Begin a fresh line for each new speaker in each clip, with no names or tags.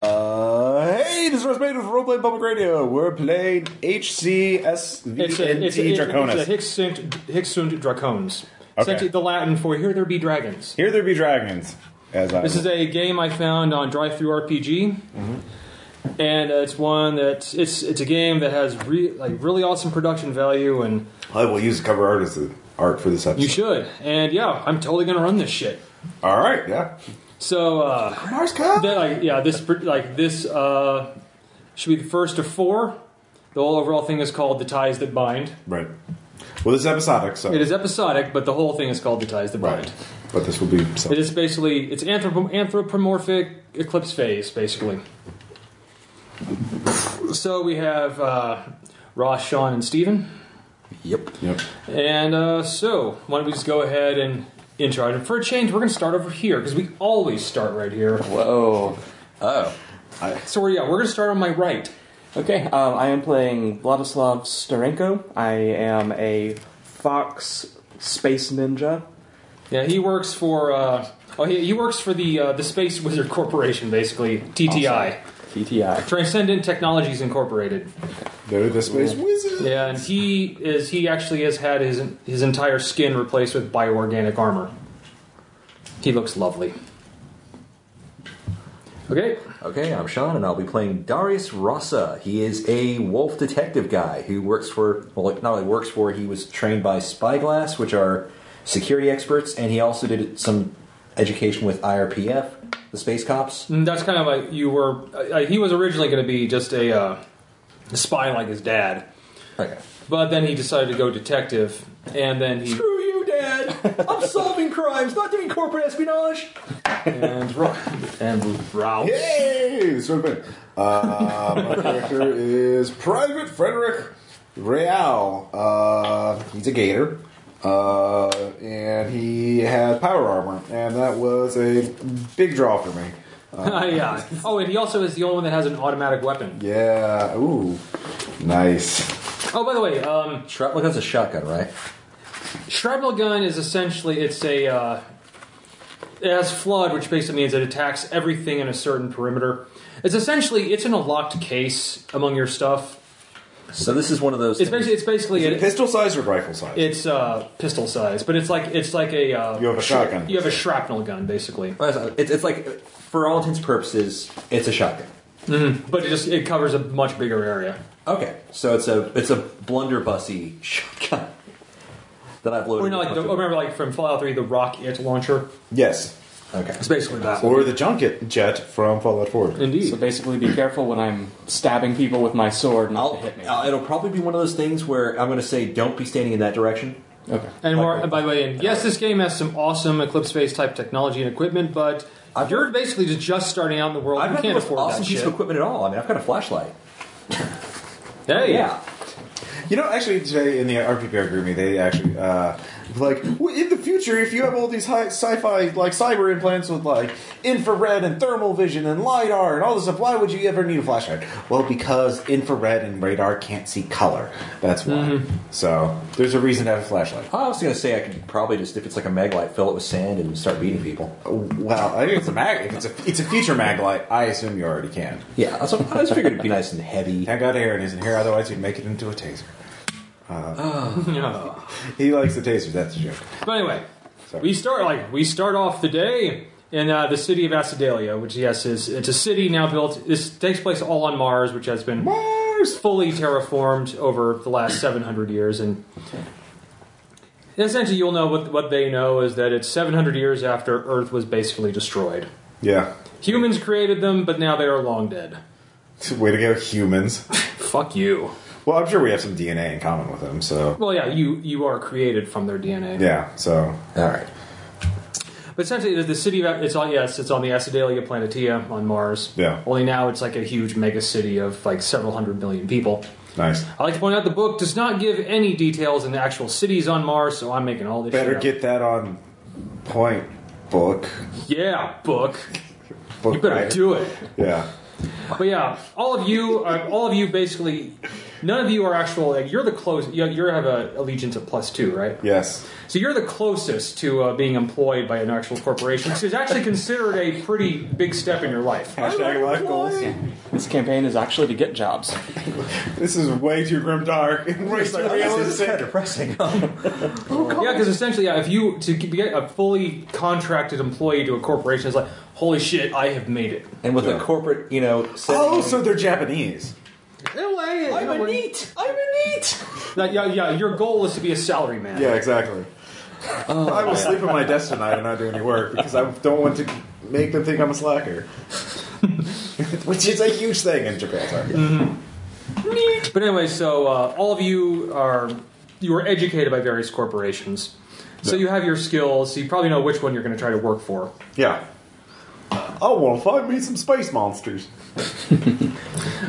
Uh, was made with Roleplay Public Radio. We're playing
It's a, it's a,
HCSVNT
it's a
Draconis.
Hicksunt, Hicksunt Dracones.
Okay.
Essentially, the Latin for here there be dragons.
Here there be dragons. As I
This is a game I found on Drive Through RPG,
Mm-hmm.
and uh, it's one that it's it's a game that has re, like really awesome production value, and
I will use the cover art as the art for this episode.
you should. And yeah, I'm totally gonna run this shit.
All right, yeah.
So uh,
Mars Cup.
that, like yeah, this pr- like this uh, should be the first of four. The whole overall thing is called the ties that bind.
Right. Well, this is episodic, so
It is episodic, but the whole thing is called the ties that bind.
right. But this will be so.
It is basically it's anthropo- anthropomorphic eclipse phase, basically. So we have uh, Ross, Sean, and Steven.
Yep.
Yep.
And uh, so why don't we just go ahead and intro? And for a change, we're going to start over here because we always start right here.
Whoa. Oh.
So we're, yeah, we're going to start on my right.
Okay, um, I am playing Vladislav Starenko. I am a fox space ninja.
Yeah, he works for uh, oh he, he works for the uh, the Space Wizard Corporation, basically TTI.
TTI.
Transcendent Technologies Incorporated.
They're the space wizard.
Yeah, and he is he actually has had his his entire skin replaced with bioorganic armor. He looks lovely. Okay.
Okay, I'm Sean, and I'll be playing Darius Rossa. He is a wolf detective guy who works for, well, not only works for, he was trained by Spyglass, which are security experts, and he also did some education with IRPF, the space cops.
Mm, That's kind of like you were. Uh, uh, he was originally going to be just a, uh, a spy like his dad,
Okay.
but then he decided to go detective, and then he
Screw you, Dad! I'm solving crimes, not doing corporate espionage!
and Ro- and Rouse.
Yay! Sort of thing. Uh, my character is Private Frederick Real. Uh, he's a gator. Uh, and he had power armor, and that was a big draw for me.
yeah. Oh, and he also is the only one that has an automatic weapon.
Yeah, ooh, nice.
Oh, by the way, um,
Shrapnel gun's a shotgun, right?
Shrapnel gun is essentially it's a uh, it has flood, which basically means it attacks everything in a certain perimeter. It's essentially it's in a locked case among your stuff.
So this is one of those.
It's
things-
basically it's basically it-
Pistol size or rifle size?
it's uh, pistol size, but it's like it's like a uh,
You have a shotgun.
You have a shrapnel gun basically,
it's, it's like, for all intents and purposes, it's a shotgun.
but it just it covers a much bigger area.
Okay, so it's a it's a blunderbussy shotgun that I've loaded.
Or not like the,
with-
remember like from Fallout Three, the rocket launcher.
yes.
okay,
It's basically that.
Or the junket jet from Fallout 4.
Indeed.
So basically, be careful when I'm stabbing people with my sword not
I'll,
to hit me.
uh, it'll probably be one of those things where I'm going to say, "Don't be standing in that direction."
Okay.
And more, and by the way, and yes, this game has some awesome Eclipse Phase type technology and equipment, but
I've-
you're basically just- just starting out in the world.
I've
you
got the
can't
most
afford
awesome
that
piece
shit.
of equipment at all. I mean, I've got a flashlight.
Hey,
Yeah,
You know, actually, today in the RPPR group, they actually uh, like w- in the future, if you have all these high sci-fi like cyber implants with like infrared and thermal vision and lidar and all this stuff, why would you ever need a flashlight? Well, because infrared and radar can't see color. That's why. So there's a reason to have a flashlight.
I was going to say I could probably just, if it's like a mag light, fill it with sand and start beating people.
Uh, Well, I think it's a mag. If it's a it's a future mag light, I assume you already can.
Yeah, that's what, I just figured it'd be nice and heavy.
Thank God Aaron isn't here, otherwise you'd make it into a taser.
Yeah.
He likes the tasers. That's a joke.
But anyway,
Sorry.
we start like we start off the day in uh, the city of Acidalia, which yes is it's a city now built. This takes place all on Mars, which has been
Mars.
fully terraformed over the last 700 years and essentially you'll know what, what they know is that it's 700 years after earth was basically destroyed
Yeah.
humans created them but now they are long dead
Way to go, humans.
fuck you
Well, I'm sure we have some DNA in common with them, so
well yeah you you are created from their dna
yeah. So
All right,
but essentially the, the city of it's on yes it's on the acidalia planetia on mars
Yeah.
only now it's like a huge mega city of like several hundred million people
nice.
i like to point out the book does not give any details in the actual cities on mars so i'm making all this
Better
shit up.
get that on point book.
yeah book
Book
You better
writer.
do it.
Yeah.
But yeah, all of you, uh, all of you, basically, none of you are actual. Like, you're the close. You you have a allegiance of plus two, right?
Yes.
So you're the closest to uh, being employed by an actual corporation, which is actually considered a pretty big step in your life.
Hashtag life goals.
This campaign is actually to get jobs.
This is way too grim dark. Embrace the
This is kind
realistic.
of depressing.
Yeah, because essentially, yeah, if you to get a fully contracted employee to a corporation, it's like, holy shit, I have made it.
and with a corporate, you know, setting,
Oh, so they're Japanese.
In a way, in a way.
neat. I'm a neat.
That- yeah, yeah, your goal is to be a salary man.
Yeah, exactly. I will sleep at my desk tonight and not do any work because I don't want to make them think I'm a slacker. Which is a huge thing in Japan. Sorry.
But anyway, so uh, all of you are you were educated by various corporations, so you have your skills. So you probably know which one you're going to try to work for.
Yeah. I want to Oh, find me some space monsters.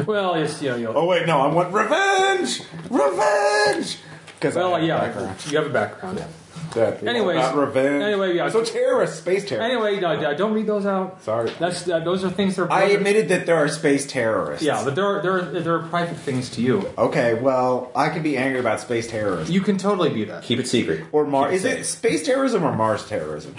Well, it's you know, you know
Oh wait, no, I want revenge, revenge. Because
well, yeah, you have a background. Anyways-
not revenge.
anyway, yeah.
So terrorists, space terrorists.
Anyway, no, no, don't read those out.
Sorry.
that's uh, those are things that are.
I admitted that there are space terrorists.
Yeah, but there are there are, there are private things to you.
Okay, well, I can be angry about space terrorism
You can totally be that.
Keep it secret.
or Mars.
Keep
Is it
safe.
space terrorism or Mars terrorism?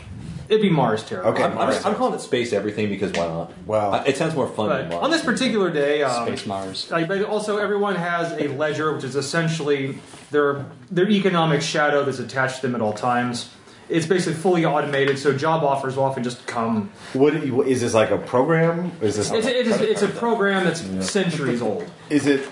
It'd be Mars terror.
Okay.
I'm, I'm, I'm calling it space everything because why not?
Well-
Uh, it sounds more fun than
But
Mars.
on this particular day, um,
Space Mars.
Uh, but also, everyone has a ledger, which is essentially their their economic shadow that's attached to them at all times. It's basically fully automated, so job offers will often just come.
What is this like a program? Is this?
It's, it is, it's a program that's centuries old.
Is it?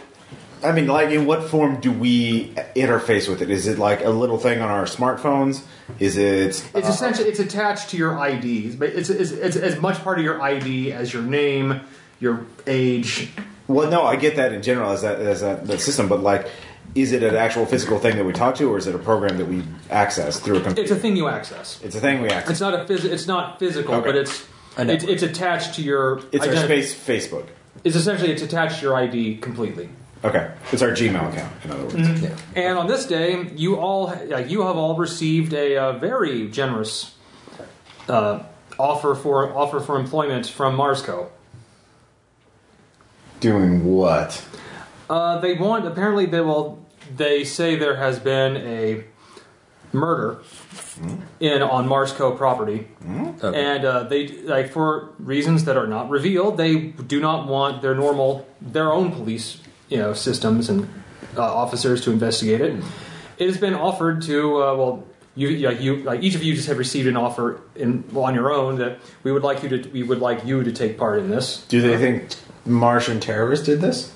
I mean, like, in what form do we interface with it? Is it like a little thing on our smartphones? Is it?
It's essentially it's attached to your ID. But it's, it's, it's as much part of your ID as your name, your age.
Well, no, I get that in general as that as that, that system, but like, is it an actual physical thing that we talk to, or is it a program that we access through a computer?
It's a thing you access.
It's a thing we access.
It's not a phys- It's not physical,
Okay.
but it's
A
it's,
network.
it's attached to your.
It's our
identi-
space Facebook.
It's essentially it's attached to your ID completely.
Okay, it's our Gmail account. In other words,
Mm-hmm.
Yeah.
And on this day, you all like, you have all received a uh, very generous uh, offer for offer for employment from Marsco.
doing what?
Uh, they want apparently they will they say there has been a murder in on Marsco property,
Hmm? Okay.
and uh, they like for reasons that are not revealed, they do not want their normal their own police you know systems and uh, officers to investigate it. It has been offered to uh, well. You, yeah, you, like each of you, just have received an offer in, well, on your own that we would like you to, we would like you to take part in this.
Do they think Martian terrorists did this?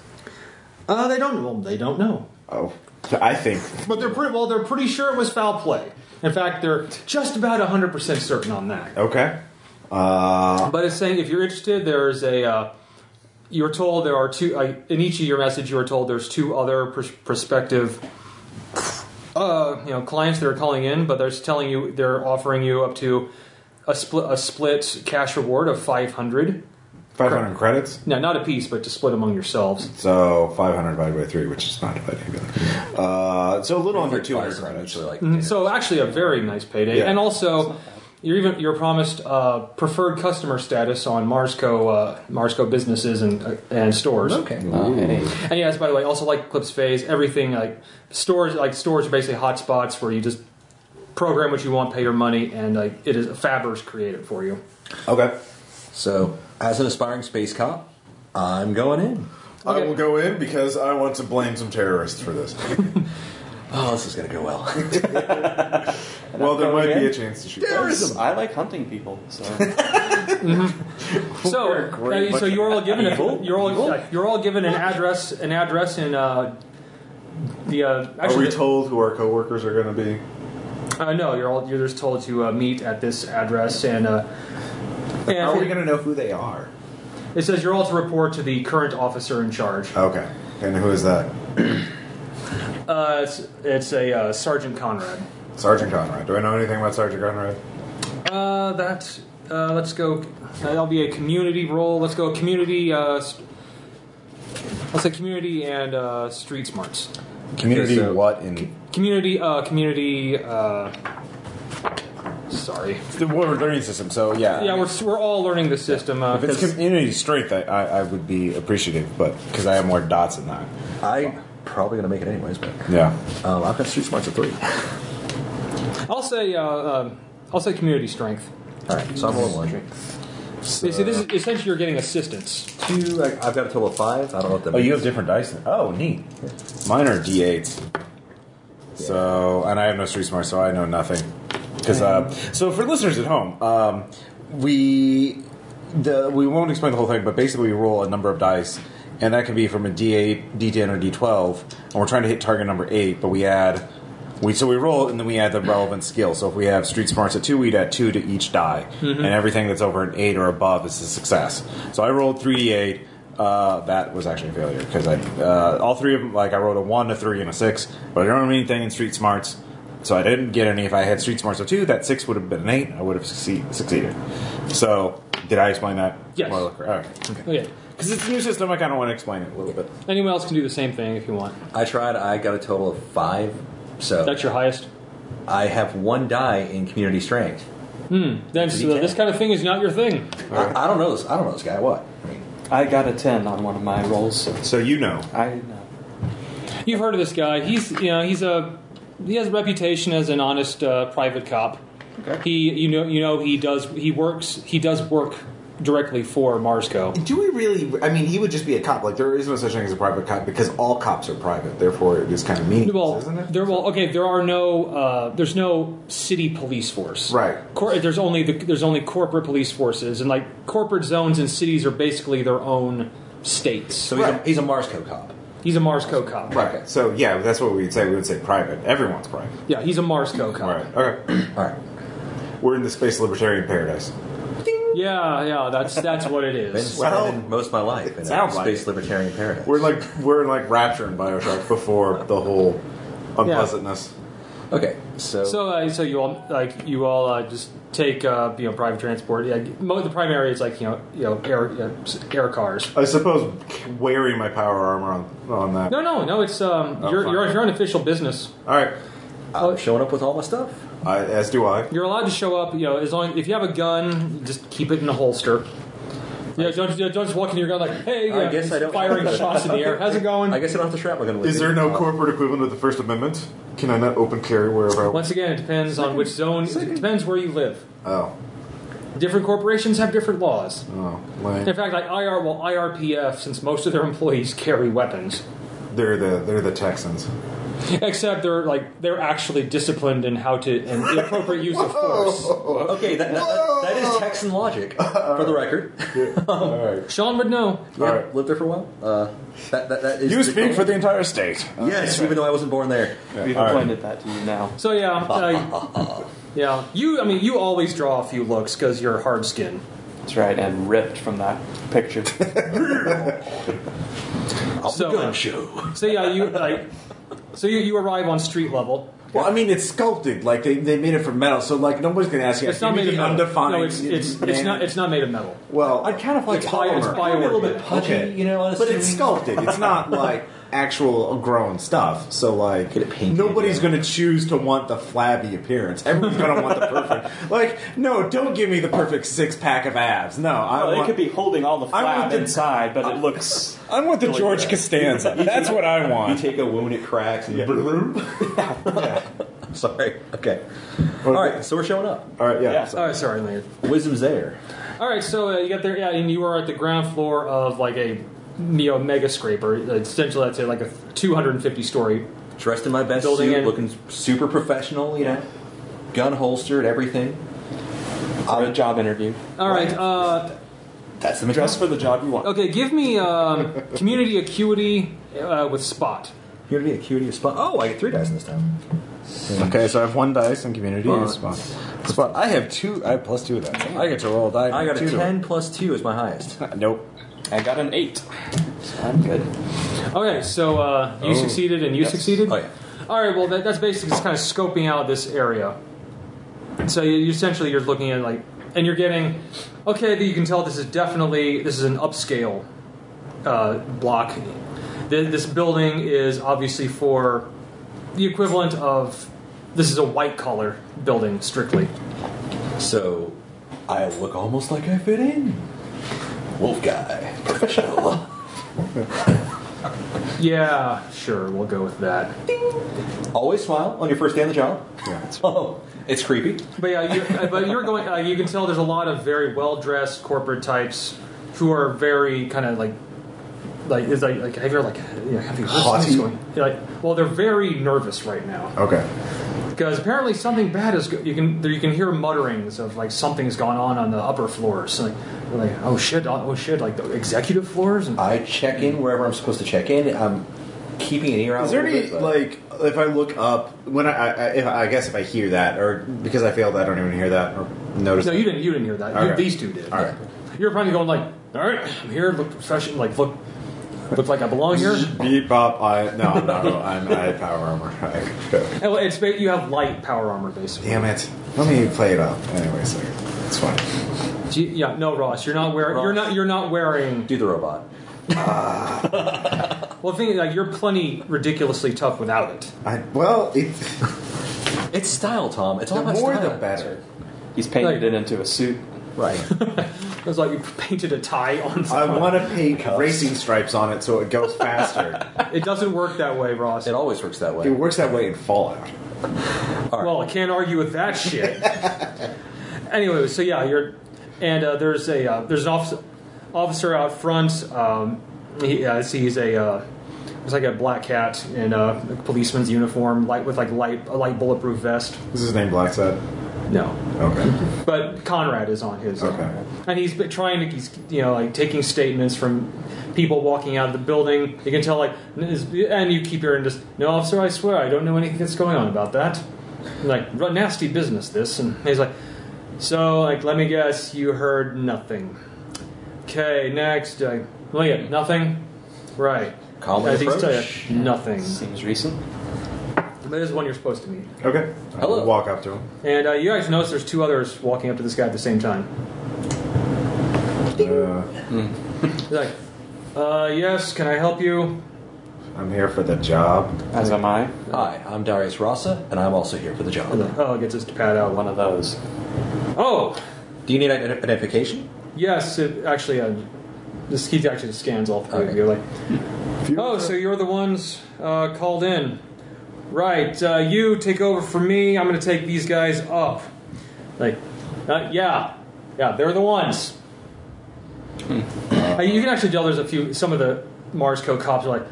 Uh, they don't, well, they don't know.
Oh, I think
But they're pretty well. They're pretty sure it was foul play. In fact, they're just about hundred percent certain on that.
okay. Uh,
But it's saying if you're interested, there's a. Uh, you're told there are two uh, in each of your message. You are told there's two other pros- prospective, uh, you know, clients that are calling in, but they're telling you they're offering you up to a split a split cash reward of five hundred.
five hundred credits.
No, not a piece, but to split among yourselves.
So 500 divided by 3, which is not divided by 3. Uh, so a little under 200
Fires are
credits.
actually like
So actually, a very nice payday,
Mm-hmm. Yeah.
and also you're even you're promised uh, preferred customer status on Marsco uh, Marsco businesses and uh, and stores.
okay.
And yes, by the way, also like Clips Phase, everything like stores like stores are basically hotspots where you just program what you want, pay your money, and like it is Fabbers created for you.
Okay.
So as an aspiring space cop, I'm going in.
I
Okay.
will go in because I want to blame some terrorists for this.
Oh, this is gonna go well.
well, there might be
in?
a chance to shoot.
I like hunting people, so
So,
We're a great
uh,
bunch
so
of
you're all given a, you're all yeah, you're all given an address an address in uh, the uh,
Are
actually
we told who our coworkers are going to be?
Uh, no, you're all you're just told to uh, meet at this address, and uh, and
How are we going to know who they are?
it says you're all to report to the current officer in charge.
Okay. And who is that?
Uh, it's, it's a uh, Sergeant Conrad.
Sergeant Conrad. Do I know anything about Sergeant Conrad?
Uh, that uh, let's go. That'll be a community role. Let's go community. Uh, st- let's say community and uh, street smarts.
Community
so-
what in...
Community. Uh, community. Uh, Sorry.
The word learning system. So yeah,
Yeah, we're, we're all learning the system. Uh,
If it's
'cause-
community strength, I, I, I would be appreciative, but because I have more dots than that.
I'm probably going to make it anyways, but
Yeah.
um, I've got street smarts at three.
I'll say uh, um, I'll say community strength.
All right, so I'm rolling one.
See, see, this is essentially you're getting assistance.
Two, I, I've got a total of five. I don't know what that
Oh,
means.
you have different dice. Than, oh, neat. Mine are d8s. So, and I have no street smart, so I know nothing. Because uh, so for listeners at home, um, we the we won't explain the whole thing, but basically we roll a number of dice, and that can be from a d8, d10, or d12, and we're trying to hit target number eight, but we add. We, so we roll and then we add the relevant skill. So if we have street smarts at two, we'd add two to each die, and everything that's over an eight or above is a success. So I rolled three d eight. Uh, that was actually a failure because I uh, all three of them. Like I rolled a one, a three, and a six, but I don't have anything in street smarts, so I didn't get any. If I had street smarts of two, that six would have been an eight. and I would have succeed, succeeded. So did I explain that?
Yes.
Well, all right.
Okay.
Because it's a new system, I kind of want to explain it a little bit.
Anyone else can do the same thing if you want.
I tried. I got a total of five.
Oh.
So
That's your highest.
I have one die in community strength.
Then so this kind of thing is not your thing.
I, I don't know this. I don't know this guy. What?
I got a 10 on one of my rolls.
So you know.
I uh, know.
You've heard of this guy. He's you know he's a he has a reputation as an honest uh, private cop. Okay. He you know you know he does he works he does work directly for Marsco.
Do we really? I mean, he would just be a cop. Like there is no such thing as a private cop because all cops are private. Therefore, it is kind of meaningless,
Well,
isn't it?
there well okay. There are no uh, there's no city police force.
Right.
Cor- there's only the, there's only corporate police forces, and like corporate zones and cities are basically their own states.
So he's,
Right.
a, he's a Marsco cop.
He's a Marsco cop.
Right. So yeah, that's what we'd say. We would say private. Everyone's private.
Yeah, he's a Marsco cop.
All right. Okay.
All right.
We're in the space libertarian paradise.
Yeah, yeah. That's that's what it
Been
is.
Well,
spending most of my life in a
sounds like
space
it.
libertarian paradise.
We're like we're in like Rapture and Bioshock before the whole unpleasantness.
okay. So,
So uh, so you all like you all uh, just take uh, you know private transport. Yeah, mo- the primary is like you know you know air you know, s- air cars.
I suppose wearing my power armor on on that.
No, no, no. It's um,
Oh,
you're,
fine.
you're you're an official business.
All right. uh,
I'm showing up with all my stuff.
I, as do I.
You're allowed to show up. You know, as long if you have a gun, just keep it in a holster. You know, don't, don't just walk into your gun like, hey, you
I
know,
guess I don't-
firing shots in the air. How's it going?
I guess I don't have to strap my gun with
Is
me.
there no
Uh,
corporate equivalent of the First Amendment? Can I not open carry wherever I want?
Once again, it depends on which zone. It depends where you live.
Oh,
Different corporations have different laws.
oh, lame.
In fact, like IR, well, IRPF, since most of their employees carry weapons,
They're the they're the Texans.
except they're like they're actually disciplined in how to and the appropriate use of force.
Okay, that, that, that, that is Texan logic, for the record.
All right.
Sean would know.
Yeah,
All right.
lived there for a while. Uh, that, that, that is
You speak for the entire state.
Yes, even though I wasn't born there.
We've
All right.
appointed that to you now.
So yeah, uh, yeah. You, I mean, you always draw a few looks because you're hard skinned
That's right, and ripped from that picture.
So,
gun
uh,
show.
So yeah, you like, so you, you arrive on street level.
Well, I mean, it's sculpted. Like they, they made it from metal, so like nobody's gonna ask you.
It's not
"Give
made
me
of
the
metal.
undefined.
No, it's it's, it's
man."
not it's not made of metal.
Well,
I'd kind of like
It's bio- it's
polymer.
bio-
a little bit pudgy,
Okay.
you know. on a
but it's
string.
sculpted. It's not like actual grown stuff. So like
Get it painted,
nobody's
yeah.
going to choose to want the flabby appearance. Everyone's going to want the perfect. Like no, don't give me the perfect six pack of abs. No, I
Well,
want.
it could be holding all the
I want
flab
the-
inside, but it looks.
I want the
Really
George
good.
Costanza. That's what I
You
want.
take a wound, it cracks. And Sorry. Okay. All right. So we're showing up.
All right. Yeah.
Yeah.
so-
All right, sorry, Leonard.
Wisdom's there.
All right, so uh, you got there, yeah, and you are at the ground floor of like a neo mega scraper. Essentially, I'd say like a 250 story.
Dressed in my best
Building
suit,
in.
looking super professional. You know, gun holstered, everything.
on a job interview.
All right, uh,
That's the
Dress for the job you want.
okay, give me um, community acuity uh, with spot.
Community acuity of spot. Oh, I get three dice in this time.
Okay, so I have one dice in community
Fine.
spot. Spot. I have two. I have plus two of that. I get to roll a die.
I got a
Two to-
ten plus two is my highest. Oh,
Nope.
I got an 8. So I'm good.
Okay, so uh, you succeeded and you succeeded.
Oh, yeah.
All right. Well, that, that's basically just kind of scoping out this area. So you, you essentially you're looking at like, and you're getting, okay, that you can tell this is definitely this is an upscale uh, block. Th- This building is obviously for the equivalent of this is a white collar building strictly.
So I look almost like I fit in. Wolf guy, professional.
Yeah, sure, we'll go with that.
Always smile on your first day on the job. Oh, it's creepy.
But yeah, you, uh, but you're going. Uh, you can tell there's a lot of very well dressed corporate types who are very kind of like. Like is like like have you ever like you know, have you heard
Haughty?
something's going? You're like well they're very nervous right now
Okay.
because apparently something bad is go- you can you can hear mutterings of like something's gone on on the upper floors like they're like oh shit oh, oh shit like the executive floors
Uh,
and
I check in wherever I'm supposed to check in. I'm keeping an ear out.
Is there
a little
any
bit, but-
like if I look up when I, I, if, I guess if I hear that or because I failed I don't even hear that or notice?
no
it.
you didn't you didn't hear that You-
Alright.
these two did
Alright.
you're probably going like all right I'm here look professional like look look like I belong here
Beep bop. I no, I'm not. I'm I have power armor. I-
Oh, it's ba- you have light power armor basically.
Damn it! Let me play it up. Anyways, like, it's fine.
Do you- yeah, no, Ross, you're not wearing. You're
Ross.
not. You're not wearing.
do the robot.
Well, the thing is, like, you're plenty ridiculously tough without it.
I, well, it,
It's style, Tom. It's all
the
about
more
style.
the better.
He's painted
Like-
it into a suit.
Right.
It's like you painted a tie on.
I
Someone.
want to paint racing stripes on it so it goes faster.
it doesn't work that way, Ross.
it always works that
it
way.
works that way in Fallout.
Well, I can't argue with that shit. anyway, so yeah, you're, and uh, there's a uh, there's an officer, officer out front. Um, he uh, he's a uh, it's like a black cat in uh, a policeman's uniform, light with like light a light bulletproof vest.
Is his name Black Set?
No,
Okay.
But Conrad is on his,
Okay.
and he's been trying to, he's you know, like taking statements from people walking out of the building. You can tell, like, n- is- and you keep hearing just, "No, officer, I swear, I don't know anything that's going on about that." Like, "R- nasty business, this. And he's like, "So, like, let me guess, you heard nothing." Okay, next. Uh, well, yeah, nothing. Right.
Calm
As he's telling
approach.
you, nothing.
Seems recent.
But this is one you're supposed to meet.
Okay.
Hello.
I'll walk up to him.
And uh, you guys notice there's two others walking up to this guy at the same time.
Uh,
He's like, uh, yes, can I help you?
I'm here for the job.
As am I.
Hi, I'm Darius Rossa, and I'm also here for the
And
job.
then, oh, gets his pad out.
One of those.
Oh,
Do you need ident- identification?
yes, it actually, uh, this, he actually scans all three of
Okay.
you. Like, oh, so you're the ones uh, called in. Right, uh, you take over for me. I'm going to take these guys up. Like, uh, yeah, yeah, they're the ones. Uh, you can actually tell there's a few, some of the Marsco cops are like,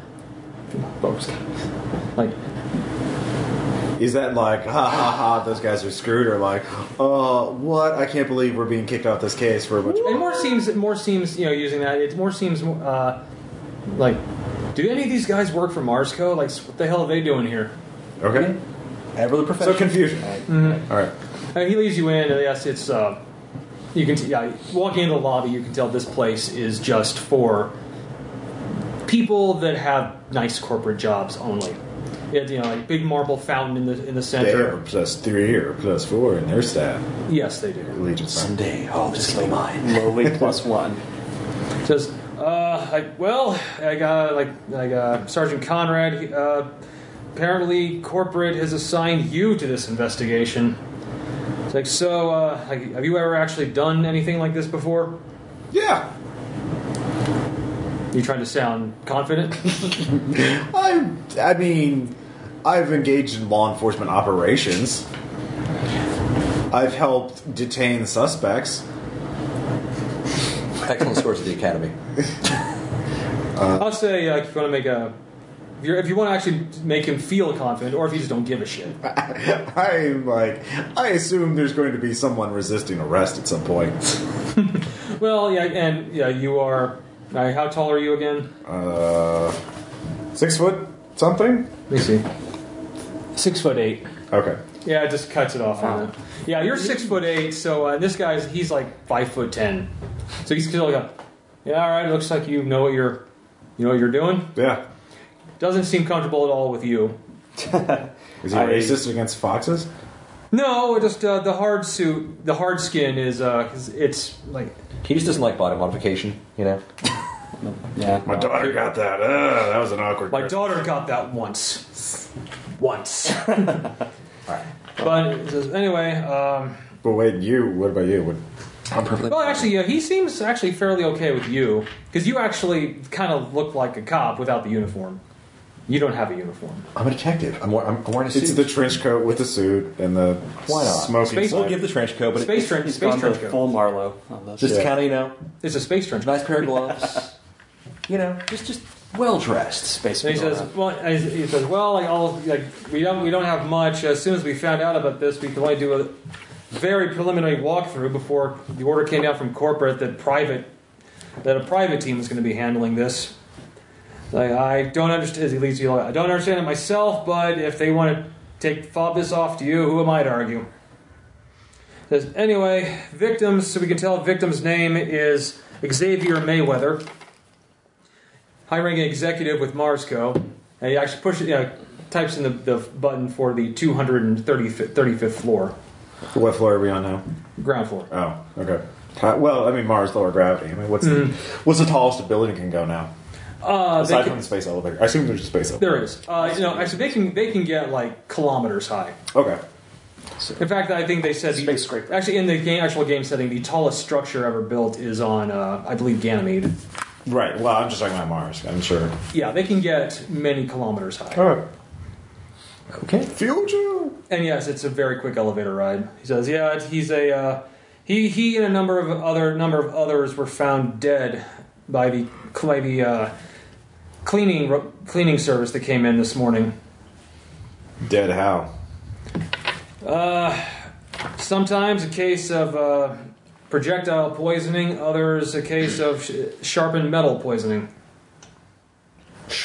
like,
Is that like ha ha ha? Those guys are screwed, or like, uh, what? I can't believe we're being kicked off this case for a bunch.
It
Of-
more seems it more seems you know using that it more seems uh, like do any of these guys work for Marsco? Like what the hell are they doing here?
okay.
Ever the
So
professional.
confusion. All right.
And he leads you in. And yes, it's uh, you can t- yeah walking into the lobby you can tell this place is just for people that have nice corporate jobs only. Yeah, you know, like big marble fountain in the in
They're
the center.
plus three or plus four in their staff.
Yes, they do.
Allegiance.
Someday, all this will be mine.
Lowly plus one.
Says, uh, I, well, I got like like uh, Sergeant Conrad. he- Uh, apparently, corporate has assigned you to this investigation. It's like, so, uh, like, have you ever actually done anything like this before?
Yeah,
You trying to sound confident?
I. I mean, I've engaged in law enforcement operations. I've helped detain suspects.
Excellent scores at the academy.
I'll say, uh, if you want to make a, if, you're, if you want to actually make him feel confident, or if you just don't give a shit.
I'm like, I assume there's going to be someone resisting arrest at some point.
Well, yeah, and yeah, you are. all right, how tall are you again?
Uh, six foot something.
Let me see. Six foot eight.
Okay.
Yeah, it just cuts it off on it. Yeah, you're six foot eight, so uh, this guy's he's like five foot ten, so he's still like, yeah, all right. Looks like you know what you're, you know what you're doing.
Yeah.
Doesn't seem comfortable at all with you.
Is he
I-
racist against foxes?
No, just uh, the hard suit, the hard skin is uh, is- it's like
He just doesn't like body modification, you know?
Yeah.
My daughter got that. Ugh, that was an awkward.
my
Christmas.
daughter got that once, once. but it says, anyway, um,
But wait, you? What about you? What,
I'm perfectly.
Well, actually, yeah, he seems actually fairly okay with you because you actually kind of look like a cop without the uniform. You don't have a uniform.
I'm a detective. I'm, wa- I'm, I'm wearing a suit.
it's the trench coat with the suit and the
Why not?
smoking.
Space-
we'll
side.
give the trench coat, but
Space trench,
He's
space
gone to
trench coat.
full Marlowe on this.
just
Yeah.
kind of you know,
It's a space trench. coat.
nice pair of gloves. you know, just just well dressed.
space.
And he says,
fedora.
"Well, and he says, well, like all, like we don't, we don't have much. As soon as we found out about this, we could only do a very preliminary walkthrough before the order came down from corporate that private, that a private team was going to be handling this. Like, I don't understand. As he leads you, I don't understand it myself. But if they want to take fob this off to you, who am I to argue?" Says anyway, victims. So we can tell victim's name is Xavier Mayweather high-ranking executive with Marsco, and he actually pushes, you know, types in the, the button for the 235th floor,
What floor are we on now?
ground floor.
Oh, okay. Hi- Well, I mean Mars, lower gravity. I mean, what's
Mm.
the, what's the tallest a building can go now?
Uh, they
Aside
can-
from the space elevator, I assume there's a space elevator.
there is, uh, you know, actually they can they can get like kilometers high.
Okay,
In fact, I think they said the,
Space scraper.
Actually, in the game, actual game setting, the tallest structure ever built is on, uh, I believe, Ganymede.
right. Well, I'm just talking about Mars. I'm sure.
Yeah, they can get many kilometers high.
All right,
Okay.
future.
And yes, it's a very quick elevator ride. He says, "Yeah, it's- he's a uh, he he and a number of other number of others were found dead by the by the uh, cleaning ro- cleaning service that came in this morning.
Dead how?
Sometimes a case of uh, projectile poisoning, others a case of sh- sharpened metal poisoning.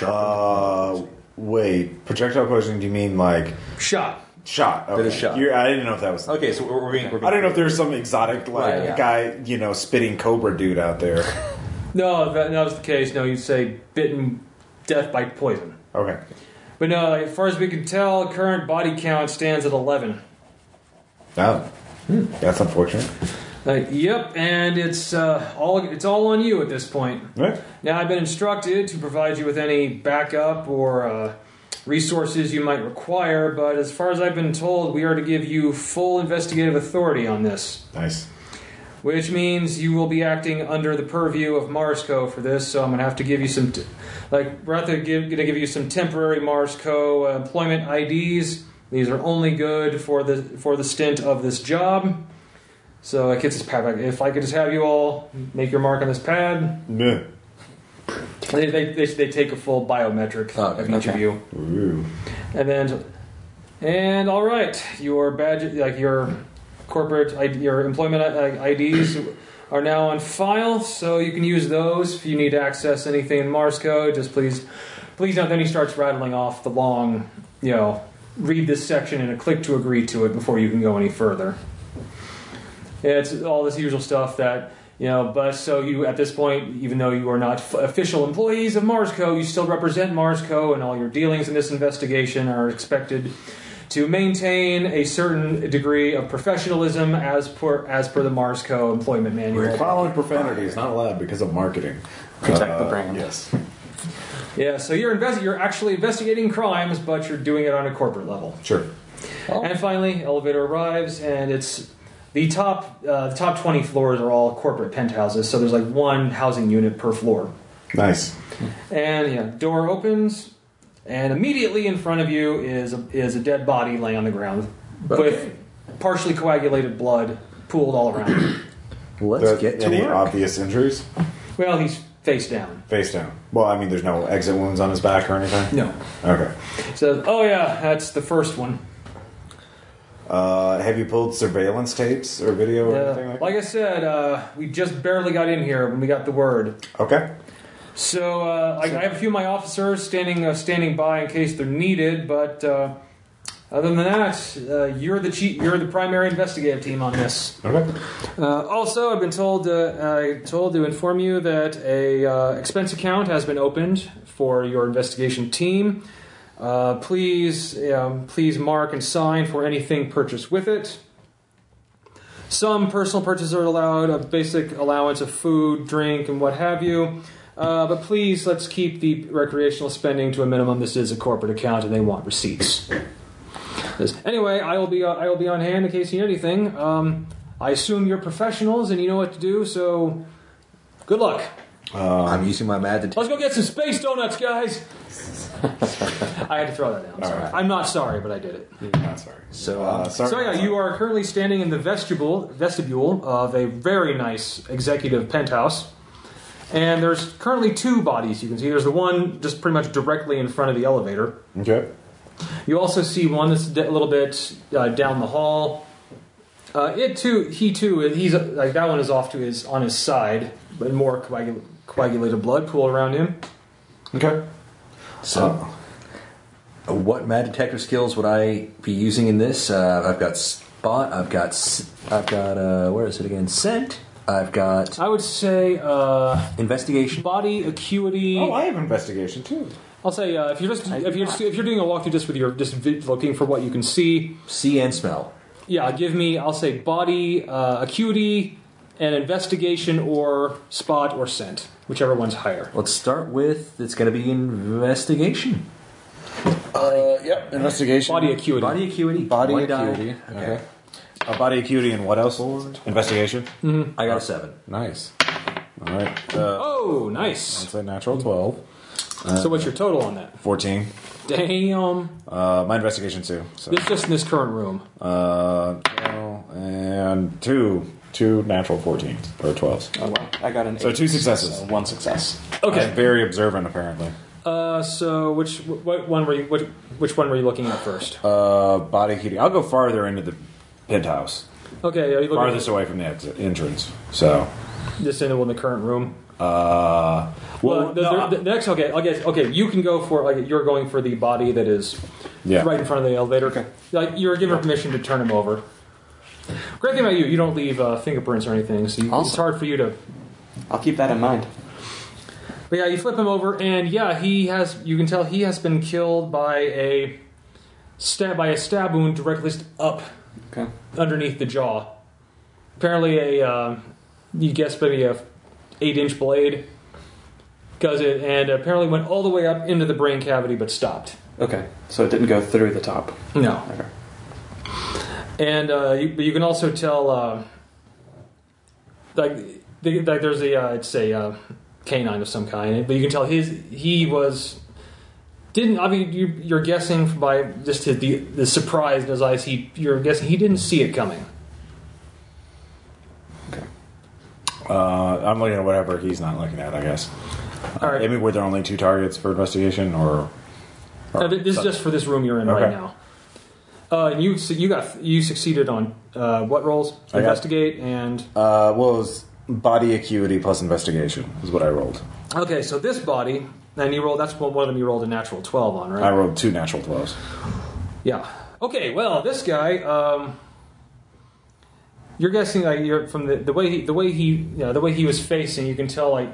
Uh, wait. Projectile poisoning? Do you mean like
Shot.
shot? Okay.
Did a shot.
You're, I didn't know if that was.
Okay, so we're, we're being. We're being
I don't know if there's some exotic like
Right, yeah.
guy, you know, spitting cobra dude out there.
No, if that, that was the case. No, you'd say bitten, death by poison.
Okay.
But no, as far as we can tell, current body count stands at eleven.
Oh. That's unfortunate.
Like, Uh, yep, and it's uh, all it's all on you at this point.
Right.
Now I've been instructed to provide you with any backup or uh, resources you might require, but as far as I've been told, we are to give you full investigative authority on this,
Nice.
which means you will be acting under the purview of Marsco for this. So I'm gonna have to give you some, t- like, we're gonna give, gonna give you some temporary Marsco uh, employment IDs. These are only good for the for the stint of this job. So I could just pad. If I could just have you all make your mark on this pad,
Meh.
they they, they, they take a full biometric
Oh, okay.
of each of
Okay.
you,
Ooh.
and then and all right, your badge like your corporate ID, your employment uh, I- IDs are now on file, so you can use those if you need to access anything in Mars code. Just please, please don't. Then he starts rattling off the long, you know, read this section and a click to agree to it before you can go any further. Yeah, it's all this usual stuff that you know. But so you, at this point, even though you are not f- official employees of Marsco, you still represent Marsco, and all your dealings in this investigation are expected to maintain a certain degree of professionalism as per as per the Marsco employment manual.
The following profanity is not allowed because of marketing.
Protect
Uh,
the brand.
Yes.
Yeah, so you're invest- you're actually investigating crimes, but you're doing it on a corporate level.
Sure.
Oh.
And finally, elevator arrives, and it's the top uh, the top twenty floors are all corporate penthouses. So there's like one housing unit per floor.
Nice.
And yeah, door opens, and immediately in front of you is a, is a dead body laying on the ground
Okay.
with partially coagulated blood pooled all around.
Let's
Th-
get to
any
work.
obvious injuries?
well, he's face down.
Face down. Well, I mean, there's no exit wounds on his back or anything.
No.
Okay.
So, oh yeah, that's the first one.
Uh, have you pulled surveillance tapes or video or anything
Uh,
like,
like I said, uh, we just barely got in here when we got the word.
that? Okay.
So, uh, I, I have a few of my officers standing uh, standing by in case they're needed. But uh, other than that, uh, you're the chief, you're the primary investigative team on this.
Okay.
Uh, also, I've been told uh, I told to inform you that a uh, expense account has been opened for your investigation team. Uh, please, um, please mark and sign for anything purchased with it. Some personal purchases are allowed, a basic allowance of food, drink, and what have you. Uh, but please, let's keep the recreational spending to a minimum. This is a corporate account, and they want receipts. This. Anyway, I will be uh, I will be on hand in case you need anything. Um, I assume you're professionals and you know what to do, so good luck.
I'm using my mad detective.
Let's go get some space donuts, guys. I had to throw that down. I'm sorry.
right.
I'm not sorry, but I did it.
Not sorry.
So,
Uh,
uh,
sorry.
So yeah, you are currently standing in the vestibule vestibule of a very nice executive penthouse, and there's currently two bodies you can see. There's the one just pretty much directly in front of the elevator.
Okay.
You also see one that's a little bit uh, down the hall. Uh, it too, he too, uh, he's like that one is off to his on his side, but more coagul- coagulated blood pool around him.
Okay.
so uh, what mad detective skills would I be using in this? Uh, I've got spot. I've got. s- I've got. Uh, where is it again? Scent. I've got
I would say uh,
investigation.
body acuity.
Oh, I have investigation too.
I'll say uh, if you're just if you're just, if you're doing a walkthrough just with your just vi- looking for what you can see.
See and smell.
Yeah, give me I'll say body uh, acuity and investigation or spot or scent, whichever one's higher.
Let's start with. It's going to be investigation.
Uh, yep. Investigation.
Body acuity.
Body acuity.
Body
One die.
acuity. Okay. Uh, body acuity and what else? Lord? Investigation.
I got a seven.
Nice. All right. Uh,
Oh, nice.
It's a natural 12.
so what's your total on that?
14.
Damn.
Uh, my investigation, too. So,
It's just in this current room.
uh, well, and two. Two natural 14s or 12s.
Oh, well, I got an
So
eight.
two successes.
so one success.
I'm
Okay.
very observant, apparently.
Uh, so which what one were you which, which one were you looking at first?
Uh, body heating. I'll go farther into the penthouse.
Okay, are you looking
Farthest away from the exit, entrance. So,
at this in the in the current room?
uh,
Well,
well,
the,
no,
the, the next okay, I guess okay, you can go for like you're going for the body that is
Yeah.
right in front of the elevator. Okay. Like you're given permission to turn him over. Great thing about you, you don't leave uh, fingerprints or anything, so you, it's
Awesome.
hard for you to.
I'll keep that in mind.
But yeah, you flip him over, and yeah, he has. You can tell he has been killed by a stab by a stab wound directly up
Okay.
underneath the jaw. Apparently, a uh, you guess maybe a eight inch blade does it, and apparently went all the way up into the brain cavity, but stopped.
Okay. So it didn't go through the top.
No,
Okay.
and uh, you, but you can also tell uh, like, the, like there's a uh, it's a uh, canine of some kind, but you can tell his he was didn't. I mean, you, you're guessing by just his, the the surprise in his eyes. He you're guessing he didn't see it coming.
uh, I'm looking at whatever he's not looking at, I guess.
All right.
I mean, were there only two targets for investigation, or
No, th- this is just for this room you're in right
Okay.
now. Uh, and you su- you got you succeeded on uh, what rolls?
I got-
Investigate and
Uh, what was body acuity plus investigation is what I rolled.
okay. So this body, and you roll. That's one one of them. You rolled a natural twelve on, right?
I rolled two natural twelves.
Yeah. Okay. Well, this guy. Um, you're guessing like you're from the, the way he the way he you know, the way he was facing. You can tell like.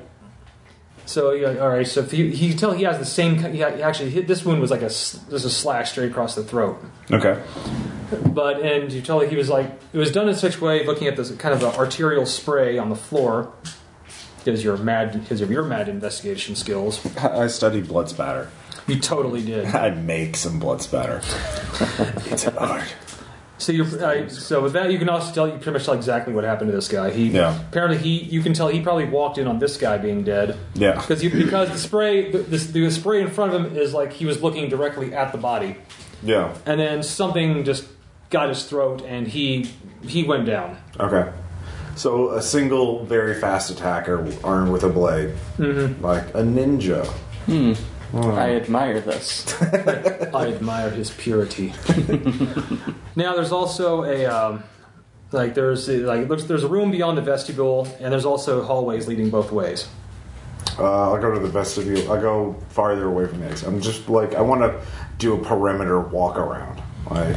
So yeah, all right. So if he, he can tell he has the same. ki- He a- actually hit, this wound was like a s- just a slash straight across the throat.
Okay.
But and you tell that he was like it was done in such a way, looking at this kind of an arterial spray on the floor. Because your mad because of your mad investigation skills,
I studied blood spatter.
you totally did.
I make some blood spatter. it's art.
So you're uh, so with that you can also tell you pretty much tell exactly what happened to this guy. He
Yeah.
apparently he you can tell he probably walked in on this guy being dead.
Yeah.
Because you, because the spray the, the, the spray in front of him is like he was looking directly at the body,
Yeah.
and then something just got his throat and he he went down.
Okay. So a single very fast attacker armed with a blade, like a ninja.
I admire this.
I admire his purity. now there's also a um, like there's uh, like it looks there's a room beyond the vestibule and there's also hallways leading both ways.
Uh, I'll go to the vestibule. I'll go farther away from the exit. I'm just like I want to do a perimeter walk around, like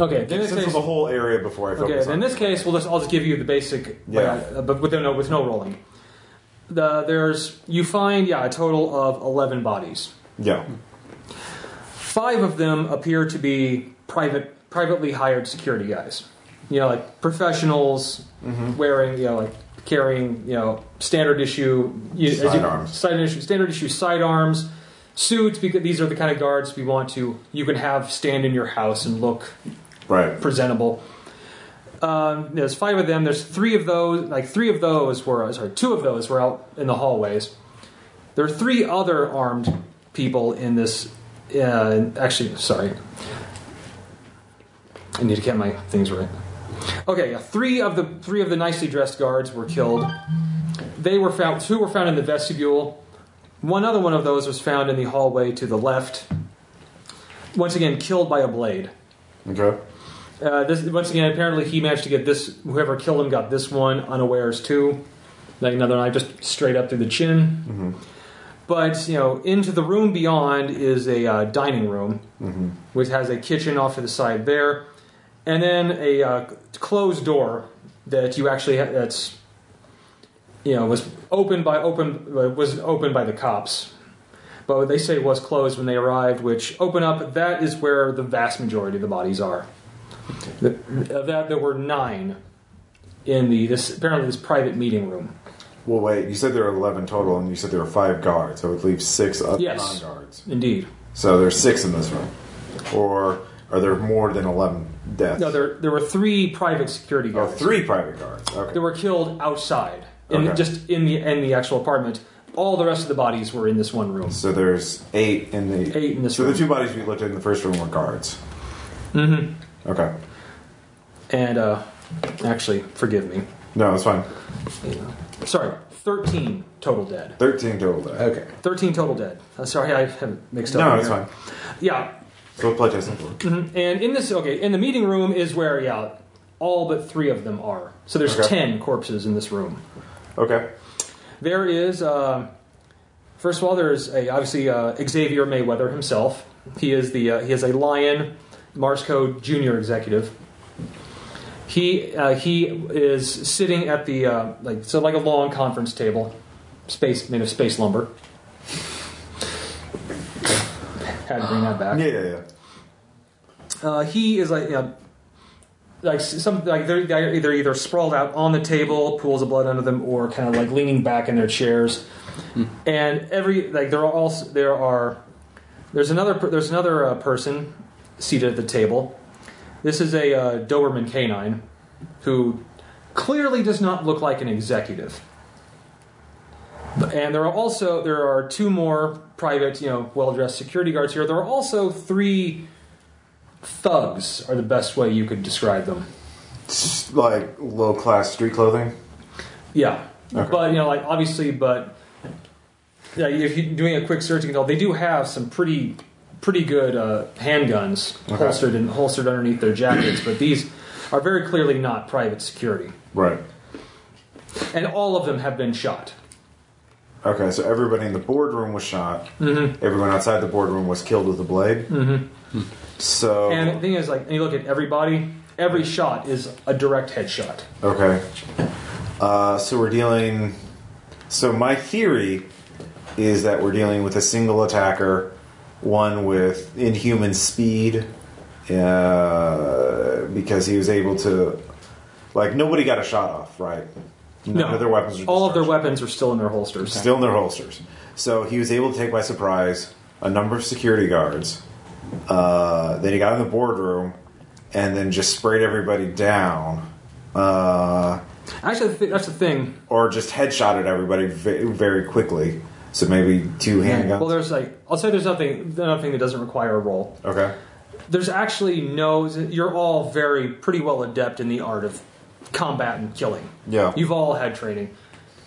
Okay, then it
sense of
says-
the whole area before I
Okay,
focus.
then
on
in this case, we'll just I'll just give you the basic,
Yeah.
uh, but with no with no rolling. The, there's you find yeah a total of eleven bodies.
Yeah.
Five of them appear to be private privately hired security guys. You know, like professionals wearing you know like carrying you know standard issue you, as you-
Sidearms.
side issue standard issue sidearms. suits because these are the kind of guards we want to you can have stand in your house and look
Right.
presentable. Um, there's five of them. There's three of those, like three of those were, uh, sorry, two of those were out in the hallways. There are three other armed people in this. Uh, actually, sorry, I need to get my things right. Okay, yeah, three of the three of the nicely dressed guards were killed. They were found. Two were found in the vestibule. One other one of those was found in the hallway to the left. Once again, killed by a blade.
Okay.
Uh, this once again, apparently he managed to get this. Whoever killed him got this one unawares too, like another knife just straight up through the chin. But you know, into the room beyond is a uh, dining room, which has a kitchen off to the side there, and then a uh, closed door that you actually ha- that's you know was opened by open uh, was opened by the cops. But they say was closed when they arrived, which open up. That is where the vast majority of the bodies are. The, of that, there were nine in the this apparently this private meeting room.
Well, wait. You said there were eleven total, and you said there were five guards. I would leave six up
Yes.
guards.
Indeed,
So there's six in this room, or are there more than eleven deaths?
no, there there were three private security
Oh,
guards.
three private guards. Okay.
that were killed outside, in,
Okay.
just in the in the actual apartment. All the rest of the bodies were in this one room.
So there's eight in the
Eight in this
so
room.
the two bodies we looked at in the first room were guards. Mm-hmm. Okay.
And uh, actually, forgive me.
No, that's fine.
Sorry, thirteen total dead.
Thirteen total. Death.
Okay.
Thirteen total dead. Uh, sorry, I haven't mixed up.
No,
in
that's
here.
fine.
Yeah,
So we'll play testing for.
mhm. and in this okay, in the meeting room is where yeah, all but three of them are. So there's
Okay.
ten corpses in this room.
Okay.
There is, uh, first of all, there's a obviously uh, Xavier Mayweather himself. He is the uh, he is a Lion Marsco Junior executive. He uh, he is sitting at the uh, like so like a long conference table, space made of space lumber. Had to bring that back.
Yeah, yeah, yeah.
Uh, he is like, you know, like s- some like they're, they're either either sprawled out on the table, pools of blood under them, or kind of like leaning back in their chairs. And every like there are also there are there's another per- there's another uh, person seated at the table. This is a uh, Doberman canine who clearly does not look like an executive. And there are also there are two more private, you know, well-dressed security guards here. There are also three thugs are the best way you could describe them.
It's like low class street clothing.
Yeah,
Okay.
but you know, like obviously, but yeah, if you're doing a quick search, you can tell they do have some pretty pretty good uh, handguns
Okay.
holstered and holstered underneath their jackets. but these are very clearly not private security,
Right.
and all of them have been shot.
Okay, so everybody in the boardroom was shot. Mm-hmm. Everyone outside the boardroom was killed with a blade. Mm-hmm. So
And the thing is, like, and you look at everybody. Every shot is a direct headshot.
Okay. Uh, so we're dealing. So my theory is that we're dealing with a single attacker, one with inhuman speed, uh, because he was able to. Like nobody got a shot off, right? None
No,
of their weapons. Are
all of their
discharged.
weapons are still in their holsters.
still in their holsters. So he was able to take by surprise a number of security guards. Uh, then he got in the boardroom and then just sprayed everybody down. Uh,
Actually, the thi- that's the thing.
or just headshotted everybody ve- very quickly. So maybe two handguns.
Well, there's like I'll say there's nothing nothing that doesn't require a roll.
okay.
there's actually no you're all very pretty well adept in the art of combat and killing
Yeah.
you've all had training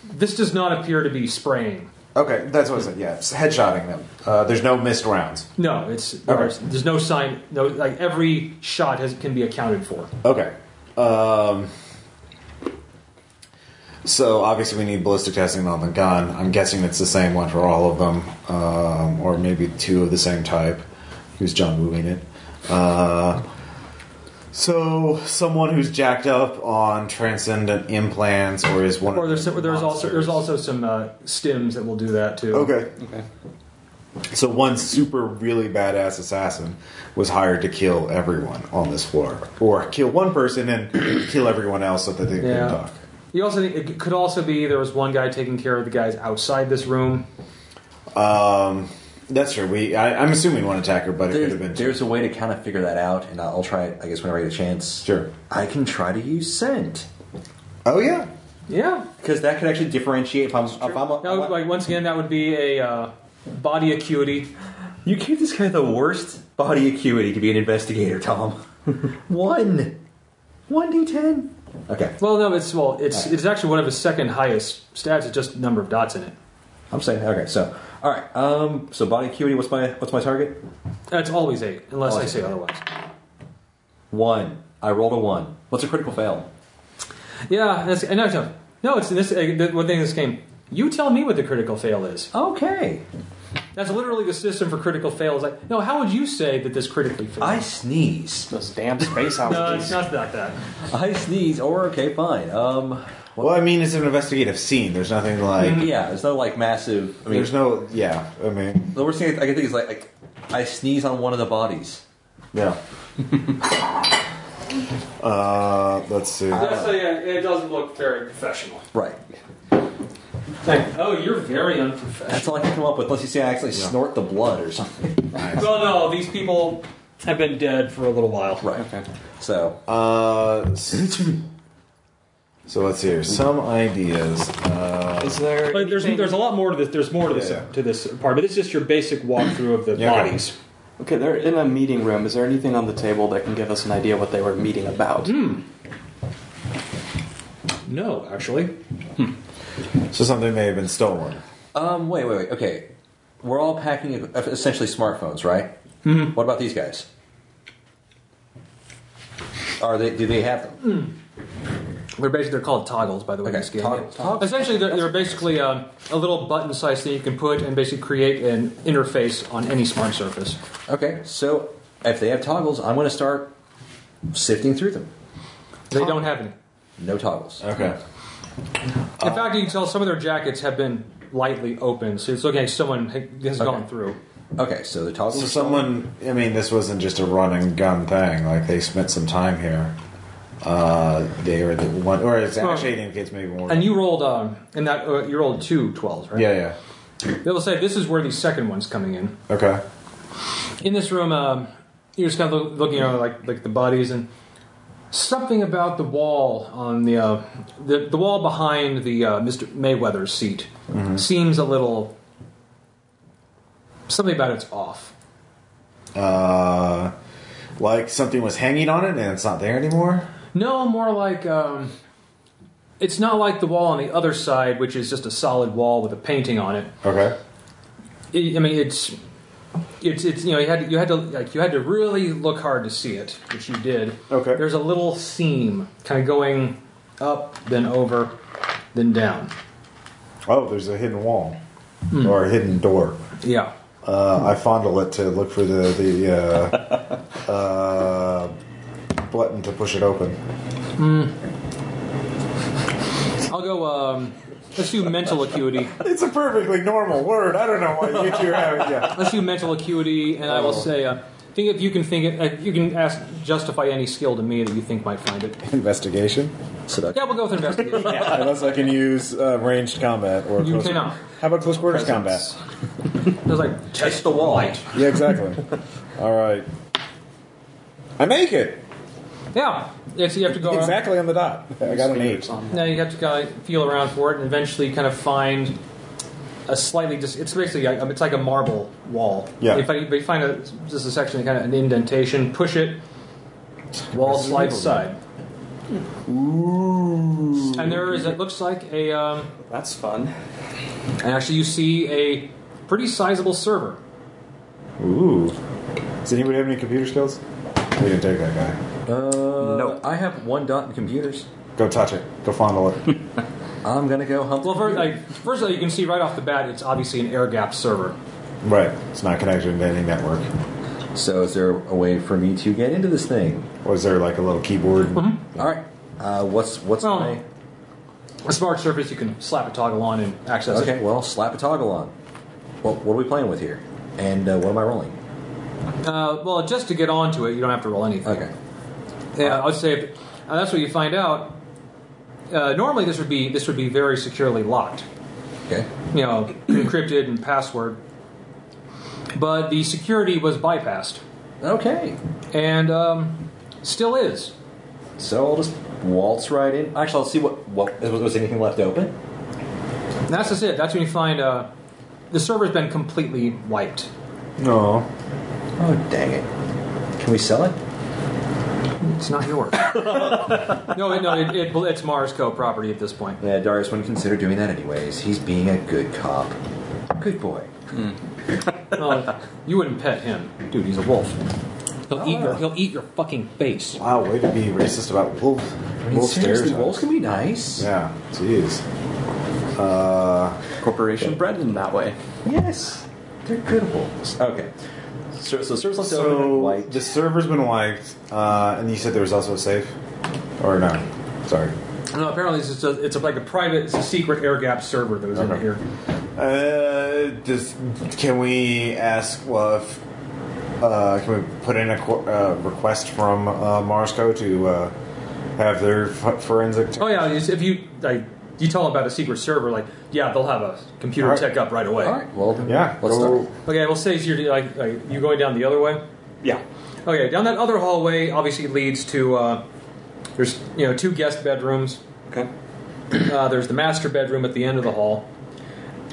this does not appear to be spraying
Okay, that's what I said. Yeah, it's headshotting them. Uh, there's no missed rounds.
no it's
Okay.
there's no sign no like every shot has, can be accounted for
Okay. Um, so obviously we need ballistic testing on the gun. I'm guessing it's the same one for all of them, um, or maybe two of the same type. Who's John Wooing it? Uh, so someone who's jacked up on transcendent implants, or is one.
or
of
there's
the
there's also there's
monsters.
also some uh, stims that will do that too
Okay. Okay. So one super really badass assassin was hired to kill everyone on this floor, or kill one person and kill everyone else so that they
Yeah.
can talk.
you also it could also be there was one guy taking care of the guys outside this room
That's true. We I, I'm assuming one attacker, but it could
There's,
have been two.
there's a way to kind of figure that out, and I'll try it, I guess, whenever I get a chance.
Sure.
I can try to use scent.
Oh yeah.
Yeah.
Because that could actually differentiate if I'm. If I'm a,
That would, like once again, that would be a uh, body acuity.
you gave this guy the worst body acuity to be an investigator, Tom. One. 1d10. Okay.
Well, no, it's well, it's it's actually one of his second highest stats. It's just number of dots in it.
I'm saying okay. So, all right. Um, so body acuity. What's my what's my target?
That's always eight, unless
Always
I say
eight.
otherwise.
One. I rolled a one. What's a critical fail?
Yeah, that's and no, no, no. It's this uh, the one thing in this game. You tell me what the critical fail is.
Okay.
That's literally the system for critical fails. Like, no, how would you say that this critically failed?
I sneeze.
Those damn space
no,
houses.
it's not like that.
I sneeze. Or okay, fine. Um,
Well, I mean, it's an investigative scene. There's nothing like.
yeah. There's no like massive. I mean,
There's no. Yeah. I mean.
the worst thing I can think is like, like I sneeze on one of the bodies.
Yeah. uh, let's see.
yeah, it doesn't look very professional.
Right.
oh, you're very unprofessional.
That's all I can come up with, unless you say I actually
Yeah.
snort the blood or something.
Well, no, these people have been dead for a little while.
Right.
Okay.
So
Uh, s- so let's see here. Some ideas. Uh,
Is there?
But there's
anything-
there's a lot more to this. There's more to this
Yeah.
to this part. But it's just your basic walkthrough of the
Yeah, okay.
bodies.
Okay, they're in a meeting room. Is there anything on the table that can give us an idea what they were meeting about?
No, actually,
so something may have been stolen.
Um, wait, wait, wait. Okay, we're all packing uh, essentially smartphones, right? What about these guys? Are they? Do they have them?
they're basically they're called toggles. By the way,
Okay,
in this game.
toggles, toggles.
Essentially, they're, they're basically um, a little button-sized thing you can put and basically create an interface on any smart surface.
Okay, so if they have toggles, I'm going to start sifting through them.
They don't have any.
No toggles.
Okay.
In fact, you can tell some of their jackets have been lightly opened, so it's okay. Someone has
Okay.
gone through.
Okay, so the
So
toggles.
someone. I mean, this wasn't just a run and gun thing. Like they spent some time here. Uh, they were the one, or it's actually it indicates maybe more.
And you rolled um, in that uh, you rolled two 12s, right?
yeah. Yeah.
They'll say this is where the second one's coming in.
Okay.
in this room, um, you're just kind of look, looking at like like the bodies and something about the wall on the uh, the, the wall behind the uh, Mr. Mayweather's seat seems a little something about it's off.
Uh, like something was hanging on it and it's not there anymore.
No, more like um, it's not like the wall on the other side, which is just a solid wall with a painting on it.
Okay.
I I mean, it's it's it's you know you had you had to like you had to really look hard to see it, which you did.
Okay.
There's a little seam, kind of going up, then over, then down.
Oh, there's a hidden wall or a hidden door.
Yeah.
Uh, I fondle it to look for the the uh, uh, button to push it open.
I'll go. Um, let's do mental acuity.
It's a perfectly normal word. I don't know why you two are having. Yeah.
Let's do mental acuity, and I will say, uh, think if you can think it, uh, you can ask justify any skill to me that you think might find it.
Investigation.
Yeah, we'll go with investigation.
Unless I can use uh, ranged combat or
You cannot.
How about close quarters
Presence.
combat?
It was like test the wall.
Yeah, exactly. All right. I make it
Yeah, it's, you have to go. around-
exactly on the dot. I got an eight.
Now you have to kind of feel around for it, and eventually kind of find a slightly just. It's basically like, it's like a marble wall.
Yeah.
If I, but you find a, just a section, kind of an indentation, push it, wall slides aside. Ooh. And there is. It looks like a. Um,
That's fun.
and actually, you see a pretty sizable server.
Ooh. Does anybody have any computer skills? We didn't take that guy.
no, Uh, I have one dot in computers.
Go touch it. Go fondle it.
I'm going to go humble.
Well, first, like, first of all, you can see right off the bat, it's obviously an air gap server.
right. It's not connected to any network.
So, is there a way for me to get into this thing?
Was there like a little keyboard?
Mm-hmm.
All right. Uh, what's what's
Oh.
my?
A smart surface you can slap a toggle on and access it.
Okay, well, slap a toggle on. Well, what are we playing with here? And uh, what am I rolling?
Uh, well, just to get onto it, you don't have to roll anything.
Okay.
Yeah, I would say if, uh, that's what you find out. Uh, normally, this would be this would be very securely locked,
Okay.
you know, encrypted and password. but the security was bypassed
Okay.
and um, still is.
So I'll just waltz right in. Actually, I'll see what, what was, was anything left open.
And that's just it. That's when you find uh, the server's been completely wiped.
No.
Oh, dang it. Can we sell it?
It's not yours. no, it- no, it, it, it's Mars Co. property at this point.
Yeah, Darius wouldn't consider doing that anyways. He's being a good cop. Good boy.
Well, you wouldn't pet him. Oh,
Dude, he's a wolf.
He'll eat your he'll eat your fucking face.
Wow, way to be racist about wolves.
I mean,
Wolf
seriously,
stereotypes.
wolves can be nice.
Yeah, jeez. Uh,
Corporation bred in that way.
Yes. They're good wolves. Okay. So, so service left open and
so
white.
the server's been wiped, uh, and you said there was also a safe, or no? Sorry.
No, apparently it's just a, it's like a private, it's a secret air gap server that was in
Okay.
here.
Uh, does can we ask? Well, if, uh, can we put in a qu- uh, request from uh, Marsco to uh, have their f- forensic?
Oh yeah, it's- if you like, you tell them about a secret server, like yeah, they'll have a computer
All right.
tech up right away.
All right, well, then
Yeah,
let's
go-
start.
Okay, we'll say you're like, like you going down the other way.
Yeah.
Okay, down that other hallway obviously leads to uh, there's you know two guest bedrooms.
Okay.
Uh, there's the master bedroom at the end of the hall,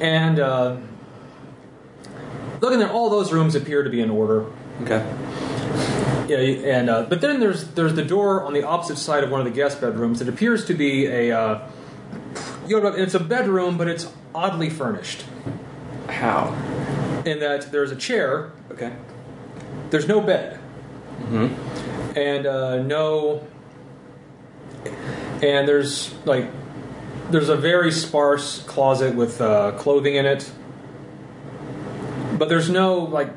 and uh, looking at all those rooms appear to be in order.
Okay.
Yeah, and uh, but then there's there's the door on the opposite side of one of the guest bedrooms. It appears to be a uh, you know it's a bedroom, but it's oddly furnished
How?
in that there's a chair,
Okay.
there's no bed, and uh, no, and there's like there's a very sparse closet with uh, clothing in it, but there's no like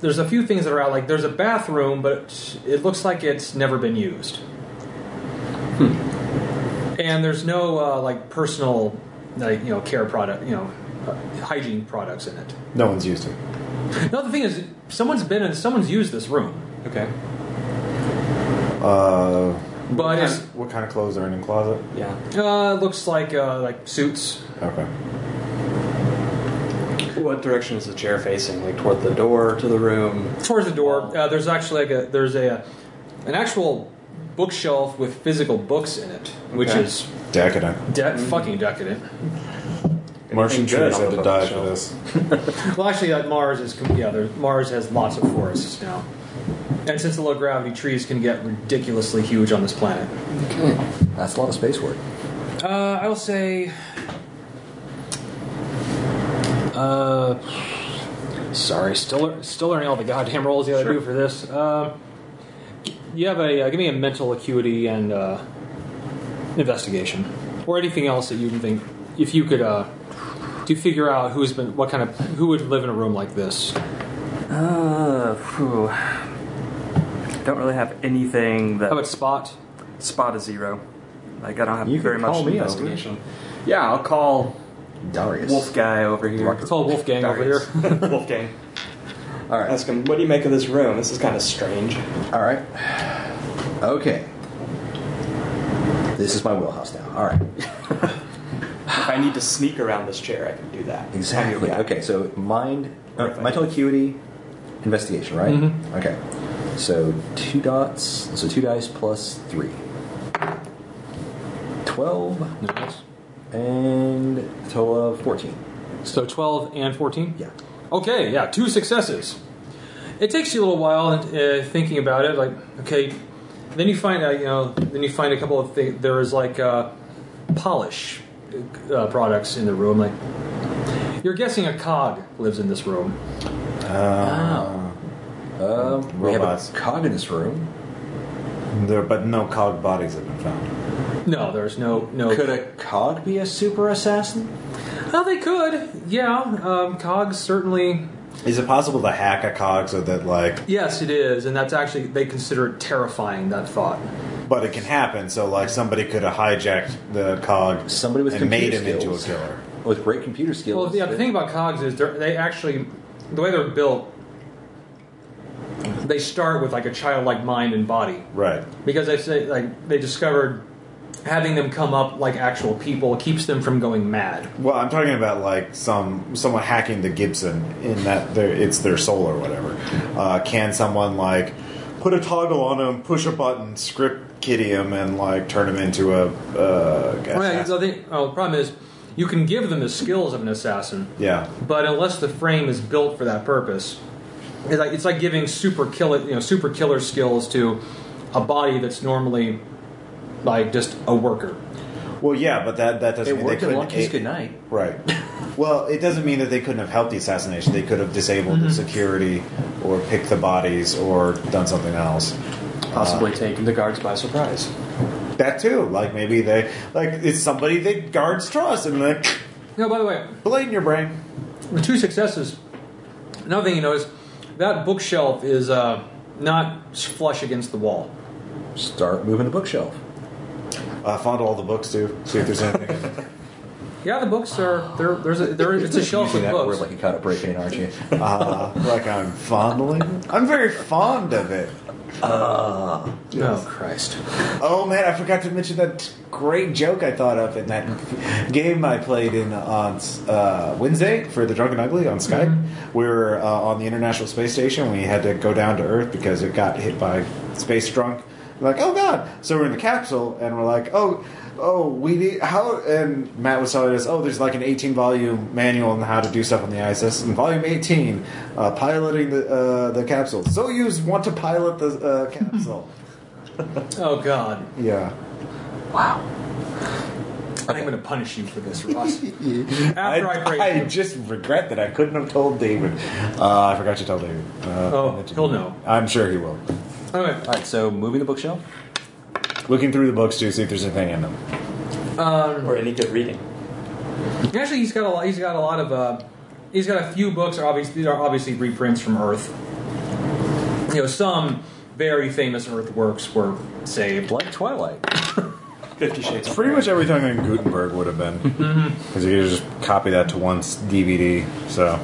there's a few things that are out like there's a bathroom, but it looks like it's never been used, and there's no uh, like personal like you know care product you know uh, hygiene products in it.
no one's used it.
No, the thing is, someone's been in, someone's used this room,
Okay.
Uh,
but
what,
it's
kind, what kind of clothes are in the closet?
Yeah.
uh, looks like uh, like suits.
Okay.
What direction is the chair facing? Like toward the door, to the room?
Towards the door, uh, there's actually like a there's a uh, an actual bookshelf with physical books in it, which
Okay.
is Mm-hmm.
Decadent.
de- fucking decadent.
Martian
good
trees
on
had
the
to die for
bookshelf.
this.
Well, actually, like Mars is com- yeah, there, Mars has lots of forests now, and since the low gravity, trees can get ridiculously huge on this planet.
That's a lot of space work.
Uh, I will say. Uh, sorry, still still learning all the goddamn rolls you gotta do for this. Um, you have a uh, give me a mental acuity and uh, investigation, or anything else that you can think. If you could, uh, to figure out who's been what kind of who would live in a room like this.
Uh, phew. Don't really have anything that
How about spot?
spot a zero. Like I don't have
You
very
could
much
call me, I'll do it.
investigation. Yeah, I'll call
Darius.
Wolf guy over here.
It's all Wolfgang
Darius.
over here.
Wolfgang.
All right.
Ask him, what do you make of this room? This is kind of strange.
All right. Okay. This is my wheelhouse now. All right.
If I need to sneak around this chair, I can do that.
Exactly. Okay. So mind,
Oh.
uh, mental acuity, investigation, right?
Mm-hmm.
Okay. So two dots. So two dice plus three. Twelve
Nice.
and a total of fourteen.
So twelve and fourteen.
Yeah.
Okay, yeah, two successes. It takes you a little while uh, thinking about it. Like, okay, then you find out, you know, then you find a couple of things. There is like uh, polish uh, products in the room. Like, you're guessing a cog lives in this room.
Uh,
Um, we have a
Robots.
cog in this room.
There, but no cog bodies have been found.
No, there's no no.
Could a cog be a super assassin?
Oh, they could. Yeah, um, cogs certainly.
Is it possible to hack a cog so that like,
Yes, it is, and that's actually they consider it terrifying. That thought.
but it can happen. So like somebody could have hijacked the cog,
Somebody with
and made
computer
him into a
skills.
killer.
With great computer skills.
Well, yeah, the thing about cogs is they're- they actually, the way they're built, they start with like a childlike mind and body
Right.
because they say like they discovered having them come up like actual people keeps them from going mad.
Well, I'm talking about like some someone hacking the Gibson in that their- it's their soul or whatever. Uh, can someone like put a toggle on him, push a button, script kitty him, and like turn him into a uh,
Right.
assassin?
So I think, oh, the problem is you can give them the skills of an assassin,
Yeah.
but unless the frame is built for that purpose, it's like, it's like giving super killer, you know, super killer skills to a body that's normally like just a worker.
Well, yeah, but that that doesn't
It
mean
worked
they
in
couldn't.
Lucky's
a-
Good Night.
Right. Well, it doesn't mean that they couldn't have helped the assassination. They could have disabled the security, or picked the bodies, or done something else.
Possibly taking the guards by surprise.
That too. Like maybe they like it's somebody they guards trust, and like
No, by the way,
blade in your brain.
the two successes. Another thing you notice that bookshelf is uh, not flush against the wall.
Start moving the bookshelf.
Uh, fondle all the books too. See if there's anything.
Yeah, the books are there. There's a there. It's a shelf
Using
with
that
books.
word like you caught a break in, aren't you?
uh, like I'm fondling. it? I'm very fond of it.
Oh Christ!
Oh man, I forgot to mention that great joke I thought of in that game I played in on uh, Wednesday for the Drunken Ugly on Skype. We were uh, on the International Space Station. We had to go down to Earth because it got hit by space drunk. We're like, oh god! So we're in the capsule and we're like, oh. Oh, we need how and Matt was telling us. Oh, there's like an 18 volume manual on how to do stuff on the ISS. And volume 18, uh, piloting the uh, the capsule. Soyuz want to pilot the uh, capsule.
Oh God!
yeah.
I'm going to punish you for this, Ross.
I,
After I, praise
I
you.
just regret that I couldn't have told David. Uh, I forgot to tell David. Uh,
Oh,
that you-
he'll know.
I'm sure he will.
Anyway,
All right, so moving the bookshelf.
Looking through the books to see if there's anything in them.
Or any good reading.
actually, he's got a lot. He's got a lot of. Uh, he's got a few books. Are obviously, these are obviously reprints from Earth. You know, some very famous Earth works were saved.
Like Twilight.
Fifty Shades. of
Pretty much everything in Gutenberg would have been,
Mm-hmm.
because you could just copy that to one s- DVD. So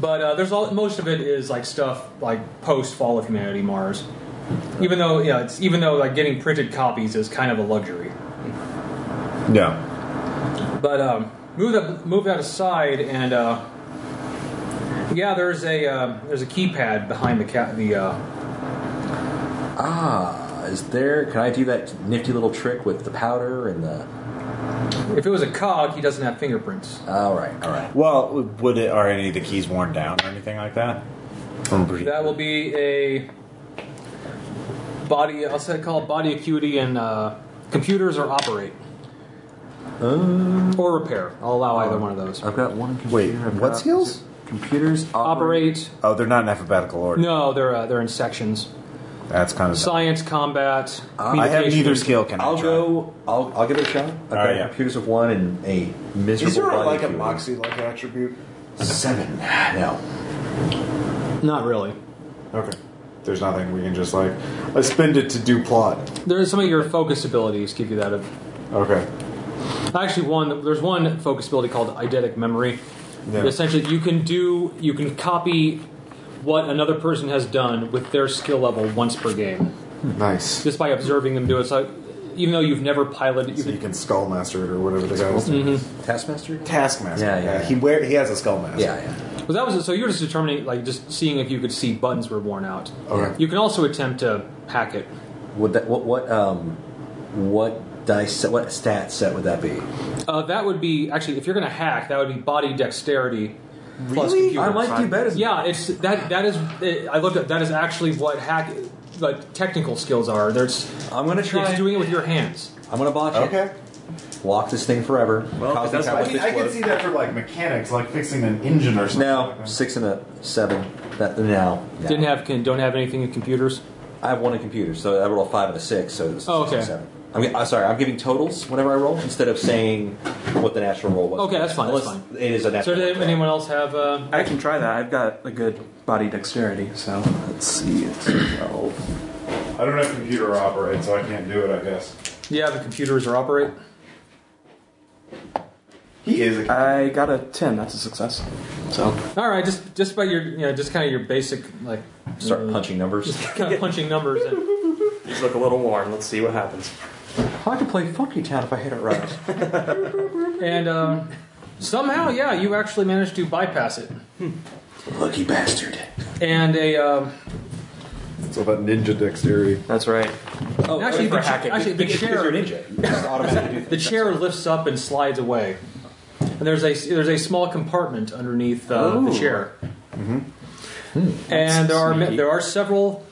But uh, there's all most of it is like stuff like post Fall of Humanity Mars. Even though yeah, it's even though like getting printed copies is kind of a luxury.
yeah,
But um, move that move that aside and uh, yeah, there's a uh, there's a keypad behind the cat the uh,
Ah, is there? Can I do that nifty little trick with the powder and the?
if it was a cog, he doesn't have fingerprints.
All right, all right.
well, would it are any of the keys worn down or anything like that? From Bri-
That will be a body. I'll say call it body acuity and uh, computers or operate or repair. I'll allow either one of those.
I've got one. Computer,
Wait,
I've
what
got-
skills?
Computers
Operate.
Oh, they're not in alphabetical order.
No, they're uh, they're in sections.
That's kind of.
Science, combat.
I have
communication.
neither skill. Can I
I'll
try?
go. I'll, I'll give it a shot. I've
All
got
right, yeah.
computers of one and a miserable.
Is there
body
like a
of
moxie like attribute?
Seven. No.
Not really.
Okay. There's nothing we can just like. I spend it to do plot.
There's some of your focus abilities give you that. Of,
Okay.
actually, one there's one focus ability called eidetic memory.
Yeah.
Essentially, you can do you can copy what another person has done with their skill level once per game,
Nice.
just by observing them do it. So, even though you've never piloted,
So you can skull master it or whatever the guy was.
Taskmaster.
Taskmaster.
Yeah, yeah, yeah.
He wear he has a skull mask.
Yeah, yeah.
Well, that was so you were just determining like just seeing if you could see buttons were worn out.
Okay.
You can also attempt to hack it.
Would that what what um what dice set, what stat set would that be?
Uh, that would be actually if you're going to hack, that would be body dexterity plus
Really?
computer.
I might do better. Than
Yeah, it's that. That is. eh, I looked at. That is actually what hack, like technical skills are. There's.
I'm gonna try.
It's doing it with your hands.
I'm gonna botch
Okay.
it. Lock this thing forever.
Well,
Cosmic
that's
Cowboy.
what- this was-
that for like mechanics, like fixing an engine or
now six and a seven. That now now.
Didn't have. Can, don't have anything in computers.
I have one in computer, so I roll a five and a six, so it's
Oh,
six and
okay.
seven. I'm, gi- I'm sorry, I'm giving totals whenever I roll instead of saying what the natural roll was.
Okay, that's fine, that's
Unless It is a
So
natural.
did
roll.
anyone else have? Uh,
I can try that. I've got a good body dexterity, so let's see. It's a 12.
I don't have computer operate, so I can't do it. I guess
yeah, the computers or operate.
he is. A,
I got a 10. That's a success. So
All right, just just by your you know just kind of your basic like
Start punching numbers.
kind of punching numbers. In.
These look a little warm. Let's see what happens.
I could play Funky Town if I hit it right.
And um, somehow, yeah, you actually managed to bypass it.
Lucky bastard.
And a um,
It's all about ninja dexterity.
That's right.
Oh,
Actually,
actually,
the
for
ch-
hacking.
actually, the
because,
chair-
because you're a ninja. You just automatically do
the chair lifts up and slides away. And there's a there's a small compartment underneath uh, the
Ooh.
chair.
Mm-hmm.
Hmm. And there are
sneaky.
there are several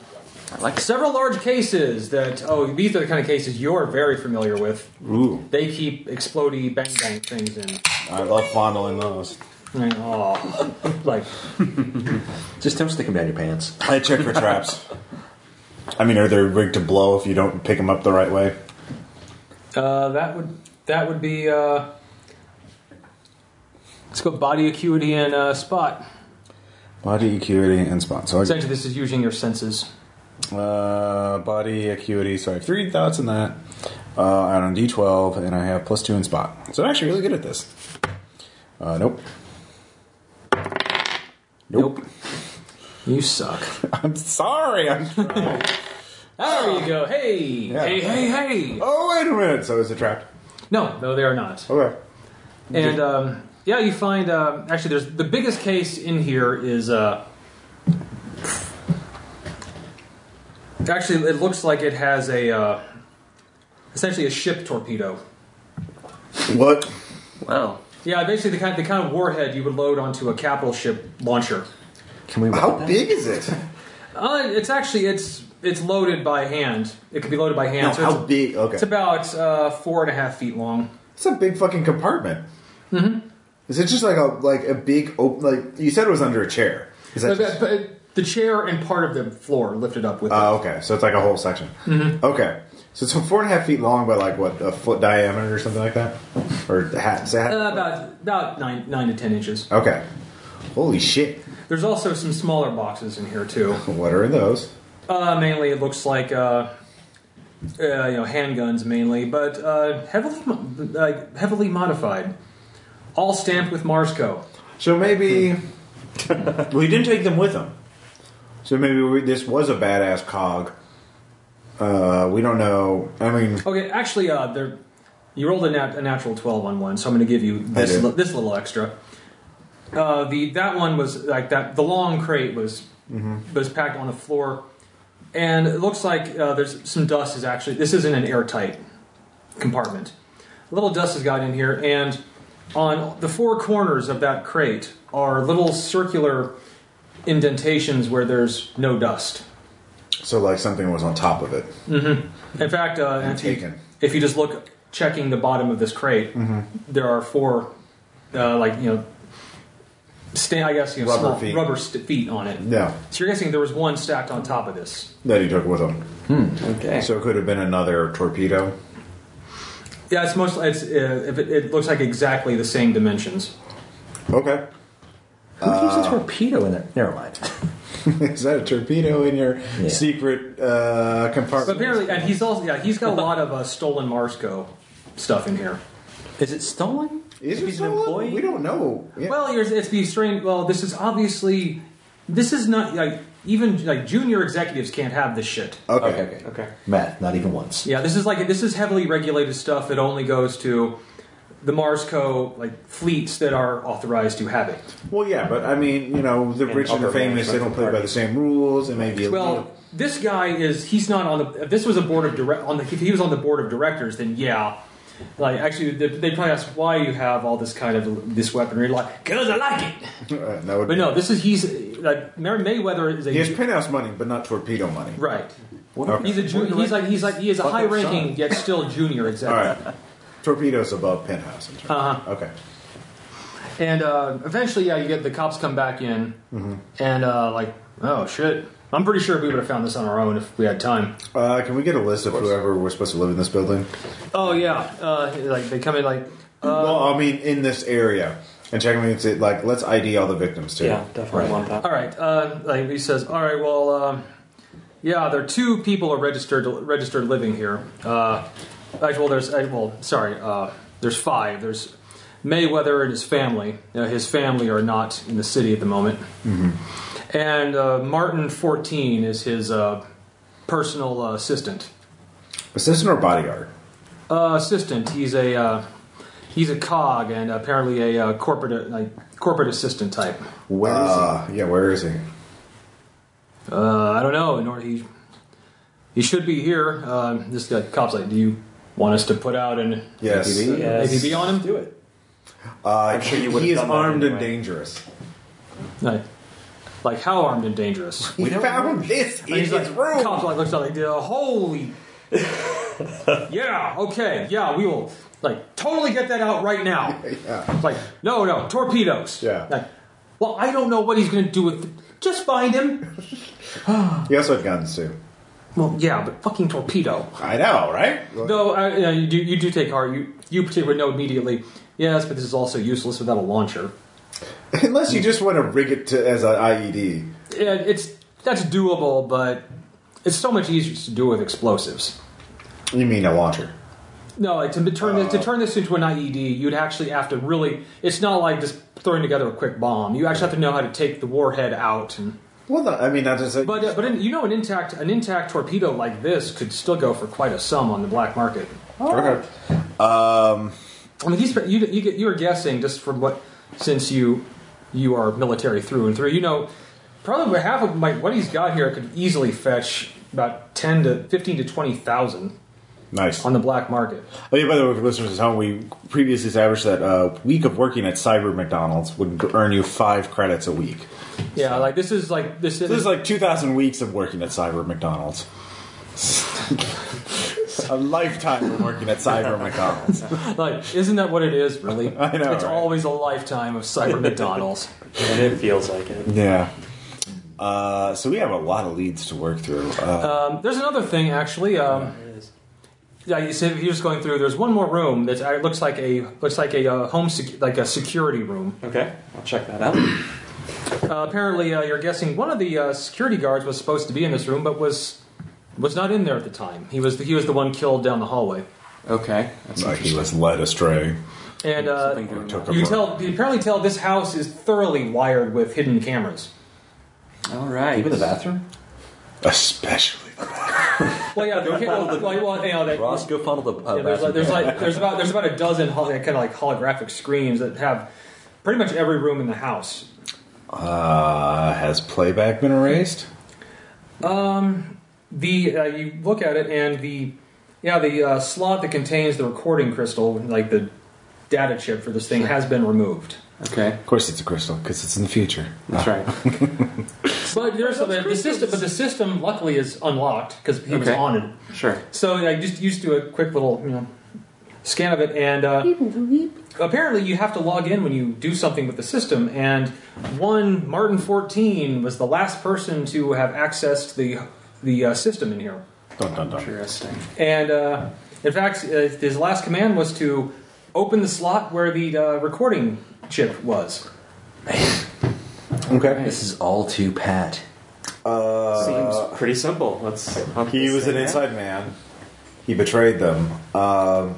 like
several large cases that oh these are the kind of cases you're very familiar with.
Ooh,
They keep explodey bang bang things in.
I love fondling those.
Like, oh, like
things. Just don't stick them down your pants.
I check for traps. I mean, are they rigged to blow if you don't pick them up the right way?
uh, that would that would be uh, let's go body acuity and uh, spot.
Body acuity and spot. So I,
Essentially, this is using your senses.
uh, body acuity. So I have three dots in that. Uh, out on D12, and I have plus two in spot. So I'm actually really good at this. Uh, nope. Nope.
You suck.
I'm sorry. I'm.
There you go. Hey, hey, hey, hey.
oh wait a minute. So is it trapped?
No, no, they are not.
Okay.
And um, yeah, you find um actually there's the biggest case in here is uh, actually it looks like it has a uh, essentially a ship torpedo.
What?
wow.
Yeah, basically the kind the kind of warhead you would load onto a capital ship launcher.
Can we?
How big is it?
Uh, it's actually it's it's loaded by hand. It can be loaded by hand. so
How
it's,
big? Okay.
it's about uh, four and a half feet long.
It's a big fucking compartment. Mm-hmm. Is it just like a like a big open? Like you said, it was under a chair. Is that?
But-
Just,
but- but the chair and part of the floor lifted up with it.
oh, okay. So it's like a whole section. Okay. So it's four and a half feet long by like what a foot diameter or something like that, or half. Is that
Uh, about about nine nine to ten inches.
okay. Holy shit!
There's also some smaller boxes in here too.
What are those?
Uh, mainly, it looks like uh, uh, you know handguns mainly, but uh, heavily mo- like heavily modified, all stamped with Marsco.
So maybe
Well, he didn't take them with him.
so maybe we, this was a badass cog. Uh, we don't know. I mean,
Okay, actually, uh, there you rolled a, nat- a natural twelve on one, so I'm going to give you this
did.
li- this little extra. Uh, the that one was like that. The long crate was was packed on the floor, and it looks like uh, there's some dust. Is actually this isn't an airtight compartment. A little dust has got in here, and on the four corners of that crate are little circular indentations where there's no dust.
so like something was on top of it.
In fact, uh, if, you,
taken. Mm-hmm.
if you just look checking the bottom of this crate, there are four, uh, like you know, sta- I guess you know,
Rubber
small
feet.
rubber st- feet on it.
Yeah,
So you're guessing there was one stacked on top of this.
that he took with him.
Okay.
So it could have been another torpedo.
Yeah, it's mostly it's uh, if it, it looks like exactly the same dimensions.
Okay.
Who
Uh,
keeps a torpedo in there? Never mind.
Is that a torpedo in your
Yeah.
secret uh,
But
compartment?
apparently, and he's also yeah he's got a lot of uh, stolen Marsco stuff in here.
Is it stolen?
Is
If
it
he's an
stolen?
employee?
We don't know. Yeah.
Well, yours it's be strange. Well, this is obviously this is not like even like junior executives can't have this shit.
okay.
Okay. Okay.
Okay.
Math. Not even once.
Yeah, this is like this is heavily regulated stuff that only goes to the Marsco like fleets that are authorized to have it.
Well, yeah, but I mean, you know, the rich and the
upper
famous, they don't
management
play by the same rules. It may be
Well, this guy is he's not on the. If this was a board of direct on the. If he was on the board of directors, then yeah. Like actually, they, they probably ask why you have all this kind of this weaponry. Like, cause I like it.
illegal. Uh, that would
But
be-
no, this is he's like Mer- Mayweather is a
He has penthouse money, but not torpedo money.
right.
Okay.
He's a ju- he's like he's like he is a
Fuck up
high ranking
son.
yet still junior
All
executive.
right. Torpedoes above penthouse. In terms.
Uh-huh.
Okay.
And uh, eventually, yeah, you get the cops come back in, and uh, like, oh shit, I'm pretty sure we would have found this on our own if we had time.
Uh, can we get a list of, whoever was supposed to live in this building?
Oh yeah, uh, like they come in like,
well, I mean, in this area. And check me into, like, let's ID all the victims, too.
Yeah, definitely want that.
all right, uh, like he says, all right, well, um, yeah, there are two people are registered registered living here. Uh, actually, well, there's uh, well, sorry, uh, there's five. There's Mayweather and his family. Now, his family are not in the city at the moment, and uh, Martin fourteen is his uh, personal uh, assistant.
Assistant or bodyguard?
uh, assistant. He's a uh, he's a cog and apparently a uh, corporate like corporate assistant type.
Where is uh, Yeah, where is he?
Uh, I don't know. In order, he he should be here. Uh, this guy, cop's like, do you want us to put out an
Yes.
APB?
Yes.
APB on him?
Do it.
Uh, I'm
sure you would've
he is
done that
armed and
anyway.
dangerous.
Like, like how armed and dangerous?
We found this in
And he's
his
like,
room.
cop's like looks at like, "Yeah, holy. yeah. Okay. Yeah, we will like totally get that out right now.
Yeah.
Like, no, no, torpedoes.
Yeah.
Like, well, I don't know what he's going to do with. Just find him.
He also had guns too.
Well, yeah, but fucking torpedo.
I know, right?
Though I, yeah, you do, you do take heart. You you particularly know immediately. Yes, but this is also useless without a launcher.
Unless you just want to rig it to, as E an IED.
Yeah, it's that's doable, but it's so much easier to do with explosives.
You mean a launcher?
No, like to turn this, to turn this into an IED, you'd actually have to really. It's not like just throwing together a quick bomb. You actually have to know how to take the warhead out. And,
Well, no, I mean, that's just like,
but uh, but in, you know, an intact an intact torpedo like this could still go for quite a sum on the black market.
Okay.
I mean, these you you get- you are guessing just from what since you you are military through and through. You know, probably half of my what he's got here could easily fetch about ten to fifteen to twenty thousand
nice.
on the black market.
Oh yeah, by the way, for listeners at home, we previously established that a week of working at Cyber McDonald's would earn you five credits a week.
Yeah, like this is like this is,
This is like 2,000 weeks of working at Cyber McDonald's. a lifetime of working at Cyber McDonald's.
Like, isn't that what it is, really?
I know,
It's
right?
always a lifetime of cyber McDonald's.
And it feels like it.
Yeah. Uh, so we have a lot of leads to work through. Uh,
Um, there's another thing, actually. Um, yeah, you said you're just going through. There's one more room that uh, looks like a looks like a uh, home sec- like a security room.
Okay, I'll check that out.
Uh, apparently, uh, you're guessing one of the uh, security guards was supposed to be in this room, but was was not in there at the time. He was the, he was the one killed down the hallway.
Okay. That's
like he was led astray.
And uh,
Something going
Took
on.
a
you can
run.
tell you can apparently tell this house is thoroughly wired with hidden cameras.
All right.
Even the bathroom?
Especially.
Well, yeah, the, well, well, you know, that,
Ross, go funnel the uh,
Yeah, there's like,
bathroom.
there's like there's about there's about a dozen hol- kind of like holographic screens that have pretty much every room in the house.
Uh, has playback been erased?
The uh, you look at it and the yeah the uh, slot that contains the recording crystal like the data chip for this thing has been removed.
Okay.
Of course, it's a crystal because it's in the future.
That's right.
But there's the, the system but the system luckily is unlocked because he was
Okay.
on it.
Sure.
So I just used to a quick little you know scan of it, and uh, apparently you have to log in when you do something with the system. And one Martin fourteen was the last person to have accessed the the uh, system in here.
Dun dun dun.
Interesting.
And uh, in fact, uh, his last command was to open the slot where the uh, recording chip was.
Okay.
This is all too pat.
Uh,
Seems pretty simple. Let's.
He was an inside man. He betrayed them. Um,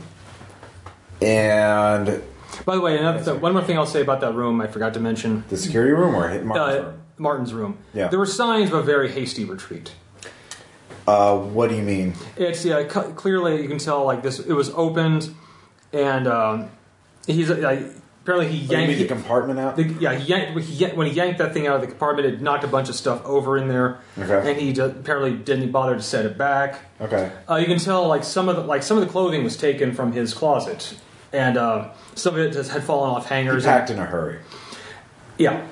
and
By the way, another so one more thing I'll say about that room I forgot to mention.
the security room or hit Mark's
Uh,
room?
Martin's room.
Yeah.
There were signs of a very hasty retreat.
Uh, what do you mean?
It's yeah, cu- clearly you can tell like this. It was opened, and um, he's like, apparently he
Oh, you
yanked.
mean the compartment out?
the- yeah, he yanked, he yanked- when he yanked that thing out of the compartment, it knocked a bunch of stuff over in there,
Okay.
and he d- apparently didn't bother to set it back.
okay.
Uh, you can tell like some of the, like some of the clothing was taken from his closet, and uh, some of it just had fallen off
He
hangers.
packed in a hurry.
yeah,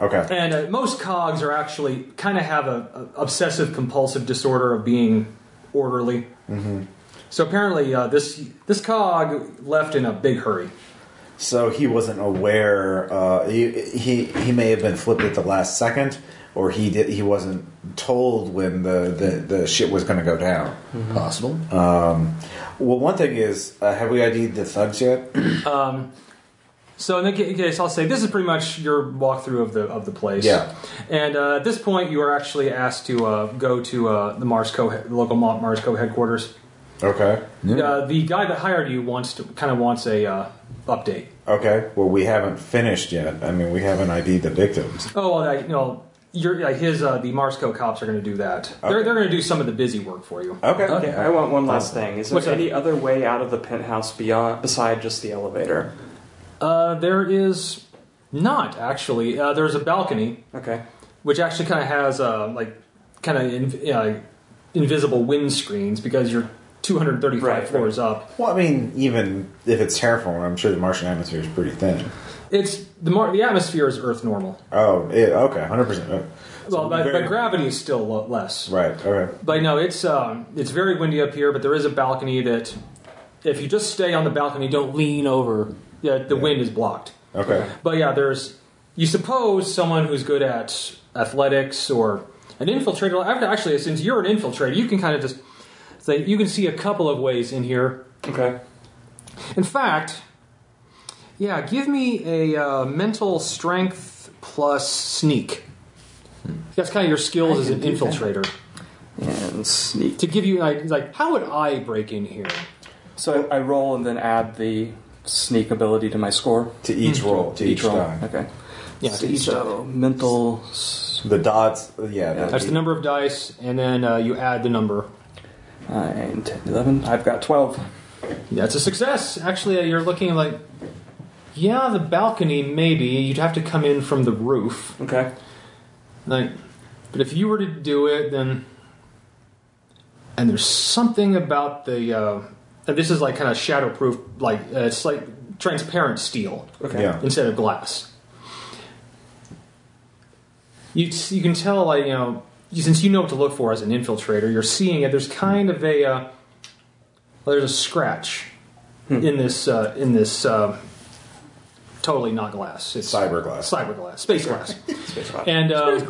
Okay.
and uh, most cogs are actually kind of have a, a obsessive compulsive disorder of being orderly. Mm-hmm. So apparently, uh, this this cog left in a big hurry.
So he wasn't aware. Uh, he, he he may have been flipped at the last second, or he did. He wasn't told when the the, the shit was going to go down.
Mm-hmm.
Possible.
Well, one thing is, uh, have we ID'd the thugs yet?
So in that ca- case, I'll say this is pretty much your walkthrough of the of the place.
Yeah.
And uh, at this point, you are actually asked to uh, go to uh, the Marsco the local Ma- Marsco headquarters.
okay.
Uh, the guy that hired you wants to kind of wants a uh, update.
Okay. Well, we haven't finished yet. I mean, we haven't ID'd the victims.
Oh well, I, no. your yeah, his uh, the Marsco cops are going to do that. They're they're going to do some of the busy work for you.
Okay.
Okay.
I want one last thing. Is there
What's that?
any other way out of the penthouse beyond beside just the elevator?
Uh, there is not actually. Uh, there's a balcony
Okay.
which actually kind of has uh, like kind of in, uh, invisible wind screens because you're 235
Right, right.
floors up.
Well, I mean, even if it's terraform, I'm sure the Martian atmosphere is pretty thin.
It's the mar- the atmosphere is Earth normal.
Oh, yeah, okay, hundred percent.
well, but,
very-
but gravity is still lo- less.
Right. Okay.
But no, it's um, it's very windy up here. But there is a balcony that, if you just stay on the balcony, don't lean over. Yeah, the wind is blocked.
Okay.
But yeah, there's you suppose someone who's good at athletics or an infiltrator. I've- Actually, since you're an infiltrator, you can kind of just say you can see a couple of ways in here.
Okay.
In fact, yeah, give me a uh, mental strength plus sneak. That's kind of your skills as an infiltrator
And sneak.
to give you like, like how would I break in here?
So I, I roll and then add the sneak ability to my score.
To each roll, to Hmm. each, die.
Okay.
Yeah, to each
so mental. s-
The dots. Yeah.
Yeah.
That's the number of dice, and then uh, you add the number.
Nine, 10, 11. I've got 12.
That's a success. Actually, uh, you're looking like, yeah, the balcony maybe. You'd have to come in from the roof.
Okay.
Like, but if you were to do it, then and there's something about the. Uh, and this is like kind of shadow-proof, like uh, it's like transparent steel
Okay.
Yeah.
instead of glass. You you can tell like you know since you know what to look for as an infiltrator, you're seeing it. There's kind of a uh, well, there's a scratch in this uh, in this uh, totally not glass. It's
Cyberglass.
cyberglass, space glass,
Space rock.
and um,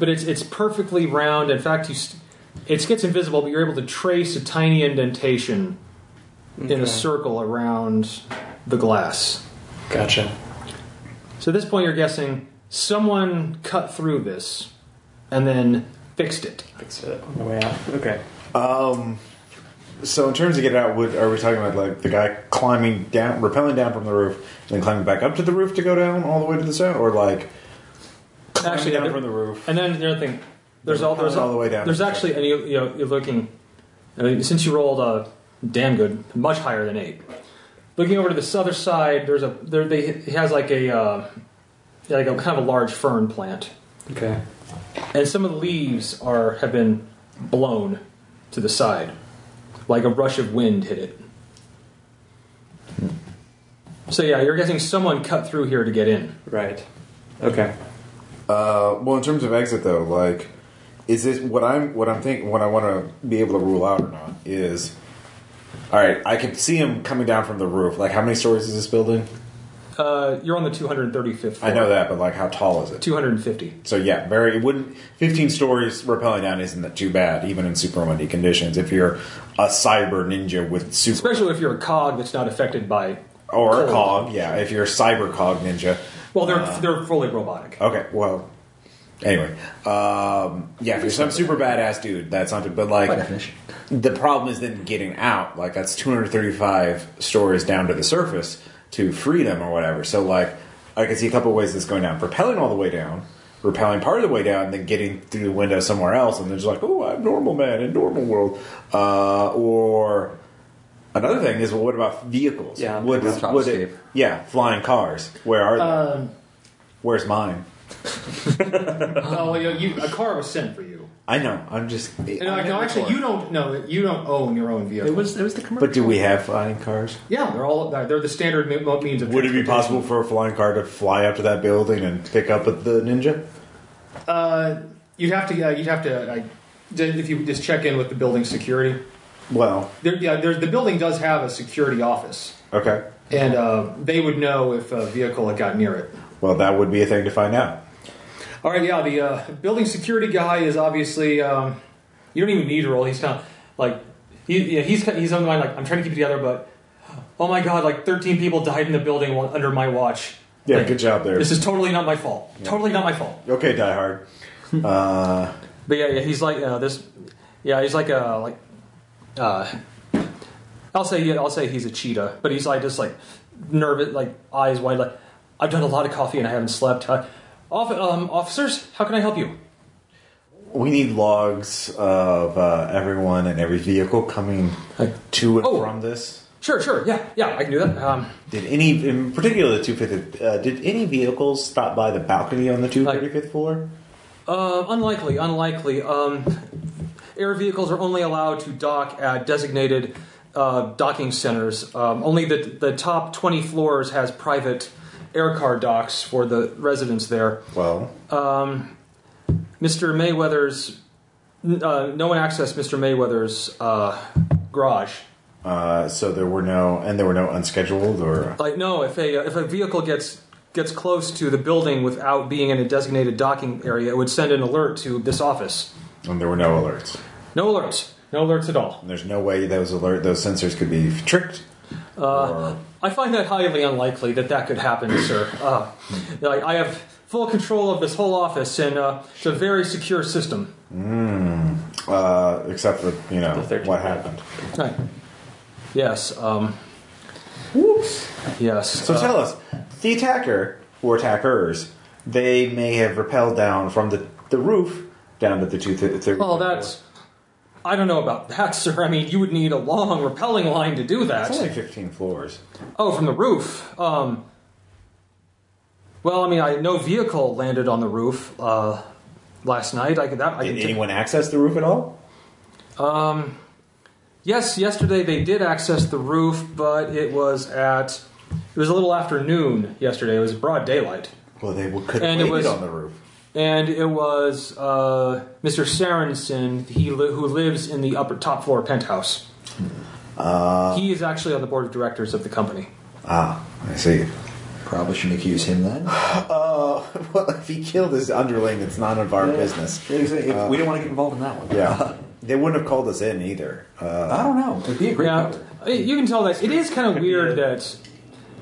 but it's it's perfectly round. In fact, you st- it gets invisible, but you're able to trace a tiny indentation in a circle around the glass.
Gotcha.
So at this point, you're guessing someone cut through this and then fixed it.
Fixed it on the way out. Okay.
Um. So in terms of get out, would are we talking about like the guy climbing down, rappelling down from the roof, and then climbing back up to the roof to go down all the way to the sound, or like climbing
Actually,
down
there-
from the roof?
And then the other thing, there's all there's
All the way down.
There's actually, and you, you know, you're looking. I mean, since you rolled uh, damn good, much higher than eight. Looking over to this other side, there's a there they it has like a uh, like a kind of a large fern plant,
Okay.
and some of the leaves are have been blown to the side, like a rush of wind hit it. So yeah, you're guessing someone cut through here to get in.
Right. Okay.
Uh, well, in terms of exit though, like, is this what I'm what I'm thinking? What I want to be able to rule out or not is, all right, I can see him coming down from the roof. Like, how many stories is this building?
Uh, you're on the 235th. Floor,
I know that, but like, how tall is it?
250.
So yeah, very. It wouldn't. Fifteen stories rappelling down isn't that too bad, even in super windy conditions. If you're a cyber ninja with super
Especially if you're a cog that's not affected by.
or a
cold.
cog, yeah. If you're a cyber cog ninja,
Well, they're
Uh.
they're fully robotic.
okay. Well, anyway, um, yeah. If you're some super badass dude, that's not. But
By
like,
definition.
the problem is then getting out. Like that's 235 stories down to the surface to freedom or whatever. So like I can see a couple ways this going down, propelling all the way down, repelling part of the way down, and then getting through the window somewhere else, and then just like, oh, I'm normal man in normal world, uh, or. Another thing is, well, what about vehicles?
Yeah, I'm
would,
thinking
about
would
Top
it,
Escape.
yeah, flying cars. Where are they? Where's mine?
Oh, well, you, you, a car was sent for you.
I know. I'm just.
And like, no, actually, you don't. No, you don't own your own vehicle.
It was it was the commercial.
But do we have flying cars?
yeah, they're all they're the standard mo- means of.
Would it be
transportation.
possible for a flying car to fly up to that building and pick up at the ninja?
Uh, you'd have to. Uh, you'd have to. Uh, if you just check in with the building security,
Well,
there, yeah, there's, the building does have a security office,
okay.
and uh, they would know if a vehicle had got near it.
Well, that would be a thing to find out.
All right, yeah, the uh, building security guy is obviously. Um, you don't even need to roll. He's kind of like he, yeah, he's he's on the mind like I'm trying to keep it together, but oh my god, like 13 people died in the building while, under my watch.
Yeah,
Like,
good job there.
This is totally not my fault. Totally not my fault.
okay, Die Hard. Uh,
But yeah, yeah, he's like uh, this. Yeah, he's like a like. Uh, I'll say yeah, I'll say he's a cheetah, but he's like just like nervous, like eyes wide, like I've done a lot of coffee and I haven't slept. I, Off, um, officers, how can I help you?
We need logs of uh, everyone and every vehicle coming to and
Oh.
from this.
Sure, sure, yeah, yeah, I can do that. Um,
Did any, in particular the 250, uh, did any vehicles stop by the balcony on the 235th floor?
uh, unlikely, unlikely. Um, air vehicles are only allowed to dock at designated uh, docking centers. Um, only the the top twenty floors has private air car docks for the residents there.
Well,
Mr. Mayweather's n- uh, no one accessed Mr. Mayweather's uh, garage.
uh, so there were no, and there were no unscheduled or.
Like no, if a if a vehicle gets gets close to the building without being in a designated docking area, it would send an alert to this office.
And there were no alerts.
No alerts. No alerts at all.
And there's no way those alert those sensors could be tricked. Uh,
I find that highly unlikely that that could happen, sir. Uh, like, I have full control of this whole office, and uh, it's a very secure system.
or, uh, except for you know
The 13th
what happened.
Right. Yes. Um, Whoops. Yes.
So
uh,
tell us, the attacker or attackers, they may have rappelled down from the, the roof down to the two thirty.
Well, that's. I don't know about that, sir. I mean, you would need a long rappelling line to do that.
It's only fifteen floors.
Oh, from the roof. Um, well, I mean, I no vehicle landed on the roof uh, last night. I could that. I
Did
could t-
anyone access the roof at all?
yes, yesterday they did access the roof, but it was at it was a little after noon yesterday. It was broad daylight,
Well, they w- could have
And it
waited
was-
on the roof.
and it was uh, Mr. Sarenson, he li- who lives in the upper top floor penthouse.
Uh,
he is actually on the board of directors of the company.
Ah, I see.
Probably shouldn't accuse him then.
Uh, well, if he killed his underling, it's none of our business.
we don't want to get involved in that one.
Yeah, they wouldn't have called us in either. Uh,
I don't know. It'd be a great
Yeah,
cover.
I- you can tell that it is kind of weird that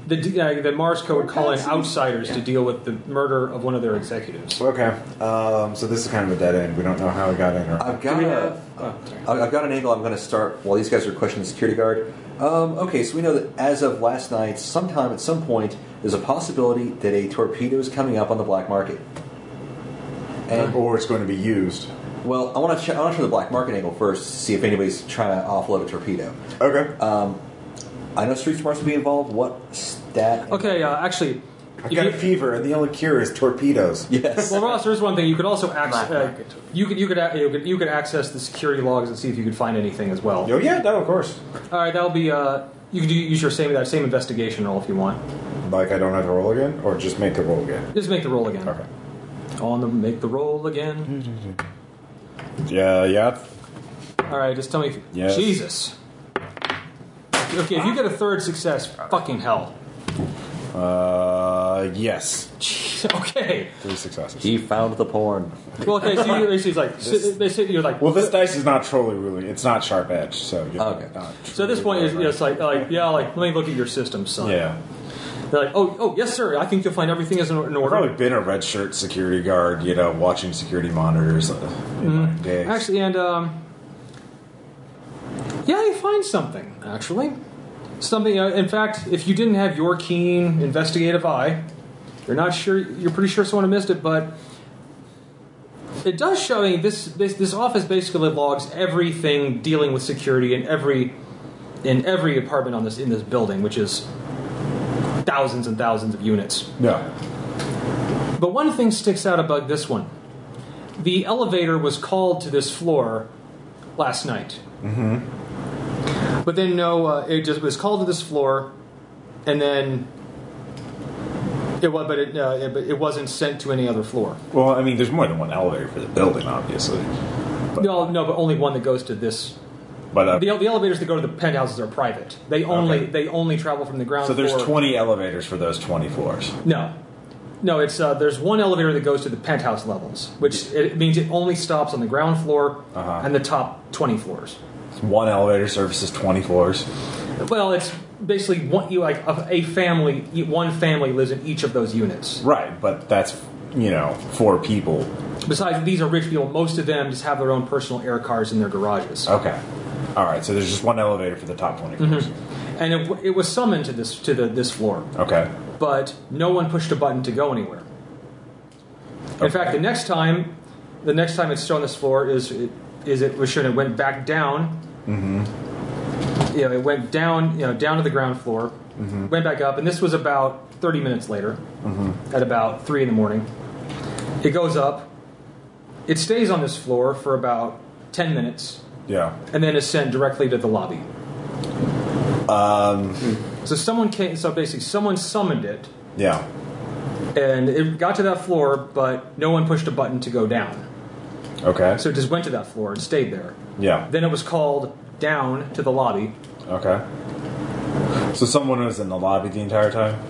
the D- uh, that Marsco would call in outsiders to deal with the murder of one of their executives.
okay, um, so this is kind of a dead end. We don't know how it got in. Or
I've got a, I- I've got an angle. I'm going to start while these guys are questioning the security guard. Um, okay, so we know that as of last night, sometime at some point, there's a possibility that a torpedo is coming up on the black market. And
or it's going to be used.
well, I want to check, I want to try the black market angle first to see if anybody's trying to offload a torpedo.
Okay.
I know street smarts will be involved. What stat?
Okay, uh, actually,
I've
if
got
you-
a fever, and the only cure is torpedoes.
Yes.
well, Ross, there's one thing you could also access. Uh, you could you could, ac- you could you could access the security logs and see if you could find anything as well.
Oh yeah, no, of course.
All right, that'll be. Uh, you can do, use your same that same investigation roll if you want.
Like I don't have to roll again, or just make the roll again.
Just make the roll again.
Okay.
On the make the roll again.
Yeah, yeah.
All right, just tell me. If,
Mm-hmm. Yes.
Jesus. Okay, if you get a third success, fucking hell.
Uh, yes.
Okay.
Three successes.
he found the porn.
Well, okay. So you, she's like, sit, they sit. You're like.
Well, this dice is not trolley ruling. It's not sharp edge, so you're
Okay.
not
so at this point, it's, it's like, like, yeah, like, let me look at your system, son.
yeah.
They're like, oh, oh, yes, sir. I think you'll find everything is in, in
I've
order.
probably been a red shirt security guard, you know, watching security monitors. Uh, in my days.
Mm-hmm. Actually, and um, yeah, you find something actually. Something. Uh, in fact, if you didn't have your keen investigative eye, you're not sure. You're pretty sure someone missed it, but it does show. I mean, this this this office basically logs everything dealing with security in every in every apartment on this in this building, which is thousands and thousands of units.
no.
But one thing sticks out about this one. The elevator was called to this floor last night. Mm-hmm. But then no, uh, it just was called to this floor, and then it was, but it, uh, it, but it wasn't sent to any other floor.
Well, I mean, there's more than one elevator for the building, obviously.
No, no, but only one that goes to this.
But uh,
The, the elevators that go to the penthouses are private. They only
Okay.
they only travel from the ground.
so there's
floor.
20 elevators for those 20 floors.
No, no. It's uh, there's one elevator that goes to the penthouse levels, which it means it only stops on the ground floor
Uh-huh.
and the top twenty floors.
One elevator services 20 floors.
Well, it's basically one you like a, a family. One family lives in each of those units.
Right, but that's you know four people.
Besides, these are rich people. Most of them just have their own personal air cars in their garages.
Okay, all right. So there's just one elevator for the top twenty. floors.
And it, w- it was summoned to this to the this floor,
Okay,
but no one pushed a button to go anywhere. In fact, the next time, the next time it's shown this floor is is it was shown it went back down. Mm-hmm. You know, it went down, you know, down to the ground floor, went back up, and this was about 30 minutes later, at about three in the morning. It goes up. It stays on this floor for about 10 minutes,
Yeah.
and then is sent directly to the lobby.
Um,
So someone came. So basically, someone summoned it,
yeah.
and it got to that floor, but no one pushed a button to go down.
Okay.
So it just went to that floor and stayed there.
Yeah.
Then it was called down to the lobby.
Okay. So someone was in the lobby the entire time.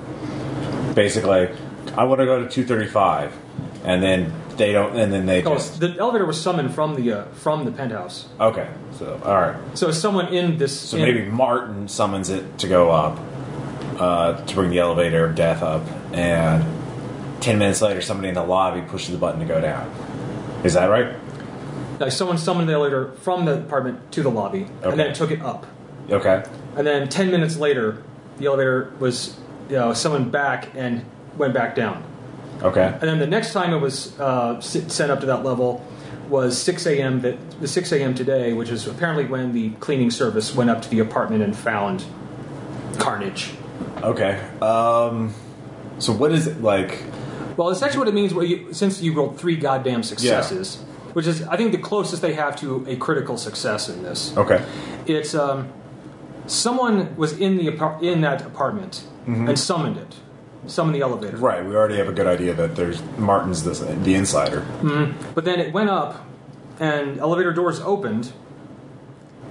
Basically, I want to go to two thirty-five, and then they don't, and then they
Oh,
just
the elevator was summoned from the uh, from the penthouse.
okay. So all right.
So someone in this.
So
in-
maybe Martin summons it to go up, uh, to bring the elevator of death up, and ten minutes later, somebody in the lobby pushes the button to go down. Is that right?
like someone summoned the elevator from the apartment to the lobby, and then
Okay.
it took it up.
Okay.
And then ten minutes later, the elevator was you know, summoned back and went back down.
Okay.
And then the next time it was uh, s- sent up to that level was 6 a.m. That the 6 a.m. today, which is apparently when the cleaning service went up to the apartment and found carnage.
Okay. Um. So what is it like?
Well, it's actually what it means what you, since you rolled three goddamn successes, which is I think the closest they have to a critical success in this.
Okay.
It's um, someone was in the apar- in that apartment and summoned it, summoned the elevator.
Right. We already have a good idea that there's Martin's the, the insider.
But then it went up, and elevator doors opened,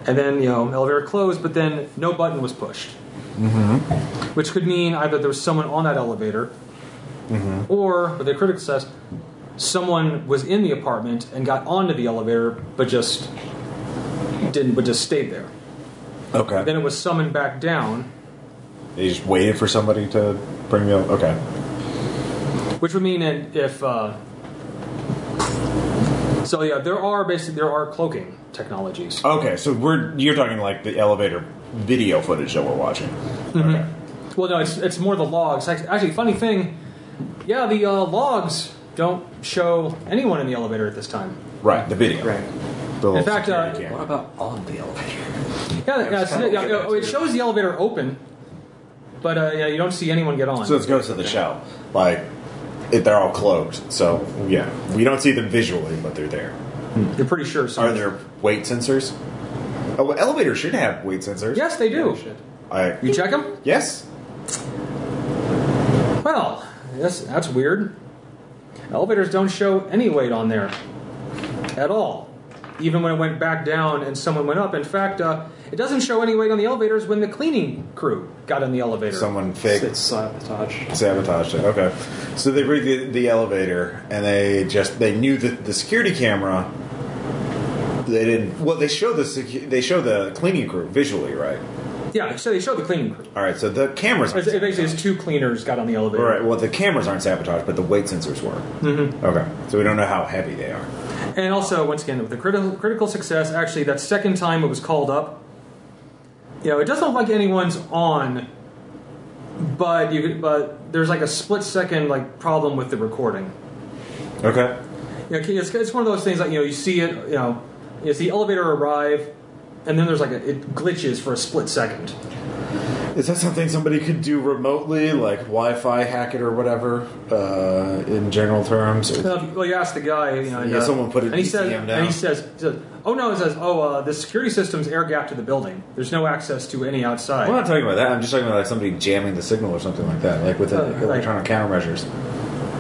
and then you know elevator closed, but then no button was pushed, mm-hmm. which could mean either there was someone on that elevator, or with a critical says someone was in the apartment and got onto the elevator, but just didn't, but just stayed there.
Okay.
Then it was summoned back down,
They just waited for somebody to bring the. Okay.
which would mean that if. Uh, so yeah, there are basically there are cloaking technologies.
Okay. So we're you're talking like the elevator video footage that we're watching.
Mm-hmm.
Okay.
Well, no, it's it's more the logs. Act- Actually, funny thing, yeah, the uh, logs don't show anyone in the elevator at this time.
Right. The video.
Right.
The little
In fact, uh,
security camera.
What about on the elevator?
Yeah, yeah, it's- yeah, yeah, oh, it shows the elevator open, but uh, yeah, you don't see anyone get on.
so it goes to the shell. Like it, they're all cloaked. So yeah, we don't see them visually, but they're there.
You're pretty sure. So.
Are there weight sensors? Oh, well, elevators should have weight sensors.
Yes, they do.
I.
You check them?
Yes.
Well, that's that's weird. Elevators don't show any weight on there at all. Even when it went back down and someone went up. In fact, uh, it doesn't show any weight on the elevators when the cleaning crew got in the elevator.
Someone fake
It's sabotage.
Sabotaged it. Okay, so they rigged the, the elevator, and they just they knew that the security camera. They didn't. Well, they show the secu- they show the cleaning crew visually, right?
Yeah, so they show the cleaning crew.
All right, so the cameras. Aren't
It's- It basically is two cleaners got on the elevator.
all right, well, the cameras aren't sabotaged, but the weight sensors were. Mm-hmm. Okay, so we don't know how heavy they are.
And also, once again, with the critical, critical success, actually, that second time it was called up, you know, it doesn't look like anyone's on, but you could- but there's like a split second like problem with the recording.
Okay.
You know, it's, it's one of those things like you know you see it, you know, you see the elevator arrive, and then there's like a, it glitches for a split second.
Is that something somebody could do remotely, like Wi-Fi hack it or whatever, uh, in general terms? Or-
Well, if- well, you ask the guy, you know, and,
Yeah,
uh,
someone put an
and he says,
ECM down.
and he says, he says, "Oh no," he says, "Oh, uh, the security system's air gap to the building. There's no access to any outside."
I'm not talking about that. I'm just talking about like somebody jamming the signal or something like that, like with
Uh,
uh,
like-
electronic countermeasures.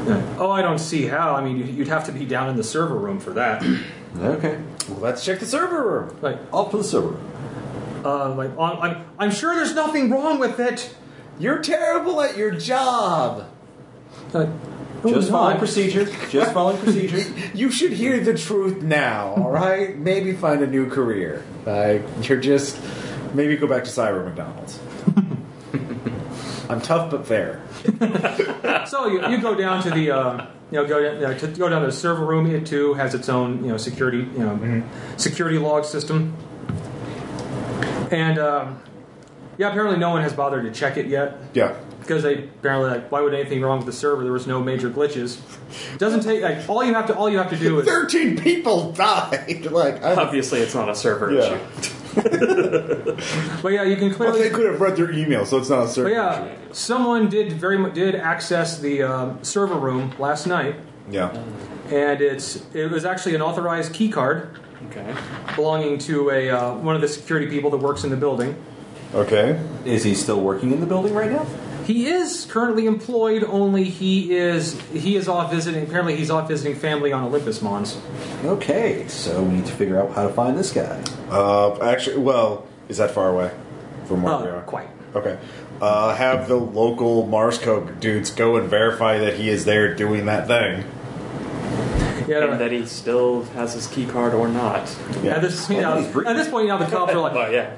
Yeah. Oh, I don't see how. I mean, you'd- you'd have to be down in the server room for that.
Okay.
Well, let's check the server room.
like,
Up to the server.
uh, like on, I'm, I'm sure there's nothing wrong with it.
You're terrible at your job.
Like, no,
Just
I'm
following
not.
procedure. Just following procedure.
You should hear the truth now, all right? maybe find a new career. Like you're just maybe go back to Cyber McDonald's. I'm tough but fair.
So you, you go down to the um, you know go down, you know, to go down to the server room. It too has its own you know security you know security log system. And um, yeah, apparently no one has bothered to check it yet.
Yeah.
because they apparently like why would anything wrong with the server? There was no major glitches. Doesn't take like all you have to all you have to do is
Thirteen people died. Like, I,
Obviously, it's not a server
Yeah.
issue.
but yeah you can
well,
clearly
they could have read their email, so it's not a
but
certain.
yeah someone did very mu- did access the um, server room last night
yeah.
and it's it was actually an authorized key card
Okay.
belonging to a uh, one of the security people that works in the building.
Okay.
Is he still working in the building right now?
He is currently employed, only he is he is off visiting. Apparently, he's off visiting family on Olympus Mons.
Okay, so we need to figure out how to find this guy.
Uh, actually, well, is that far away from where we
Uh,
are?
quite.
Okay. Uh, have the local Marsco dudes go and verify that he is there doing that thing.
Yeah, I don't
And
know.
that he still has his key card or not.
At this point, now,
He's breathing.
at this point, now the cops are like,
But Oh, yeah.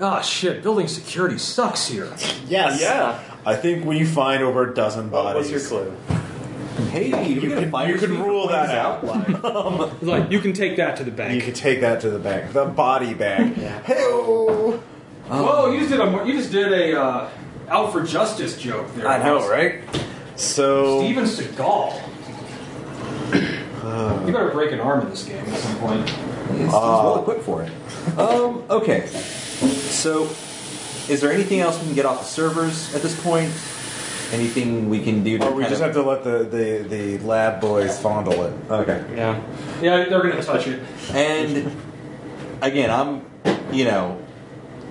"Ah, shit! Building security sucks here."
Yes.
Yeah.
I think we find over a dozen
What
bodies.
was your clue?
Hey, you,
You
can,
can, you can rule that out. Like,
Like, you can take that to the
you
bank.
can take that to the bank. The body bag. Hey.
Whoa! You just did a you just did a uh, out for justice joke there.
right? So
Steven Seagal. you better break an arm in this game at some point.
He's,
Uh,
he's well equipped for it. Um, okay. So, is there anything else we can get off the servers at this point? Anything we can do to
or we
kind
just
of-
have to let the, the, the lab boys fondle it.
Okay.
Yeah.
Yeah, they're gonna touch it.
And again, I'm, you know,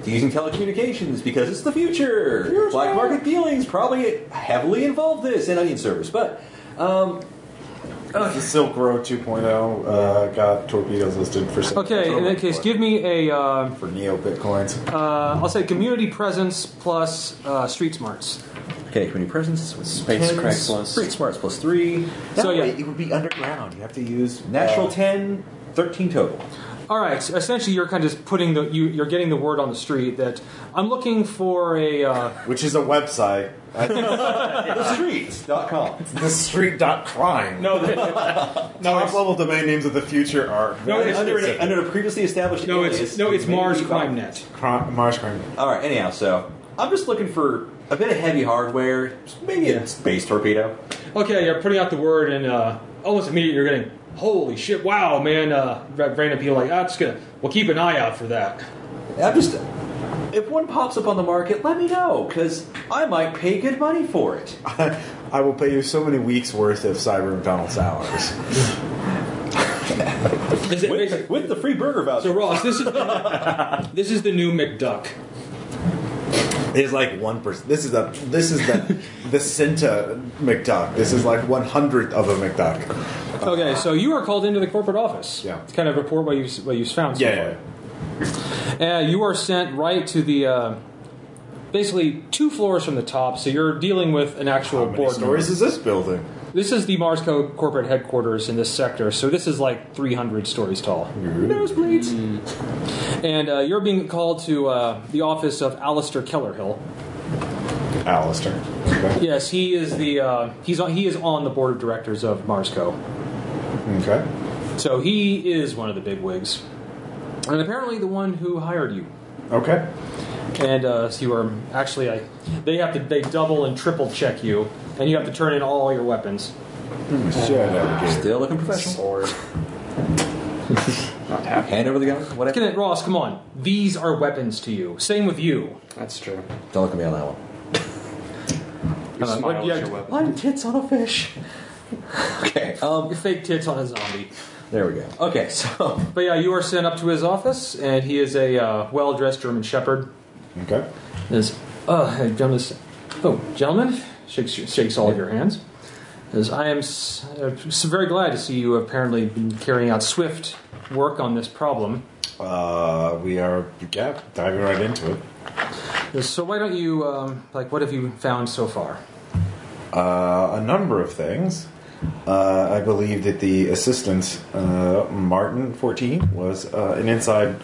using telecommunications because it's the future. Black market dealings probably heavily involve this and onion servers, but um,
The Silk Road 2.0 uh, got torpedoes listed for sale.
Okay, in that case, give me a. Uh,
for neo bitcoins.
Uh, I'll say community presence plus uh, street smarts.
okay, community presence with
Space Craigslist.
Street smarts plus three,
So yeah.
it would be underground. You have to use
national
uh,
10, 13 total.
All right. so Essentially, you're kind of just putting the you, you're getting the word on the street that I'm looking for a. Uh,
which is a website.
Streets.com.
the street dot crime.
no, the,
no, top level domain names of the future are
No, it's-
under, an, under a previously established
no, it's
alias,
no, it's
you may
Mars
be-
Crime Net.
Cri- Mars crime.
All right. Anyhow, so I'm just looking for a bit of heavy hardware, maybe
Yeah.
a space torpedo.
Okay, you're putting out the word, and uh, almost immediately you're getting holy shit! Wow, man, uh, ra- random people like that's gonna. Well, keep an eye out for that.
I'm just. If one pops up on the market, let me know, because I might pay good money for it.
I will pay you so many weeks worth of Cyber McDonald's hours.
Is it basic-
With, with the free burger
so
voucher.
Ross, this is this is the new McDuck.
It's like one percent. This is a this is the the Cinta McDuck. This is like one hundredth of a McDuck.
Okay, so you are called into the corporate office.
Yeah.
To kind of report what you what you found. so far.
Yeah,
Uh, you are sent right to the, uh, basically two floors from the top, so you're dealing with an actual
How many
board.
stories is this building?
member. This is the Marsco corporate headquarters in this sector, so this is like 300 stories tall.
Nosebleeds.
Mm.
And uh, you're being called to uh, the office of Alistair Kellerhill.
Alistair. Okay.
Yes, he is the uh, he's on, he is on the board of directors of Marsco.
Okay.
So he is one of the big wigs, and apparently the one who hired you.
Okay.
and uh, so you are actually I, they have to they double and triple check you, and you have to turn in all your weapons.
Shit, alligator.
Still looking professional.
Sword.
Not happy.
Hand over the gun. Whatever.
Look at it, Ross. Come on, these are weapons to you. Same with you.
That's true.
Uh,
Don't look at me on that one.
Your smile is
yeah,
your weapon.
I'm tits on a fish. okay. Um.
Your fake tits on a zombie.
There we go. Okay. So
But yeah, you are sent up to his office, and he is a uh, well-dressed German Shepherd.
Okay.
Is uh, hey, gentlemen, oh, gentlemen, shakes your- shakes all of your hands. Says, I am s- uh, s- very glad to see you. have Apparently, been carrying out swift work on this problem.
Uh, we are yeah diving right into it.
So why don't you um, like what have you found so far?
uh, a number of things. Uh, I believe that the assistant, uh, Martin 14, was uh, an inside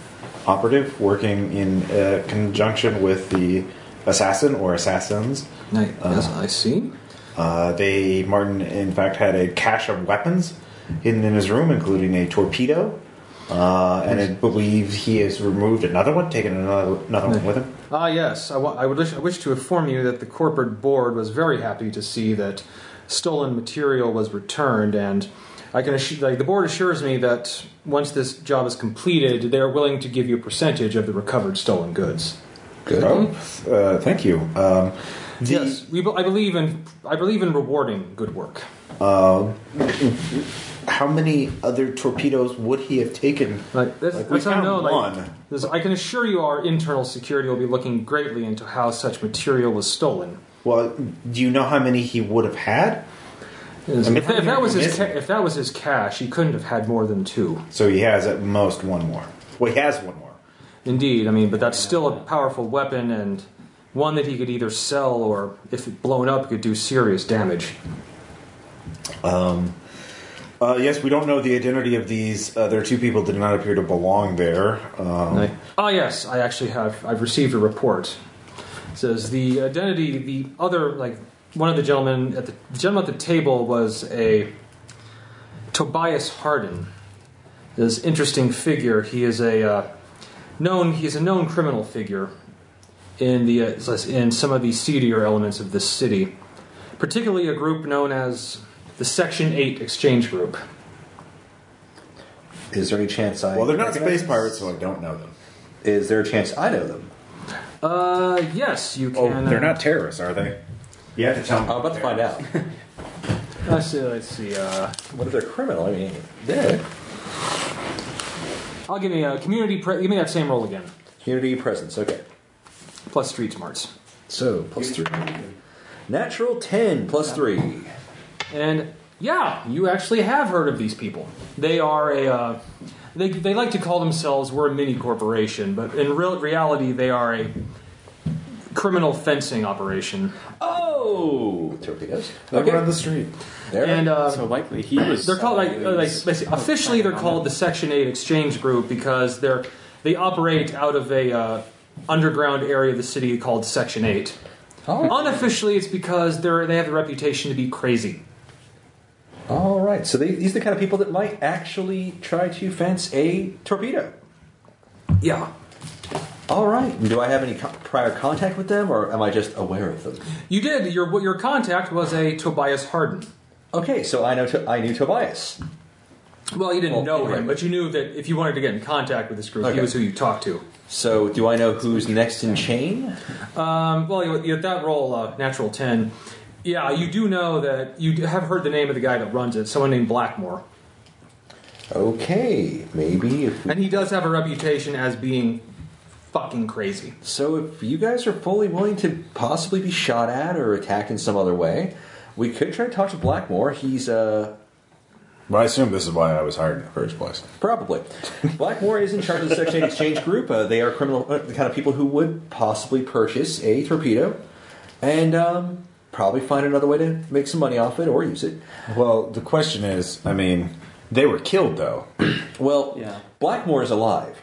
operative working in uh, conjunction with the assassin or assassins.
I, yes, I see.
Uh, they, Martin, in fact, had a cache of weapons hidden in his room, including a torpedo,
Uh, and I believe he has removed another one, taken another another one with him.
Ah, yes. I, wa- I would wish, I wish to inform you that the corporate board was very happy to see that stolen material was returned, and I can assu- like the board assures me that once this job is completed, they are willing to give you a percentage of the recovered stolen goods.
Good.
Oh, uh, thank you. Um, the-
yes, we, be- I believe in I believe in rewarding good work.
Uh, how many other torpedoes would he have taken?
Like this,
Like, we
that's
found
unknown, like,
one.
this- I can assure you, our internal security will be looking greatly into how such material was stolen.
Well, do you know how many he would have had?
If,
mean,
if
how many
that
are
was his, ca-
missing?
if that was his cash, he couldn't have had more than two.
So he has at most one more. Well, he has one more.
Indeed, I mean, but that's still a powerful weapon and one that he could either sell or, if it blown up, could do serious damage.
Uh, yes, we don't know the identity of these other two people. Did not appear to belong there. Um,
Ah, yes, I actually have. I've received a report. It says the identity, the other, like one of the gentlemen at the, the gentleman at the table was a Tobias Harden. This interesting figure. He is a uh, known. He is a known criminal figure in the uh, in some of the seedier elements of this city, particularly a group known as the Section Eight Exchange Group.
Is there any chance I?
well, they're not
recognize
space
them?
pirates, so I don't know them.
Is there a chance I know them?
Uh, yes, you
Oh,
can.
they're
uh,
not terrorists, are they? You have to tell me.
I'm about to find out.
Let's see. Let's see. Uh,
what if they're criminal? I mean, yeah.
I'll give me a community. Pre- give me that same roll again,
Community presence. Okay.
plus street smarts.
So plus three. Natural ten plus three.
And yeah, you actually have heard of these people. They are a. Uh, they, they like to call themselves we're a mini corporation, but in real reality they are a criminal fencing operation.
Oh, torpedoes.
They
okay.
were on the street.
There.
And uh,
So likely he was.
They're called like,
selling
uh, like
these-
basically, officially they're called the Section Eight Exchange Group because they're they operate out of a uh, underground area of the city called Section Eight. Unofficially, it's because they're they have the reputation to be crazy.
All right. So they, these are the kind of people that might actually try to fence a torpedo.
Yeah,
All right. Do I have any co- prior contact with them, or am I just aware of them?
you did. Your your contact was a Tobias Harden.
Okay, so I know to, I knew Tobias.
Well, you didn't
Well,
know
right.
him, but you knew that if you wanted to get in contact with this group, he
Okay.
was who you talked to.
So do I know who's next in chain?
Um, well, you, you, that roll, uh, natural ten. Yeah, you do know that you do- have heard the name of the guy that runs it, someone named Blackmore.
Okay, maybe. If we,
And he does have a reputation as being fucking crazy.
so if you guys are fully willing to possibly be shot at or attacked in some other way, we could try to talk to Blackmore. He's uh
Well, I assume this is why I was hired in the first place.
Probably. Blackmore is in charge of the Section 8 Exchange Group. Uh, they are criminal, uh, the kind of people who would possibly purchase a torpedo and um, probably find another way to make some money off it or use it.
Well, the question is, I mean, they were killed though.
Well,
Yeah.
Blackmore is alive.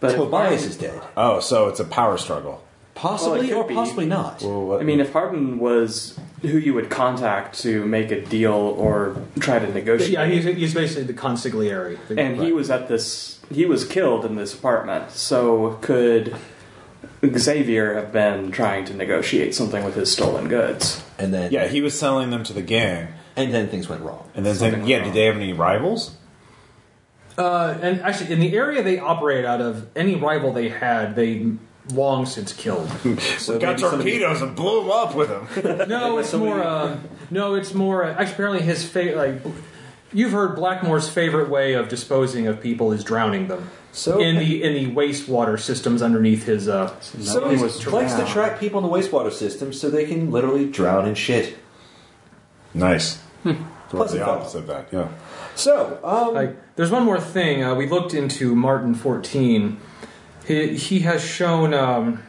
But
Tobias is dead.
Oh, so it's a power struggle.
Possibly
Well, it
or
could be.
possibly not.
I
Well,
mean,
mean, if Hardin was who you would contact to make a deal or try to negotiate,
Yeah, he's, he's basically the consigliere.
and he was at this, he was killed in this apartment. So could Xavier have been trying to negotiate something with his stolen goods?
And then
yeah, he was selling them to the gang,
and then things went wrong.
and then saying,
Something
"Yeah,
went
did
wrong.
they have any rivals?"
Uh, and actually, in the area they operate out of, any rival they had, they long since killed.
So
Got
maybe somebody-
torpedoes and blew them up with them.
no, it's more. Uh, no, it's more. Uh, actually, apparently his favorite. Like, you've heard Blackmore's favorite way of disposing of people is drowning them.
So-
in the in the wastewater systems underneath his. Uh,
So he likes to trap people in the wastewater system so they can literally drown in shit.
nice.
Plus
Plus the
it fell.
opposite of that. Yeah.
So, um,
Like, there's one more thing. Uh, we looked into Martin 14. He, he has shown um,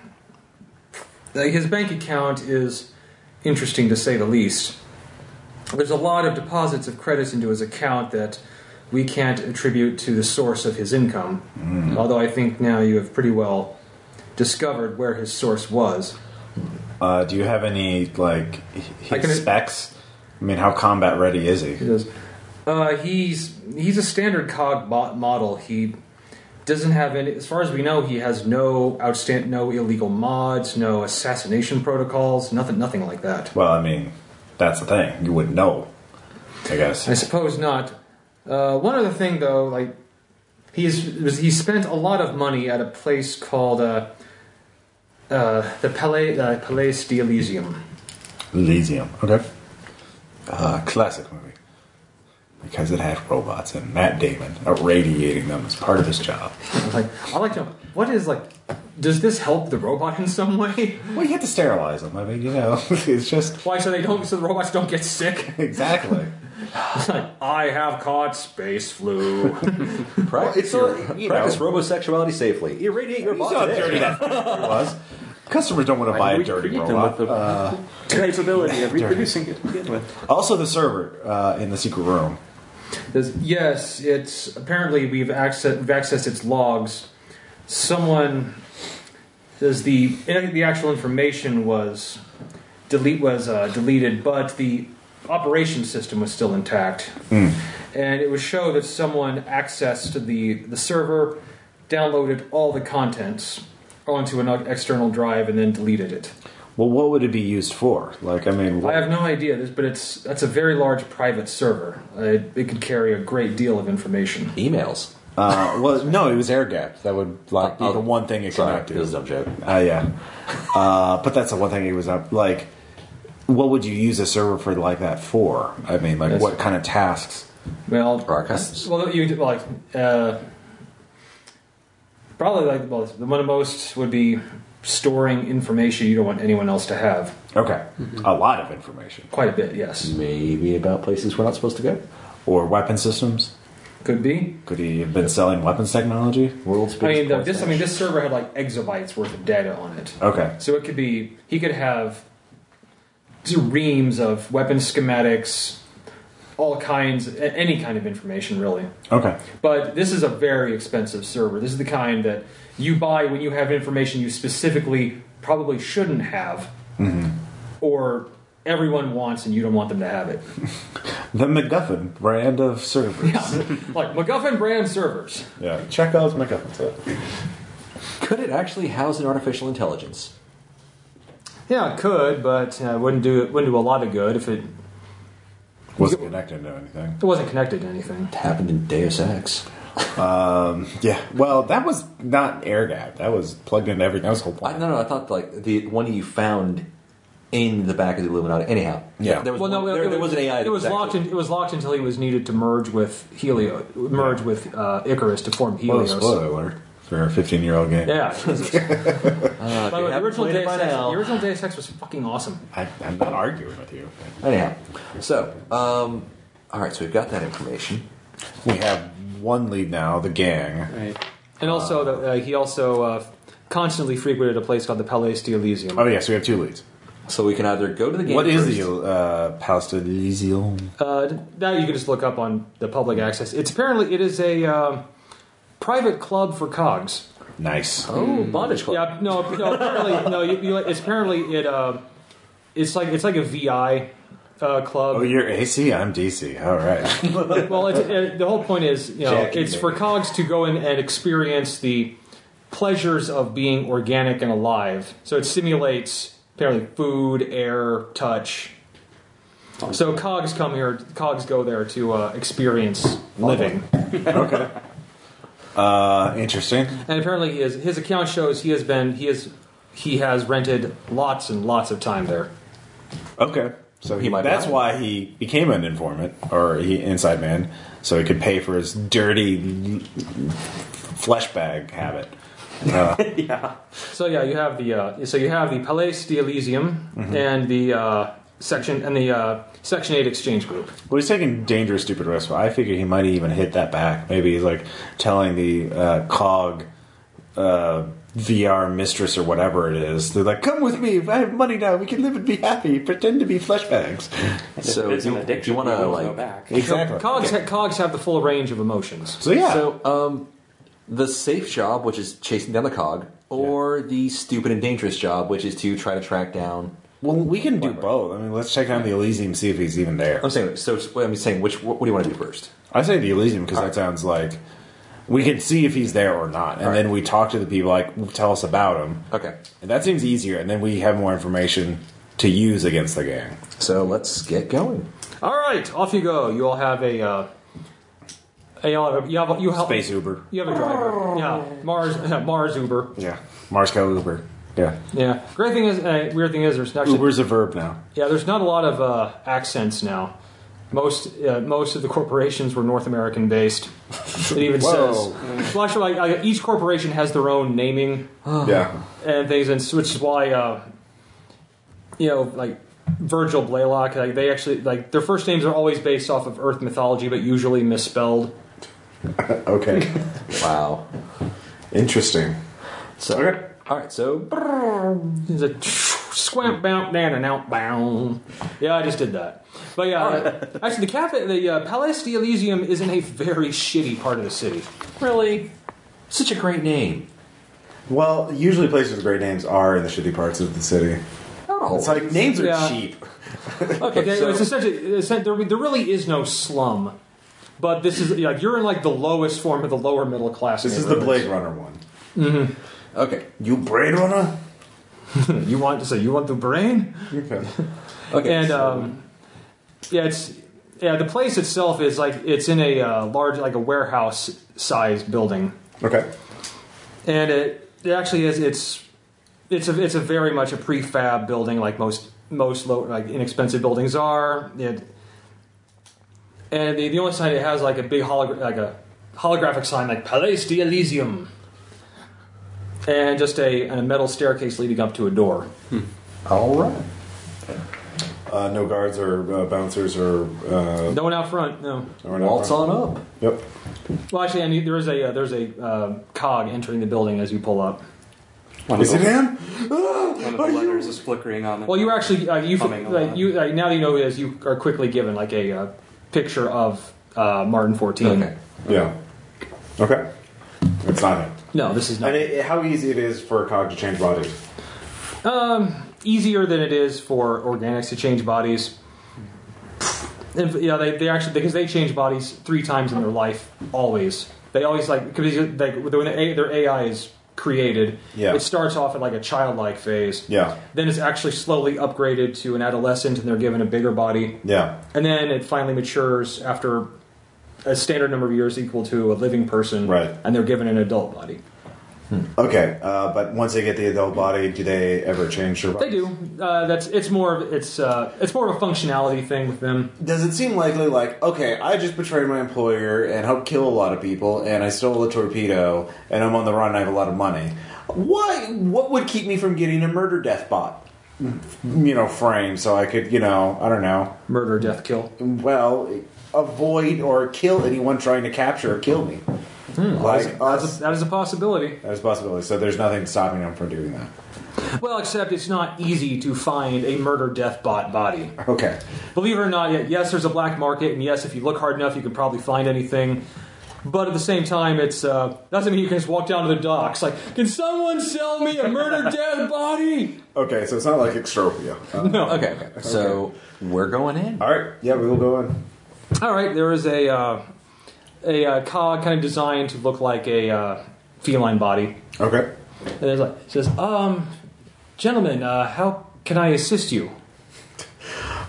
that his bank account is interesting to say the least. There's a lot of deposits of credits into his account that we can't attribute to the source of his income. Although I think now you have pretty well discovered where his source was.
Uh, do you have any like h-
I
his
can-
specs? I mean, how combat ready is he?
He goes, Uh, he's he's a standard cog bot model. He doesn't have any, as far as we know, he has no outstand, no illegal mods, no assassination protocols, nothing, nothing like that.
Well, I mean, that's the thing. You wouldn't know, I guess.
I suppose not. Uh, one other thing, though, like he's was he spent a lot of money at a place called uh, uh, the Palais uh, Palais d'Elysium.
Elysium. Okay. Uh, classic movie. Because it had robots and Matt Damon irradiating them as part of his job.
I was like, I like to know what is like. Does this help the robot in some way?
Well, you had to sterilize them. I mean, you know, it's just
Why so they don't so the robots don't get sick?
exactly.
It's like I have caught space flu.
Practice,
Well, it's
your,
all- you
practice
know.
robosexuality safely. E Irradiate your boss.
Saw how dirty that fucking was. Customers don't want to buy a dirty robot.
Uh,
the
capability of reproducing it to begin with.
Also, the server uh, in the secret room.
There's- yes, it's apparently we've access, we've accessed its logs. Someone says the I think the actual information was delete was uh, deleted, but the operation system was still intact, and it would show that someone accessed the the server, downloaded all the contents onto an external drive, and then deleted it.
Well, what would it be used for? Like, I mean,
I
what,
have no idea, this, but it's that's a very large private server. Uh, It, it could carry a great deal of information.
Emails.
uh, well, no, it was air gap. That would like be
Oh,
the one thing it could
Sorry,
not
it
do.
was a dumb joke.
Uh, yeah. Uh, but that's the one thing he was up. Like, what would you use a server for like that for? I mean, like,
Yes.
what kind of tasks?
Well,
Or archives.
well, you like uh, probably like well, the one of most would be storing information you don't want anyone else to have.
Okay. A lot of information.
Quite a bit, yes.
Maybe about places we're not supposed to go.
Or weapon systems?
Could be.
Could he have been selling weapons technology?
World's
I
biggest.
mean, the,
porn
this. I
stash.
mean, this server had like exabytes worth of data on it,
Okay.
so it could be. He could have reams of weapon schematics, all kinds, a- any kind of information, really.
Okay.
But this is a very expensive server. This is the kind that you buy when you have information you specifically probably shouldn't have, Mm-hmm. or everyone wants and you don't want them to have it.
The MacGuffin brand of servers.
like MacGuffin brand servers.
Yeah. Check out MacGuffin
could it actually house an artificial intelligence?
Yeah, it could, but uh, wouldn't do wouldn't do a lot of good if it,
Wasn't connected to anything.
it wasn't connected to anything.
It happened in Deus Ex.
Yeah. Well, that was not air gap. That was plugged into everything. That was the whole
I,
point.
no, no, I thought like the one you found in the back of the Illuminati. Anyhow,
Yeah.
there was one- there, there was an AI.
It
that
was locked.
actually-
In, it was locked until he was needed to merge with Helio, merge with uh, Icarus to form
Whoa,
Helios.
spoiler alert for a 15 year old game.
Yeah. Jesus.
Uh,
By
if you
the way, the
haven't
original
played it
Deus
by
Ex, the
now-
original Deus Ex was fucking awesome.
I, I'm not arguing with you.
Anyhow, so um, all right, so we've got that information.
We have one lead now, the gang.
Right.
And also, the, uh, he also uh, constantly frequented a place called the Palais d'Elysium.
Oh, yes, we have two leads.
So we can either go to the game.
What is
first,
the uh, Palace de Elysium?
Uh, that you can just look up on the public access. It's apparently it is a um, private club for cogs.
Nice.
Oh, bondage club.
Yeah, no, no, apparently, no. You, you, it's apparently it. Uh, it's like it's like a VI uh, club.
Oh, you're AC? I'm DC. All right.
Well, it's, uh the whole point is, you know,
Jackie,
it's for
baby.
cogs to go in and experience the pleasures of being organic and alive. So it simulates apparently food, air, touch. So cogs come here. Cogs go there to uh, experience living.
Uh, interesting.
And apparently, his his account shows he has been he is he has rented lots and lots of time there.
Okay. So he,
He might be
that's
out.
why he became an informant or he inside man, so he could pay for his dirty flesh bag habit.
So yeah, you have the uh, so you have the Palais d'Elysium and the uh, section and the uh, Section Eight Exchange Group.
Well, he's taking dangerous, stupid risks. But I figure he might even hit that back. Maybe he's like telling the uh, cog uh, VR mistress or whatever it is. They're like, "Come with me. I have money now. We can live and be happy. Pretend to be flesh bags."
So
it's
you-
an addiction.
you wanna,
to
like-
back?
Exactly.
Cogs, cogs have the full range of emotions.
So yeah.
So um, the safe job, which is chasing down the cog, or the stupid and dangerous job, which is to try to track down
Well, we can do
Library.
both. I mean, let's check on the Elysium, see if he's even there.
I'm saying so. I'm saying which. What, what do you want to do first?
I say the Elysium because that sounds like we can see if he's there or not, and
All right.
then we talk to the people like tell us about him.
Okay.
And that seems easier, and then we have more information to use against the gang.
So let's get going.
All right, off you go. You all have a. Uh, you all have a, you have a, you help,
Space Uber.
You have a driver. Yeah, Mars Mars Uber.
Yeah. Mars Cow Uber. Yeah.
Yeah. Great thing is, uh, weird thing is, there's actually
Uber's a verb now.
yeah, there's not a lot of uh, accents now. Most uh, most of the corporations were North American based. It even says well, actually, like, uh, each corporation has their own naming
Oh. yeah.
and things, and s- which is why uh, you know like Virgil Blaylock, like they actually like their first names are always based off of Earth mythology, but usually misspelled.
Okay.
Wow.
Interesting.
So
Okay.
all right. So
It's a squamp bound down and out bound. Yeah, I just did that. But yeah, actually, the cafe, the uh, Palais de Elysium is in a very shitty part of the city.
really, such a great name.
Well, usually places with great names are in the shitty parts of the city.
Not a whole
It's like names are
Yeah.
cheap.
Okay,
Okay,
so
it's essentially it's- there, there really is no slum, but this is like you're in like the lowest form of the lower middle class.
This is the Blade
neighborhoods.
Runner one.
okay,
You Blade Runner?
You want to so say you want the brain?
Okay.
okay.
and
so-
uh,
um, yeah, it's yeah. The place itself is like it's in a uh, large like a warehouse sized building,
Okay.
and it, it actually is it's it's a it's a very much a prefab building like most most low like inexpensive buildings are. It, and the, the only sign it has like a big hologra- like a holographic sign like Palais de Elysium, and just a, a metal staircase leading up to a door.
all right.
Uh, no guards or uh, bouncers or. Uh,
No one out front. No.
or not-
Waltz on up.
Yep.
Well, actually, I mean, there is a uh, there's a uh, cog entering the building as you pull up.
One
Is
of
it
the,
him?
one of the letters is flickering on. the-
Well, you actually uh, you
Humming
like,
along.
you like, now that you know as you are quickly given like a uh, picture of uh, Martin fourteen.
Okay.
Yeah. Okay. It's not him.
No, this is not
And it, it- how easy it is for a cog to change bodies.
easier than it is for organics to change bodies. And, yeah, they, they actually because they change bodies three times in their life. Always, they always like because like when their A- their AI is created,
Yeah.
it starts off at like a childlike phase.
Yeah.
Then it's actually slowly upgraded to an adolescent, and they're given a bigger body.
Yeah.
And then it finally matures after a standard number of years equal to a living person.
Right.
And they're given an adult body.
Okay. Uh, but once they get the adult body, do they ever change their body?
They do. Uh, that's it's more of it's uh, it's more of a functionality thing with them.
Does it seem likely, like, okay, I just betrayed my employer and helped kill a lot of people, and I stole a torpedo, and I'm on the run and I have a lot of money? Why? What would keep me from getting a murder death bot? You know, frame so I could, you know, I don't know.
Murder, death, kill.
Well, avoid or kill anyone trying to capture or kill me. Like
That's
us.
a, that is a possibility.
There's a possibility. So there's nothing stopping them from doing that.
Well, except it's not easy to find a murder, death bot body.
Okay.
Believe it or not, yet yes, there's a black market, and yes, if you look hard enough, you could probably find anything. But at the same time, it's uh, doesn't mean you can just walk down to the docks. Like, can someone sell me a murder, death body?
Okay, so it's not like extropia. Uh,
No.
Okay, okay. So we're going in.
all right. Yeah, we will go in.
All right, there is a uh, a uh, cog kind of designed to look like a uh, feline body,
Okay.
and it's like it says, "Um, gentlemen, uh, how can I assist you?"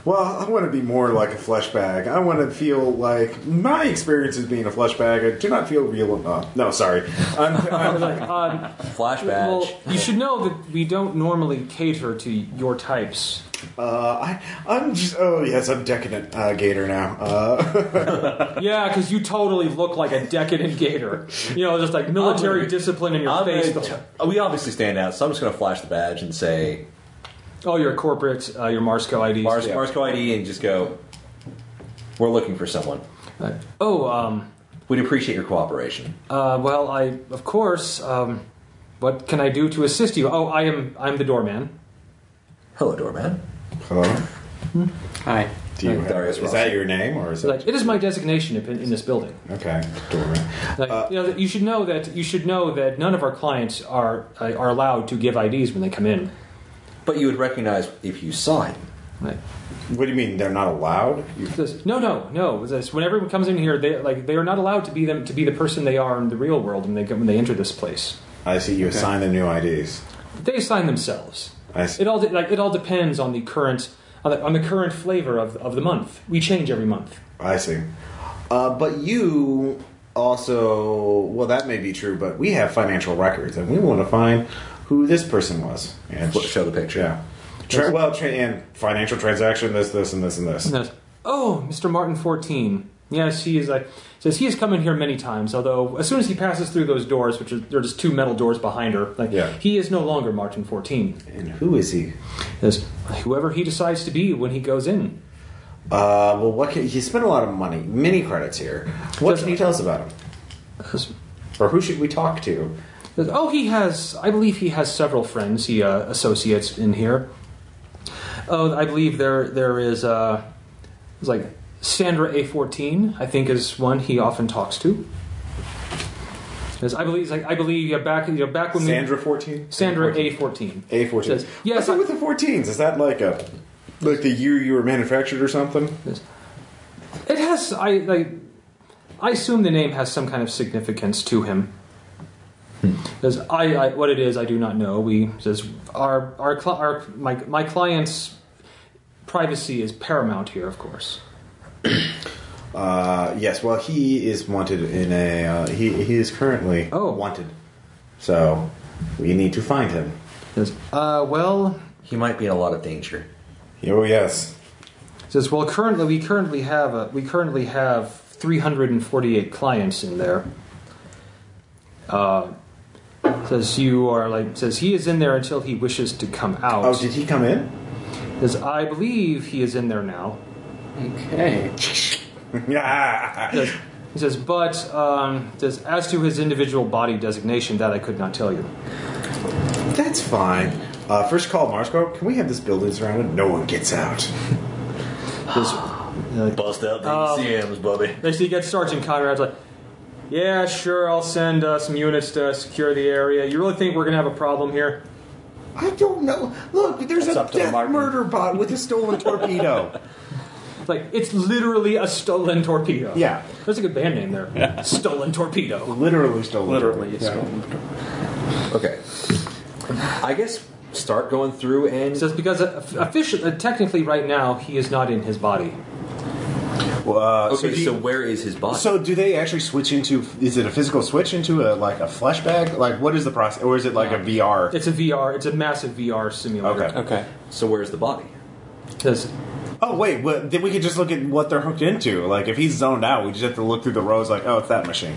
Well, I want to be more like a flesh bag. I want to feel like my experience as being a flesh bag. I do not feel real enough. No, sorry. I'm,
I was like, uh,
Flash
well,
badge.
you should know that we don't normally cater to your types.
uh, I, I'm just. Oh yes, I'm decadent uh, gator now. Uh,
Yeah, because you totally look like a decadent gator. You know, just like military
gonna-
discipline in your
I'm
face.
gonna t- we obviously stand out, so I'm just going to flash the badge and say
oh, your corporate, uh, your Marsco IDs.
Mars Marsco ID and just go. We're looking for someone.
oh, um,
We'd appreciate your cooperation.
uh, well, I, of course. Um, what can I do to assist you? Oh, I am, I'm the doorman.
Hello, doorman.
hello.
Hi.
Do you
Like Darius
is that your name or is
It's
that
Like, it is my designation in, in this building.
okay? Doorman.
Like, you, know, you should know uh, that you should know that none of our clients are uh, are allowed to give IDs when they come in.
but you would recognize if you saw him.
Right.
What do you mean they're not allowed? You-
This- no, no, no. It's This, when everyone comes in here, they like they are not allowed to be them to be the person they are in the real world when they go, when they enter this place.
I see. You assign them new IDs.
They assign themselves.
I see.
It all de- like it all depends on the current on the, on the current flavor of of the month. We change every month.
I see. Uh, but you also, well, that may be true, but we have financial records, and we want to find who this person was. And
Fl- show the picture.
Yeah. Tra- well, tra- and financial transaction, this, this, and this, and this.
And that's, oh, Mr. Martin 14. Yes, he is. Like, says he has come in here many times. Although, as soon as he passes through those doors, which are there are just two metal doors behind her, like
Yeah.
he is no longer Martin 14.
And who is he?
Says whoever he decides to be when he goes in.
Uh, well, what can, he spent a lot of money, many credits here. What can you tell us about him?
Says,
Or who should we talk to?
says, oh, he has. I believe he has several friends. He uh, associates in here. Oh, I believe there there is. Uh, it's like Sandra A14. I think is one he often talks to. Says, I believe. Like I believe yeah, back you know, back when we,
Sandra 14?
Sandra A14.
A fourteen.
Says, yes,
What's
I-
up with the fourteens? Is that like a like the year you were manufactured or something?
It has. I, I. I assume the name has some kind of significance to him. Says I, I. What it is, I do not know. We says our our, cli our my my client's privacy is paramount here, of course.
Uh, yes. Well, he is wanted in a. Uh, he he is currently
Oh.
wanted. So we need to find him.
Says uh, well.
He might be in a lot of danger.
Oh yes.
Says well. Currently, we currently have a, we currently have three hundred and forty eight clients in there. Uh, says you are like says he is in there until he wishes to come out.
Oh, did he come in?
Because I believe he is in there now.
Okay.
Yeah.
Says- He says, but um, says, as to his individual body designation, that I could not tell you.
That's fine. Uh, first call, Marsco. Can we have this building surrounded? No one gets out.
Says,
Bust out the
Um,
ECMs, Bubby.
next you get Sergeant Conrad's like, yeah, sure, I'll send uh, some units to secure the area. You really think we're going to have a problem here?
I don't know. Look, there's
That's
a
up to the
death
Martin.
murder bot with a stolen torpedo.
Like, it's literally a stolen torpedo.
Yeah.
That's a good band name there. Stolen torpedo.
Literally stolen.
Literally, it's
torpedo.
going-
Okay. I guess start going through and.
He says, because uh, officially, technically right now, he is not in his body.
Well, uh,
okay,
do you-
so where is his body?
So do they actually switch into? Is it a physical switch into a like a flesh bag? Like what is the process, or is it like a VR?
It's a VR, it's a massive VR simulator.
Okay.
Okay.
so where's the body?
Says,
Oh wait, well, then we could just look at what they're hooked into. Like if he's zoned out, we just have to look through the rows. Like oh, it's that machine,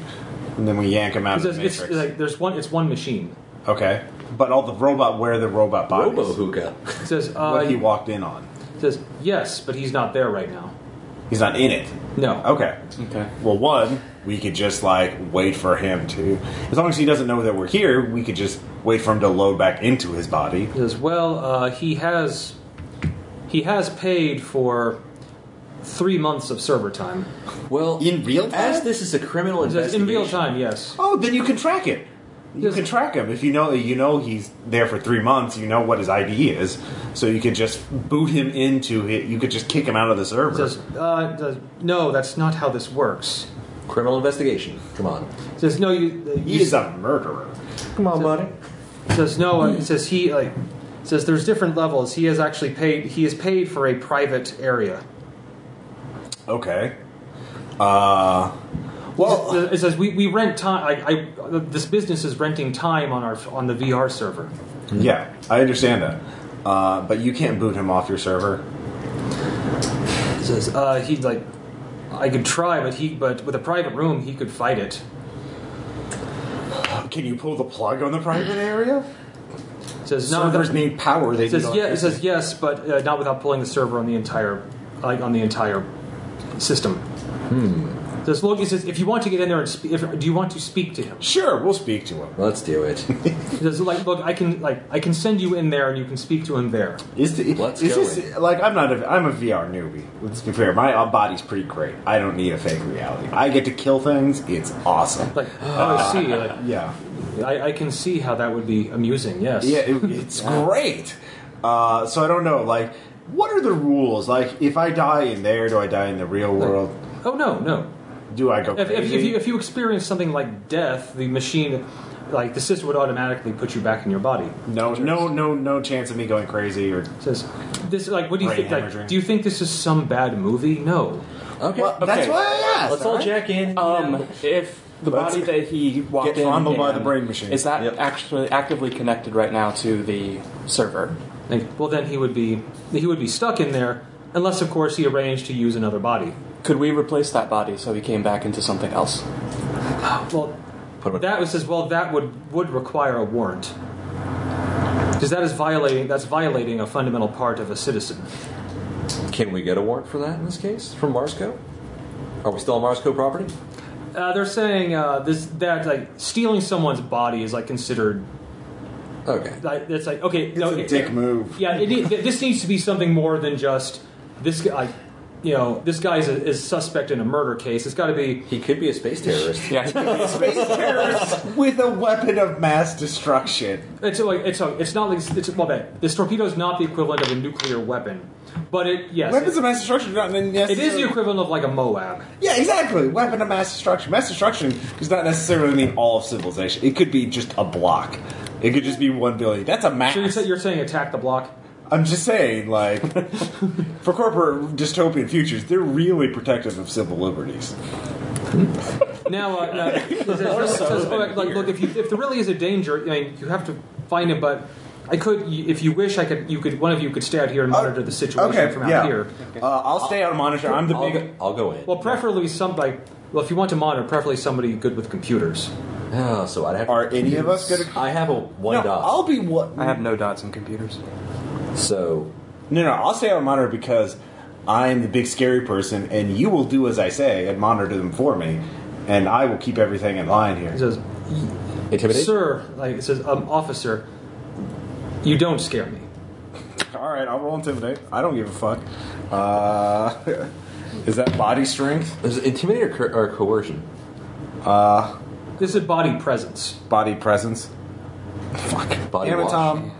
and then we yank him out
It's,
of the
it's,
matrix.
like there's one. It's one machine.
okay, but all the robot where the robot bodies.
Robo hookah.
It says uh,
what he walked in on.
it says yes, but he's not there right now.
He's not in it.
No.
Okay.
Okay.
Well, one, we could just like wait for him to. As long as he doesn't know that we're here, we could just wait for him to load back into his body.
It says well, uh, he has he has paid for three months of server time.
Well,
In real
as
time?
this is a criminal
It says in
investigation,
real time, yes.
Oh, then you can track it. You
Yes.
can track him if you know you know he's there for three months. You know what his ID is, so you can just boot him into it. You could just kick him out of the
It
server.
says uh, it says, no, that's not how this works.
criminal investigation. Come on,
It says no, you. Uh, you
He's a murderer.
come on, buddy.
it says no. Uh, it says he like it says there's different levels. He has actually paid. He is paid for a private area.
Okay. Uh. Well,
it says we, we rent time. I, I, this business is renting time on our on the VR server.
yeah, I understand that, uh, but you can't boot him off your server.
It says uh, he'd like I could try, but he but with a private room he could fight it.
Can you pull the plug on the private area?
It says not
Servers
without, it
need power. They
says
need
yeah. It says yes, but uh, not without pulling the server on the entire like on the entire system. Hmm. It says look. It says if you want to get in there and spe- if, do you want to speak to him?
Sure, we'll speak to him.
Let's do it.
It says like look, I can like I can send you in there and you can speak to him there.
Is the,
Let's
is
go
this,
in.
like I'm not a I'm a VR newbie. Let's be fair. My uh, body's pretty great. I don't need a fake reality. I get to kill things. It's awesome.
Like oh, I see. Like,
Yeah,
I, I can see how that would be amusing. Yes.
yeah, it, it's great. Uh, so I don't know. Like, what are the rules? Like, if I die in there, do I die in the real world?
Oh no, no.
Do I go
If, if,
crazy?
if you if you experience something like death, the machine, like the system, would automatically put you back in your body.
no, no, no, no chance of me going crazy or.
It says this, like, what do you
Brain
think? Like,
hemorrhaging.
do you think this is some bad movie? No.
Okay.
Well, That's
Okay.
why I asked.
Let's all jack in.
Um, if the
Let's
body that he walked
get
in
fondled by
in
the brain machine.
is not
Yep.
actually actively connected right now to the server.
Like, well, then he would be he would be stuck in there, unless of course he arranged to use another body.
Could we replace that body so he came back into something else?
Well,
Put him-
that was says well that would would require a warrant because that is violating that's violating a fundamental part of a citizen.
Can we get a warrant for that in this case from Marsco? Are we still on Marsco property?
Uh, they're saying uh, this that like stealing someone's body is like considered
Okay.
like it's like okay
It's
no
a
it-
dick move.
yeah it, need- this needs to be something more than just this guy you know this guy is, a, is suspect in a murder case it's got to be
He could be a space terrorist.
Yeah.
Space terrorists with a weapon of mass destruction.
It's like it's a, it's not like it's well that this torpedo is not the equivalent of a nuclear weapon, but it yes
Weapons
it,
of mass destruction are not
it
necessarily.
is the equivalent of like a Moab.
Yeah, exactly. Weapon of mass destruction. Mass destruction does not necessarily mean all of civilization. It could be just a block. It could just be one building. That's a mass.
So you're, sa- you're saying attack the block?
I'm just saying, like, for corporate dystopian futures, they're really protective of civil liberties.
Now, uh, now it says- it says, oh, like look if you, if there really is a danger, I mean you have to find it, but. I could, if you wish, I could. You could. One of you could stay out here and monitor the situation
Okay,
from out
yeah.
here.
Uh, I'll stay out of monitor. I'm the
I'll,
big.
go, I'll go in.
Well, preferably some like. Well, if you want to monitor, preferably somebody good with computers.
Oh, so I'd have.
Are any of us gonna-
I have a one
No,
dot.
I'll be what?
I have no dots in computers.
so
No, no, I'll stay out of monitor because I'm the big scary person, and you will do as I say and monitor them for me, and I will keep everything in line
It
here.
says,
intimidate.
"Sir," like it says, um, "Officer, you don't scare me."
All right, I'll roll intimidate. I don't give a fuck. Uh, is that body strength?
Is it intimidate or, co- or coercion?
Uh,
This is body presence.
body presence. Fuck.
Body
Damn it,
wash.
Tom.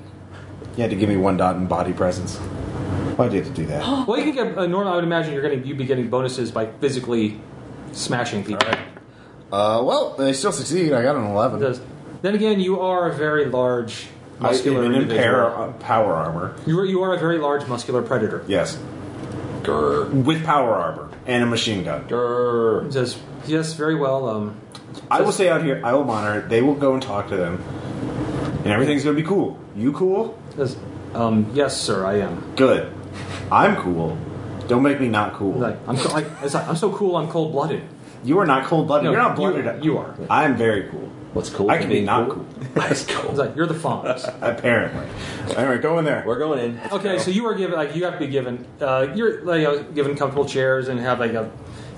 You had to give me one dot in body presence. Why did it do that?
Well, you can get uh, normal. I would imagine you're getting you'd be getting bonuses by physically smashing people.
Uh, well, they still succeed. I got an
It
eleven.
does- Then again, you are a very large
I am
muscular
an
individual.
impair power armor.
You are you are a very large muscular predator.
Yes,
Grr.
with power armor and a machine gun.
Grr.
It says yes, very well. Um,
I will stay out here. I will monitor. They will go and talk to them, and everything's gonna be cool. You cool?
it says, um, yes, sir, I am.
Good. I'm cool. Don't make me not cool.
Like I'm so, like, it's like, I'm so cool. I'm cold blooded.
you are not cold blooded.
No,
You're not
you-
blooded.
you are.
I'm very cool.
What's cool?
I can be
being
not cool.
That's cool.
It's like you're the Fonz.
Apparently. All right, go in there.
We're going in.
Okay, so you are given like you have to be given uh, you're like uh, given comfortable chairs and have like a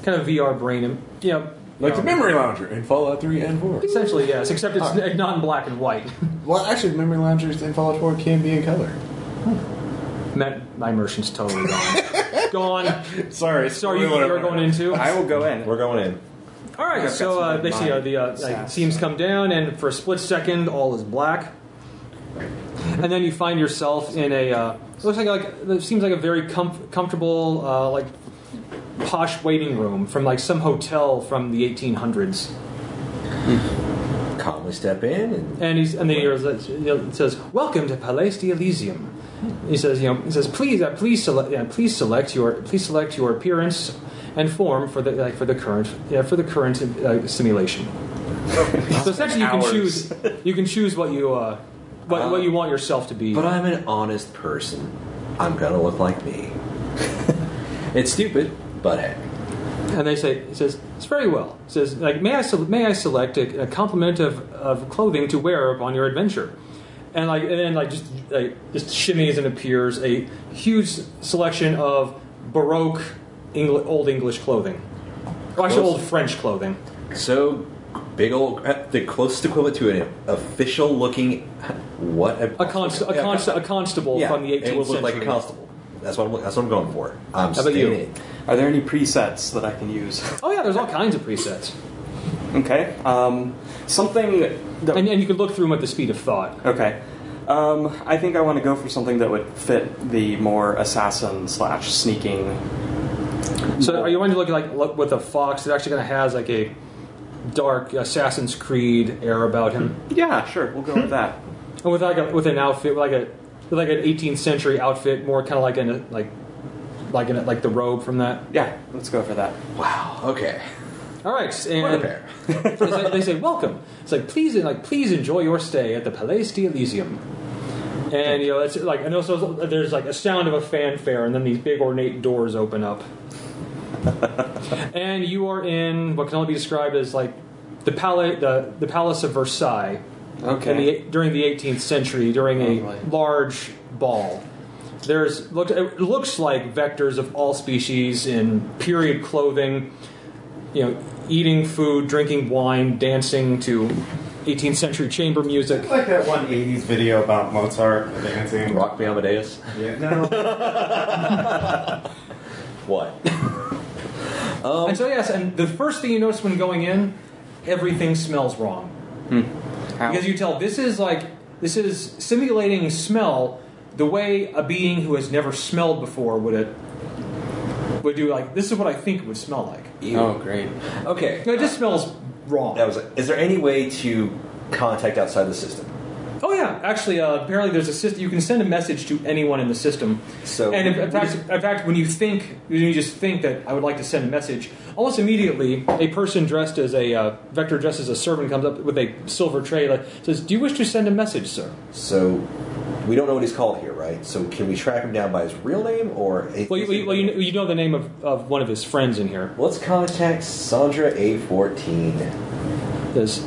kind of VR brain and you know
Like
you
the
know,
memory lounger in Fallout 3 and 4.
essentially yes, except it's not in black and white.
Well, actually, the memory loungers in Fallout 4 can be in color.
Matt, my immersion's totally gone. gone.
Sorry,
Sorry, you, you're going into.
I will go in.
We're going in.
All right,
I've
so
got
uh,
something in
basically, uh,
mind.
the uh, like,
Sass.
seams come down, and for a split second, all is black. And then you find yourself in a uh, it looks like like it seems like a very comf- comfortable uh, like posh waiting room from like some hotel from the 1800s.
Calmly step in and
And he's and then he goes, it says, "Welcome to Palais de Elysium." He says, "You know, he says, please, uh, please select, yeah, please select your, please select your appearance and form for the like, for the current, yeah, for the current uh, simulation." so essentially, you can
Hours.
choose, you can choose what you, uh, what, what you want yourself to be.
But I'm an honest person. I'm gonna look like me. it's stupid, but hey.
and they say, it says, "It's very well." It says, "Like, may I, sel- may I select a, a complement of, of clothing to wear upon your adventure?" And like, and then like, just like, just shimmies and appears a huge selection of baroque Engl- old English clothing, or actually
Close.
old French clothing.
So big old the closest equivalent to an official looking what
A, const- a, const- a constable
yeah,
from the 18th
it would look
century.
like a constable. That's what I'm, that's what I'm going for. I'm
How about you?
staying in.
Are there any presets that I can use?
Oh yeah, there's all kinds of presets,
Okay. Um, something. That,
and, and you can look through them at the speed of thought.
okay.
Um, I think I want to go for something that would fit the more assassin slash sneaking.
So are you wanting to look like look with a fox that actually kind of has like a dark Assassin's Creed air about him,
Yeah, sure, we'll go with that.
and with like a, with an outfit like a with like an 18th century outfit, more kind of like an like like an, like the robe from that.
Yeah, let's go for that.
Wow. Okay.
All right,
What a
and
pair.
it's like, they say welcome. It's like please like please enjoy your stay at the Palais d'Elysium. And you know, it's like and also there's like a sound of a fanfare, and then these big ornate doors open up. and you are in what can only be described as like the palais, the, the palace of Versailles in
Okay.
the, during the 18th century during a
Lovely.
large ball. There's look, it looks like vectors of all species in period clothing, you know, eating food, drinking wine, dancing to 18th century chamber music.
It's like that one '80s video about Mozart dancing.
Rock me Amadeus.
Yeah, no,
What?
and so yes, and the first thing you notice when going in, everything smells wrong.
How?
Because you tell this is like this is simulating smell the way a being who has never smelled before would it would do like this is what I think it would smell like.
Ew.
oh, great.
Okay.
No, it just smells wrong.
That was. Is there any way to contact outside the system?
oh yeah, actually, uh, apparently there's a system. You can send a message to anyone in the system.
So-
and in, in fact, in fact, when you think, when you just think that I would like to send a message, almost immediately a person dressed as a uh, vector dressed as a servant comes up with a silver tray, like says, "Do you wish to send a message, sir?"
So we don't know what he's called here, right? So can we track him down by his real name or?
Well, you, well, you, well, you, know, you know the name of, of one of his friends in here.
Let's contact Sandra A14.
There's,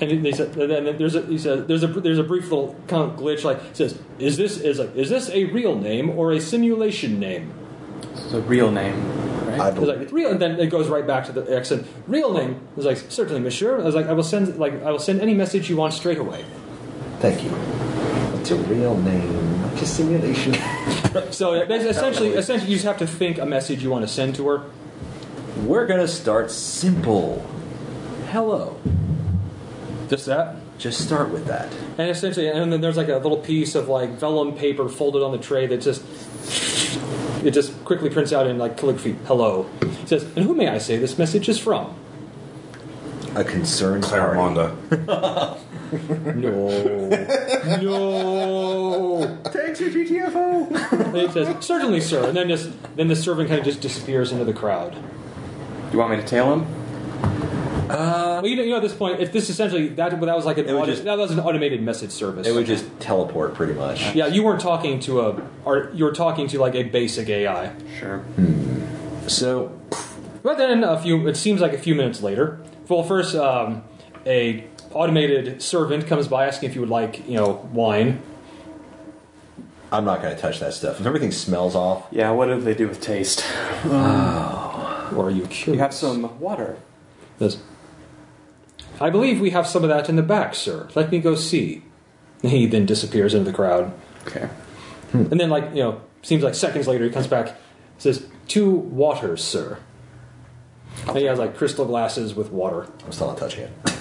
and they said, and then there's a, he said, there's a, there's a brief little kind of glitch. Like it says, is this is like, is this a real name or a simulation name?
It's a real name.
I
It's
believe.
like real, and then it goes right back to the accent. Real name is like certainly, Monsieur. I was like, I will send like I will send any message you want straight away.
Thank you. What's a real name? Like a simulation.
So that's essentially, essentially, you just have to think a message you want to send to her.
We're gonna start simple. Hello.
Just that.
Just start with that.
And essentially, and then there's like a little piece of like vellum paper folded on the tray that just it just quickly prints out in like calligraphy. Hello. It says, and who may I say this message is from?
A concerned
Claire
party.
Wanda.
No.
No.
Thanks for GTFO.
And it says, certainly, sir. And then just then the servant kind of just disappears into the crowd.
You want me to tail him?
Well, you know, you know, at this point, if this essentially that that was like an
would
auto,
just-
that was an automated message service.
it would just teleport, pretty much.
yeah, you weren't talking to a, or you were talking to like a basic AI.
Sure.
So
But then a few, it seems like a few minutes later. Well, first, um, a automated servant comes by asking if you would like, you know, wine.
I'm not gonna touch that stuff. If everything smells off,
Yeah, what do they do with taste?
Or are you curious?
You have some water.
This. I believe we have some of that in the back, sir. Let me go see. He then disappears into the crowd.
Okay.
And then, like, you know, seems like seconds later, he comes back, says, Two waters, sir. And he has, like, crystal glasses with water.
I'm still not touching it.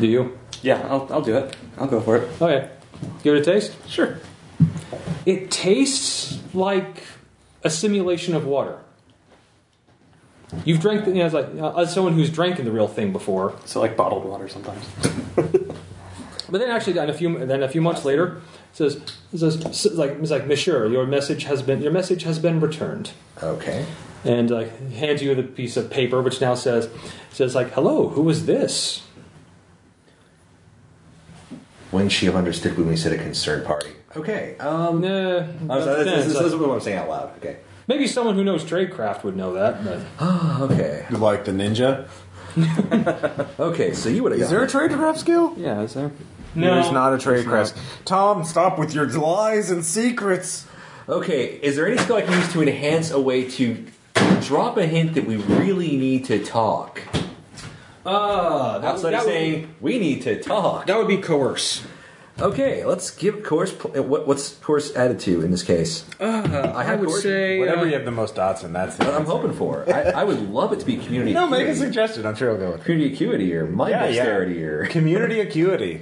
Do you?
Yeah, I'll, I'll do it. I'll go for it.
Okay. Give it a taste?
Sure.
It tastes like a simulation of water. You've drank, the, you know, it's like, uh, as someone who's drank in the real thing before,
So like bottled water sometimes.
but then actually, then a few, then a few months later, it says, it says s- like, it's like, Monsieur, your message has been, your message has been returned,
Okay.
and like hands you the piece of paper, which now says, says like, hello, who is this?
When she understood when we said a concerned party. Okay. Um.
Nah,
I'm
that's thin.
sorry, this, this,
It's like-
this is what I'm saying out loud. Okay.
maybe someone who knows tradecraft would know that. But.
Okay.
Like the ninja.
Okay. So you would have.
Is there a trade craft skill?
Yeah, is there?
No.
There's not a trade craft. Tom, stop with your lies and secrets.
Okay. Is there any skill I can use to enhance a way to drop a hint that we really need to talk?
Ah, that,
Outside
that
of
would-
saying we need to talk.
that would be coerce.
Okay. Let's give course. Pl- uh, what, what's course added to in this case? I have
Uh, would
course-
say-
Whatever
uh,
you have the most dots in, that's
What
it.
I'm hoping for. I, I would love it to be community.
No, make a
acuity.
suggestion. I'm sure I'll go with it.
community acuity or mind
Yeah, yeah.
dexterity or.
Community acuity.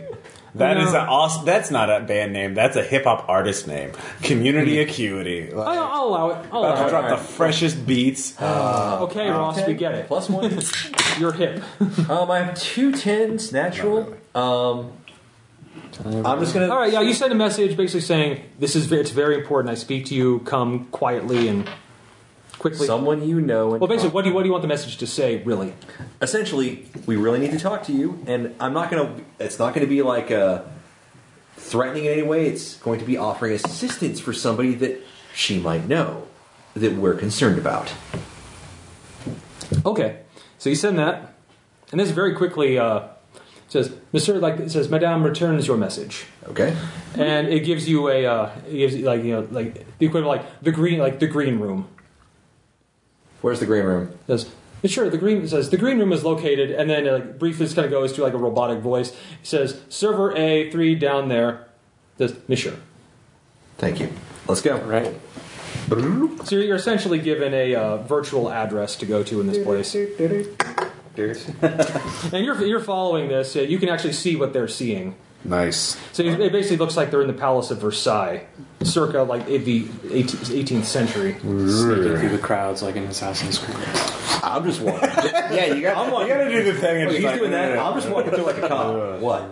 That
No.
is an awesome. That's not a band name. That's a hip hop artist name. Community Acuity. Like,
I'll, I'll allow it. I'll
about
allow
to
it.
drop the freshest beats.
Uh-huh.
Okay, Ross, we get it.
Plus one.
You're hip.
um, I have two tens natural. Um, I'm just
All
gonna.
right, yeah. You sent a message basically saying this is it's very important. I speak to you. Come quietly and quickly.
Someone you know. And
well, basically, what do you what do you want the message to say? Really,
essentially, we really need to talk to you, and I'm not gonna. It's not gonna be like uh, threatening in any way. It's going to be offering assistance for somebody that she might know that we're concerned about.
okay. So you send that, and this very quickly uh, says, "Monsieur," like it says, "Madame returns your message."
Okay.
and it gives you a uh, it gives you like you know like the equivalent like the green like the green room
Where's the green room?
It says sure the green it says the green room is located and then it, like briefly just kind of goes to like a robotic voice it says server A three down there It says Monsieur
Thank you. Let's go.
Right.
so you're essentially given a uh, virtual address to go to in this place and you're you're following this uh, you can actually see what they're seeing
Nice.
so it it basically looks like they're in the Palace of Versailles circa like the 18th century
Sneaking through the crowds like in Assassin's Creed.
I'm just walking.
Yeah, you got.
I'm
I'm
walking-
you got to do the thing. And
Wait,
just
Oh, he's
like,
doing that.
"Yeah."
I'm just walking through like a cop. What?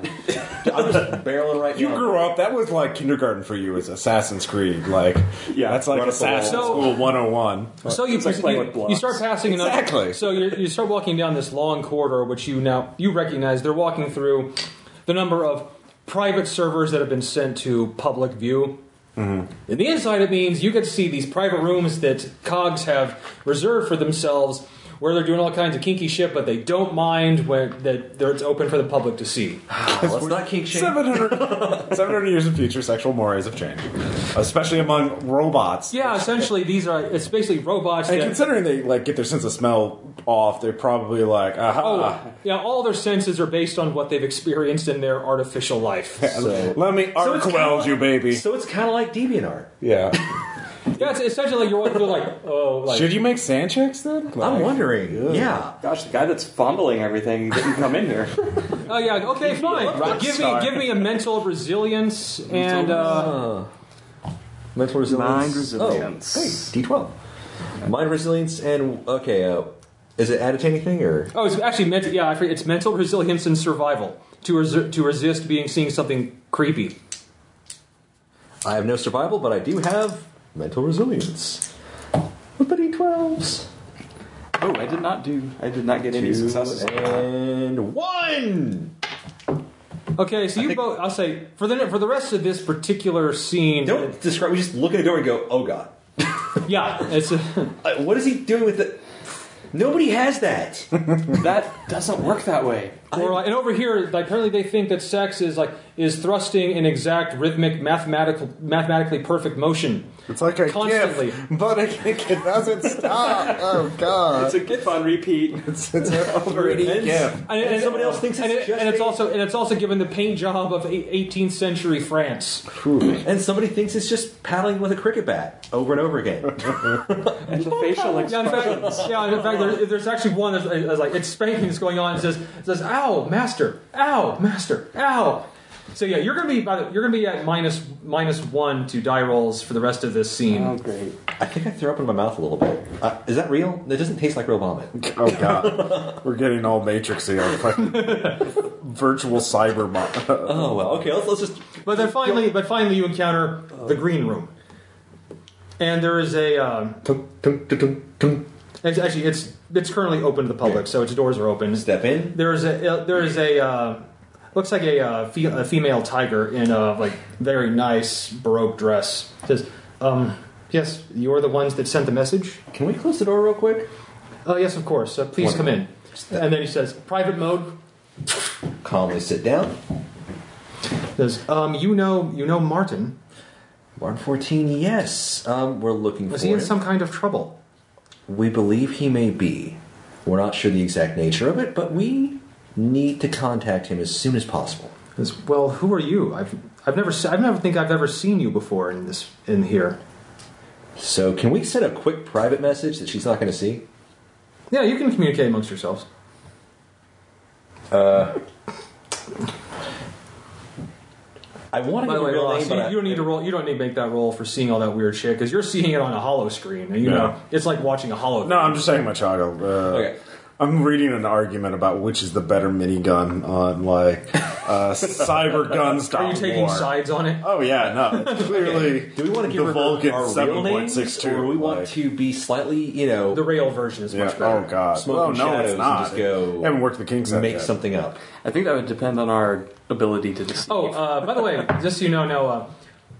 I'm just barreling right.
You grew up. That was like kindergarten for you. Is Assassin's Creed. Like yeah, that's like
Run up the wall.
Assassin's
So-
School 101.
So you,
like playing with
you,
blocks.
you start passing another.
Exactly.
So you you start walking down this long corridor, which you now you recognize. They're walking through the number of private servers that have been sent to public view.
Mm-hmm.
In the inside, it means you get to see these private rooms that cogs have reserved for themselves, where they're doing all kinds of kinky shit, but they don't mind when that that it's open for the public to see.
Let's not kink shame.
700, 700 years in future, sexual mores have changed, especially among robots.
Yeah, essentially, these are it's basically robots.
And
that,
considering they like get their sense of smell off, they're probably like, aha.
Oh, yeah, all their senses are based on what they've experienced in their artificial life.
Let me arc weld you, baby.
So it's kind of like DeviantArt.
yeah.
Yeah, it's essentially like you're walking through like, oh, like
Should you make sand checks then?
I'm
Like-
wondering. Yeah.
Gosh, the guy that's fondling everything didn't come in here.
oh yeah, okay, fine. Give me, give me a mental resilience and uh,
Mental resilience.
Mind resilience.
Oh, hey, D12. Mind resilience and okay. Uh, is it added to anything or?
oh, it's actually mental. Yeah, I forget, it's mental resilience and survival to res- to resist being seeing something creepy.
I have no survival, but I do have mental resilience. With the D12s.
Oh, I did not do. I did not get any successes.
And one.
Okay, so you both. I'll say for the for the rest of this particular scene.
Don't describe. We just look at the door and go, "Oh God,
Yeah, it's a,
Uh, what is he doing with the?" Nobody has that.
That doesn't work that way.
or like, and over here, like apparently they think that sex is like is thrusting an exact rhythmic mathematical mathematically perfect motion.
It's like a
Constantly.
gif, but it, it doesn't stop. Oh god,
It's a GIF on repeat.
it's, it's an over gif.
and, and,
somebody else thinks
and
it's
it-
just
and it's
a-
also and it's also given the paint job of eight- 18th century France.
and somebody thinks it's just paddling with a cricket bat over and over again.
And the facial
Yeah, in fact,
expressions.
yeah, in fact, there, there's actually one that's, that's like it's spanking that's going on. It says, it says, "Ow, master! Ow, master! Ow!" So yeah, you're gonna be about, you're gonna be at minus minus one to die rolls for the rest of this scene.
Um,
Oh, great.
I think I threw up in my mouth a little bit. Uh, is that real? It doesn't taste like real vomit.
Oh god, we're getting all matrixy on fucking virtual cyber. Mo-
Oh well. Okay, let's let's just.
But then finally, but finally, you encounter
uh,
the green room, and there is a. Um, it's actually it's it's currently open to the public, so its doors are open.
Step in.
There is a there is a uh, looks like a, uh, fe- a female tiger in a like very nice baroque dress. Says, um, "Yes, you're the ones that sent the message.
Can we close the door real quick?
Oh yes, of course. Uh, please come in." And then he says, "Private mode."
Calmly sit down.
Says, um, "You know, you know, Martin
Martin fourteen. Yes. Um, we're looking
was
for
he in
him.
some kind of trouble?"
We believe he may be. We're not sure the exact nature of it, but we need to contact him as soon as possible.
Says, "Well, who are you? I've I've never se- I've never think I've ever seen you before in this in here."
So, can we send a quick private message that she's not going to see?
Yeah, you can communicate amongst yourselves.
I want to
By the
give a
way,
real
Ross, you,
name, but I-
you don't need to roll. You don't need to make that roll for seeing all that weird shit because you're seeing it on a hollow screen, and you
Yeah.
know it's like watching a hollow.
No, I'm just saying my child. Uh,
Okay.
I'm reading an argument about which is the better minigun on like uh, cyber gun style.
Are you taking
war.
sides on it?
Oh yeah, no. it's Clearly,
Do we want to give
the
her
Vulcan
our real
seven point
names,
six two?
or do we want to be slightly, you know,
The rail version is
Yeah.
much better.
Oh god.
Smoke
well,
and
no,
shadows
it's
and
not.
just go
haven't worked the King's Head
make
yet.
something up?
I think that would depend on our ability to deceive.
Oh, uh, by the way, just so you know, Noah,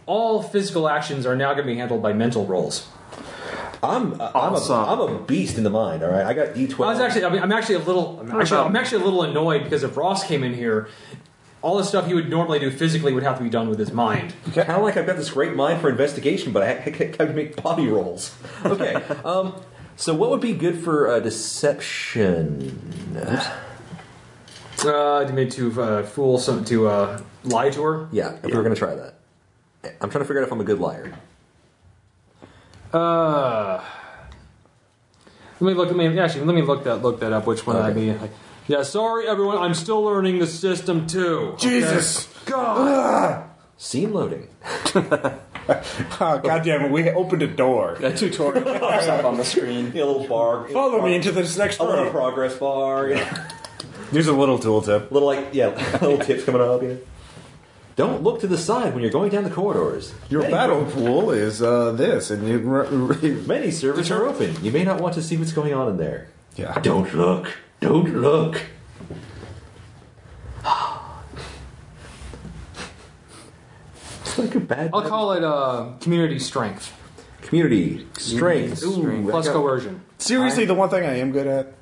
all physical actions are now going to be handled by mental rolls.
I'm uh,
Awesome.
I'm, a, I'm a beast in the mind. All right, I got D
I
twelve.
was actually, I mean, I'm actually a little, I'm actually, I'm actually a little annoyed because if Ross came in here, all the stuff he would normally do physically would have to be done with his mind.
kind of like I've got this great mind for investigation, but I I have to make body rolls. Okay, um, so what would be good for uh, deception?
Uh, to make to uh, fool some to uh, lie to her.
Yeah, if we were going to try that, I'm trying to figure out if I'm a good liar.
Uh, let me look. Let me actually let me look that look that up. Which one I'd be? Like, yeah, sorry everyone, I'm still learning the system too.
Jesus.
Scene loading.
Oh, god damn it! We opened a door.
A tutorial pops up on the screen.
a little bar.
Follow me into this next
A little
room.
progress bar. Yeah.
There's a little tooltip.
little like yeah, little tips coming up. Yeah. Don't look to the side when you're going down the corridors.
Your
Many-
battle pool is uh, this, and you.
Many servers are open. You may not want to see what's going on in there.
Yeah.
Don't look. Don't look. it's like a bad
I'll call it uh, community strength
community strength. Ooh,
plus
I got-
coercion.
Seriously, the one thing I am good at.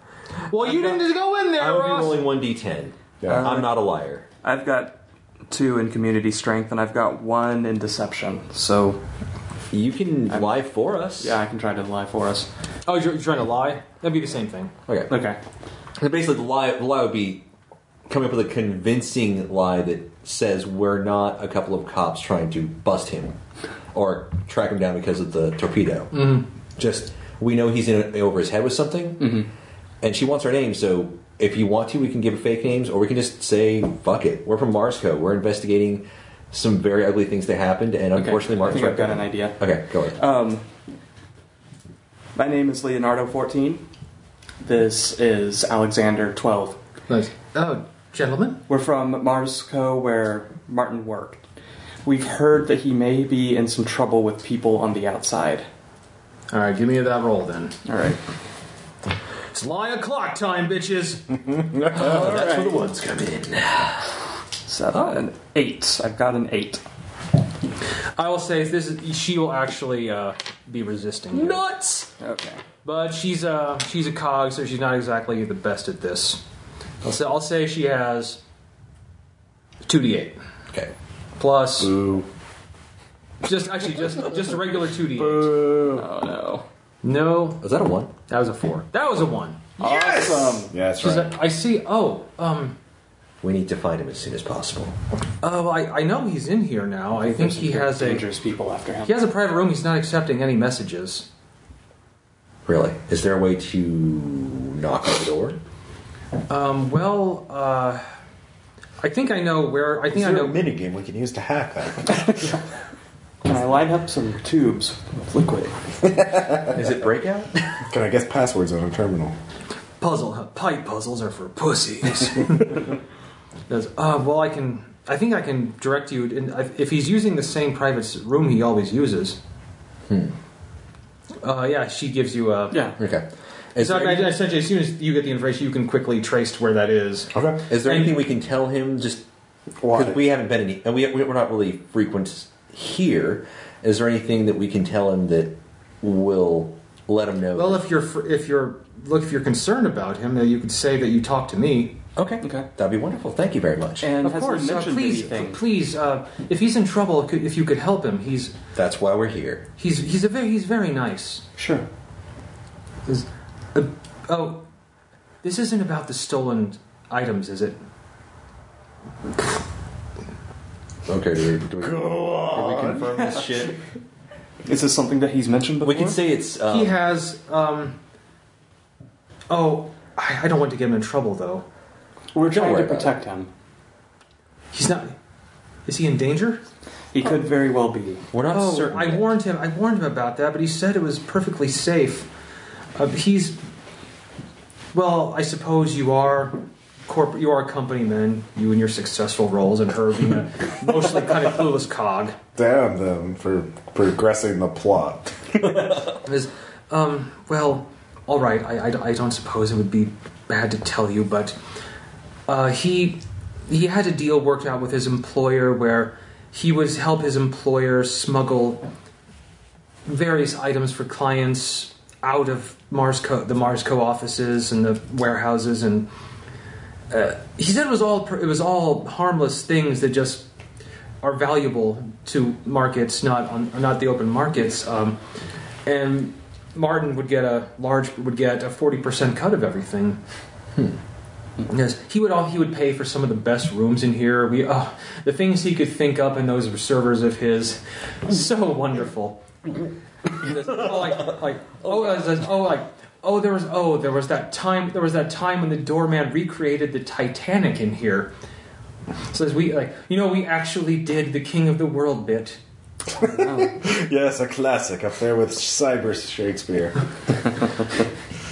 Well, you didn't just go in
I
there,
will be
Ross.
rolling one d10.
Yeah.
I'm not a liar.
I've got two in community strength, and I've got one in deception. So
You can lie for us.
yeah, I can try to lie for us.
Oh, you're, you're trying to lie? That'd be the same thing.
Okay.
Okay.
So basically, the lie, the lie would be coming up with a convincing lie that says we're not a couple of cops trying to bust him or track him down because of the torpedo. Mm-hmm. Just we know he's in over his head with something,
Mm-hmm.
and she wants our name. So if you want to, we can give fake names, or we can just say fuck it. We're from Marsco. We're investigating some very ugly things that happened, and
Okay.
unfortunately,
I
Mark's
think
right
I've got
there.
an idea.
Okay, go ahead.
Um, my name is Leonardo fourteen. This is Alexander twelve.
Nice. Oh, gentlemen.
We're from Marsco, where Martin worked. We've heard that he may be in some trouble with people on the outside.
All right, give me that roll then.
All right.
It's lie o'clock time, bitches.
Oh, that's where the ones come in.
Seven. Eight. I've got an eight.
I will say this is she will actually uh, be resisting, you.
Nuts.
Okay.
but she's a she's a cog, so she's not exactly the best at this. I'll say, I'll say she has two d eight
Okay.
plus
Ooh.
just actually just just a regular two d eight.
Oh no.
No,
Was that a one?
that was a four. That was a one.
Awesome.
Yeah, that's
She's
right.
like, I see. Oh, um,
We need to find him as soon as possible.
oh, I I know he's in here now. I think he has a
dangerous people after him.
he has a private room. He's not accepting any messages.
Really? Is there a way to knock on the door?
Um, well, uh, I think I know where. I think
Is
I
there
know.
a minigame we can use to hack that?
Can I line up some tubes of liquid?
Is it breakout?
can I guess passwords on a terminal?
puzzle huh? pipe puzzles are for pussies. Goes, uh, well, I can. I think I can direct you. In, if he's using the same private s- room he always uses. Hmm. Uh, yeah, she gives you a.
Yeah.
okay.
It's
Is there,
not, essentially, as soon as you get the information, you can quickly trace to where that is.
Okay.
is there anything we can tell him? Just
Why?
because we haven't been any, and we we're not really frequent here. Is there anything that we can tell him that will let him know?
Well, if you're fr- if you're look if you're concerned about him, then you could say that you talked to me.
okay,
Okay.
that'd be wonderful. Thank you very much.
And
of
has
course,
he
uh,
mentioned
please,
anything?
please. Uh, if he's in trouble, could, if you could help him, he's
That's why we're here.
he's he's a very he's very nice.
Sure.
Is, uh, oh, this isn't about the stolen items, is it?
Okay, do we, do we, Can we confirm this shit?
Is this something that he's mentioned before?
We can say it's.
he
Um,
has. Um, oh, I, I don't want to get him in trouble, though.
We're
Don't
trying
worry
to
about
protect him.
He's not. Is he in danger?
He could very well be.
We're not
oh,
certain.
I
yet.
warned him. I warned him about that, but he said it was perfectly safe. Uh, he's well. I suppose you are corporate. You are company men. You and your successful roles, and her being a mostly kind of clueless cog.
Damn them for progressing the plot.
Is um. Well, all right. I, I, I don't suppose it would be bad to tell you, but uh, he he had a deal worked out with his employer where he was help his employer smuggle various items for clients out of Marsco the Marsco offices and the warehouses and uh, he said it was all it was all harmless things that just are valuable to markets not on not the open markets um, and Martin would get a large would get a 40% cut of everything Yes, he would. All, he would pay for some of the best rooms in here. We, oh, the things he could think up in those servers of his, so wonderful. oh, like, like, oh, uh, says, oh, like, oh, there was, oh, there was that time. There was that time when the doorman recreated the Titanic in here. Says we, like, you know, we actually did the King of the World bit.
Yes, a classic up there with Cyber Shakespeare.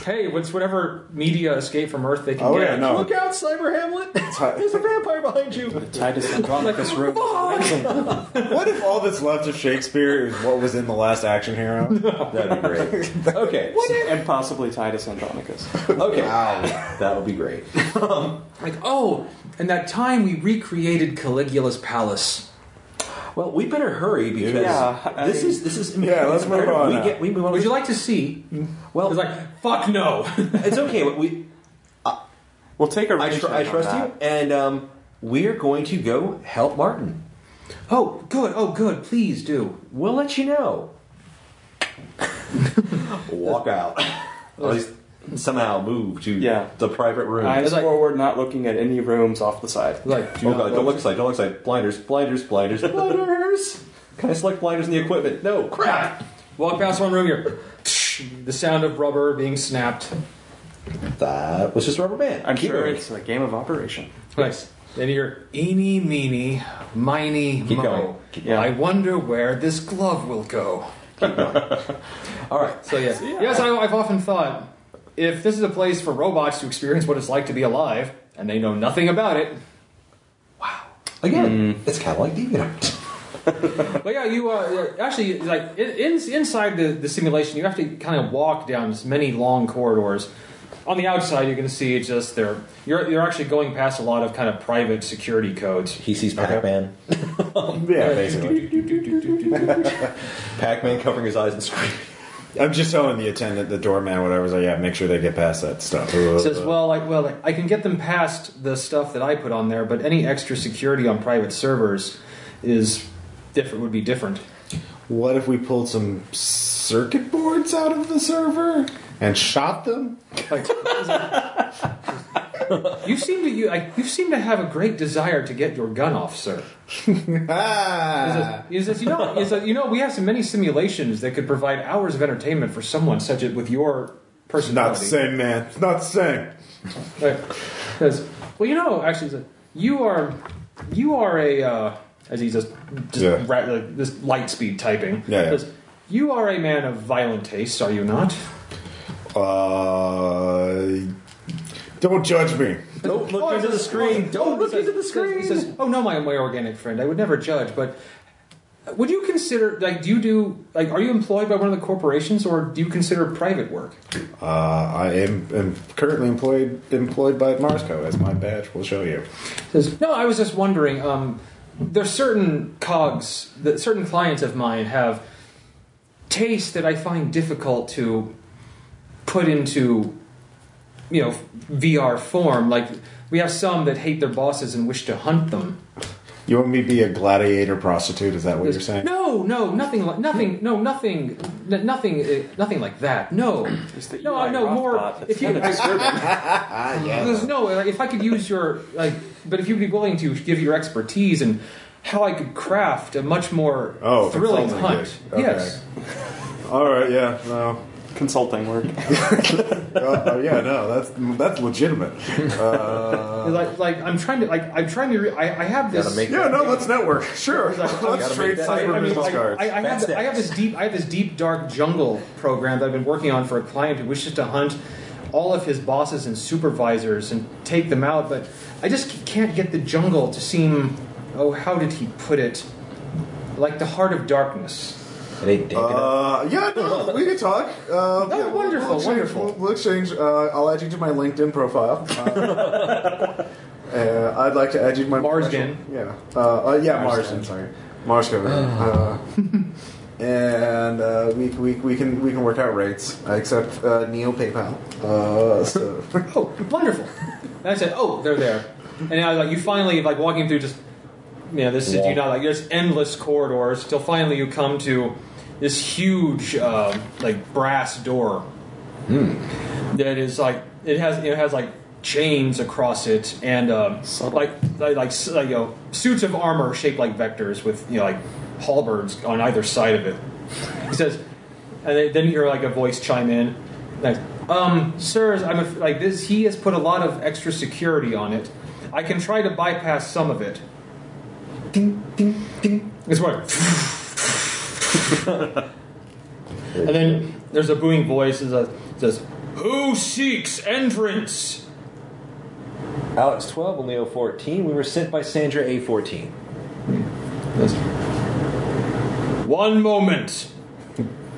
Hey, what's whatever media escape from Earth they can
Oh
get.
yeah, no.
Look out, Cyber Hamlet!
Ti-
There's a vampire behind you!
Titus Andronicus wrote.
What if all that's left of Shakespeare is what was in the last action hero?
That'd be great.
Okay.
And possibly Titus Andronicus.
Okay. That would be great.
Like, oh, and that time we recreated Caligula's palace.
Well, we better hurry because
Yeah, I-
this is this is
Yeah, let's move on
We
now.
get we, we want
Would you like to see?
well.
It's like, fuck no.
it's okay. We
We'll take a
I, tr- I trust you, and um, we are going to go help Martin.
oh, good. Oh, good. Please do.
We'll let you know. Walk out. Or at least somehow move to
Yeah.
the private room.
Eyes
like-
forward, not looking at any rooms off the side.
Like, do
Oh
not
god,
look.
don't look side, don't look side. Blinders, blinders, blinders, blinders. Can I select blinders in the equipment? No, crap.
walk past one room. You're the sound of rubber being snapped.
That was just rubber band.
I'm
Keep
sure
moving.
it's a game of operation.
Nice. Then you're eeny, meeny, miny,
Keep
mo.
going. Keep
going.
I wonder where this glove will go.
All right.
So yeah, yes, I, I've often thought if this is a place for robots to experience what it's like to be alive, and they know nothing about it.
Again, it's kind of like DeviantArt.
But yeah, you uh, actually like in, in, inside the, the simulation, you have to kind of walk down as many long corridors. On the outside, you're going to see it's just they're you're you're actually going past a lot of kind of private security codes.
He sees Pac-Man.
yeah, basically.
Pac-Man covering his eyes and screaming.
I'm just telling the attendant, the doorman, whatever. So yeah, make sure they get past that stuff.
It says, well, like, well, like, I can get them past the stuff that I put on there, but any extra security on private servers is different. Would be different.
What if we pulled some circuit boards out of the server and shot them?
Like, you seem to you like, you seem to have a great desire to get your gun off, sir. He
Ah!
says- he says, you know, he says, you know, we have so many simulations that could provide hours of entertainment for someone such as with your personality.
Not the same, man. It's not the same.
Right. Says, well, you know, actually, he's like, you are, you are a, uh, as he's just, just
Yeah.
ra- like, this light speed typing.
Yeah, yeah.
Says, you are a man of violent tastes, are you not?
Uh, don't judge me.
Don't look into the screen. Don't look into the
He
screen.
says, oh no, my my organic friend, I would never judge, but. Would you consider like do you do like are you employed by one of the corporations or do you consider private work?
Uh, I am, am currently employed employed by Marsco, as my badge will show you.
Says, no, I was just wondering. Um, there's certain cogs that certain clients of mine have tastes that I find difficult to put into, you know, VR form. Like we have some that hate their bosses and wish to hunt them.
You want me to be a gladiator prostitute? Is that what you're saying?
No, no, nothing, like nothing, no, nothing, n- nothing, uh, nothing like that. No,
the
no,
Eli
I- no
Roth
more.
bot that's
If you,
kinda
there's no. like, If I could use your like, but if you'd be willing to give your expertise and how I could craft a much more
Oh,
thrilling
consulting
hunt.
gig. Okay.
Yes,
All right, yeah, no.
consulting work.
Uh, yeah, no, that's that's legitimate. Uh,
like, like I'm trying to, like I'm trying to. Re- I, I have this.
Gotta make
yeah, no, let's network. Sure, let's trade
I,
cyber
I mean,
business
like,
cards.
I, I have,
That's
th- I
it.
have this deep, I have this deep dark jungle program that I've been working on for a client who wishes to hunt all of his bosses and supervisors and take them out, but I just can't get the jungle to seem. Oh, how did he put it? Like the heart of darkness.
It ain't dinking up.
Uh, yeah, no, we can talk. Uh, yeah,
wonderful,
we'll exchange,
wonderful.
We'll, we'll exchange. Uh, I'll add you to my LinkedIn profile. Uh, uh, I'd like to add you to my
Marsden.
Yeah, uh, uh, yeah, Marsden. Sorry, Marsden.
Uh-huh.
Uh, and uh, we, we, we can we can work out rates. I accept uh, Neo PayPal. Uh, so.
Oh, wonderful! And I said, "Oh, they're there." And now, like, you finally like walking through just, you know, this is you know, like there's endless corridors till finally you come to this huge um like brass door that is like it has it has like chains across it and um, like like like s- like, you know, suits of armor shaped like vectors with you know like halberds on either side of it. He says, and they, then you hear like a voice chime in, like, um, sirs, I'm af- like this. He has put a lot of extra security on it. I can try to bypass some of it. Ding ding ding. It's what. And then there's a booing voice that says, "Who seeks entrance?"
Alex 12 and Leo 14. We were sent by Sandra A14.
One moment.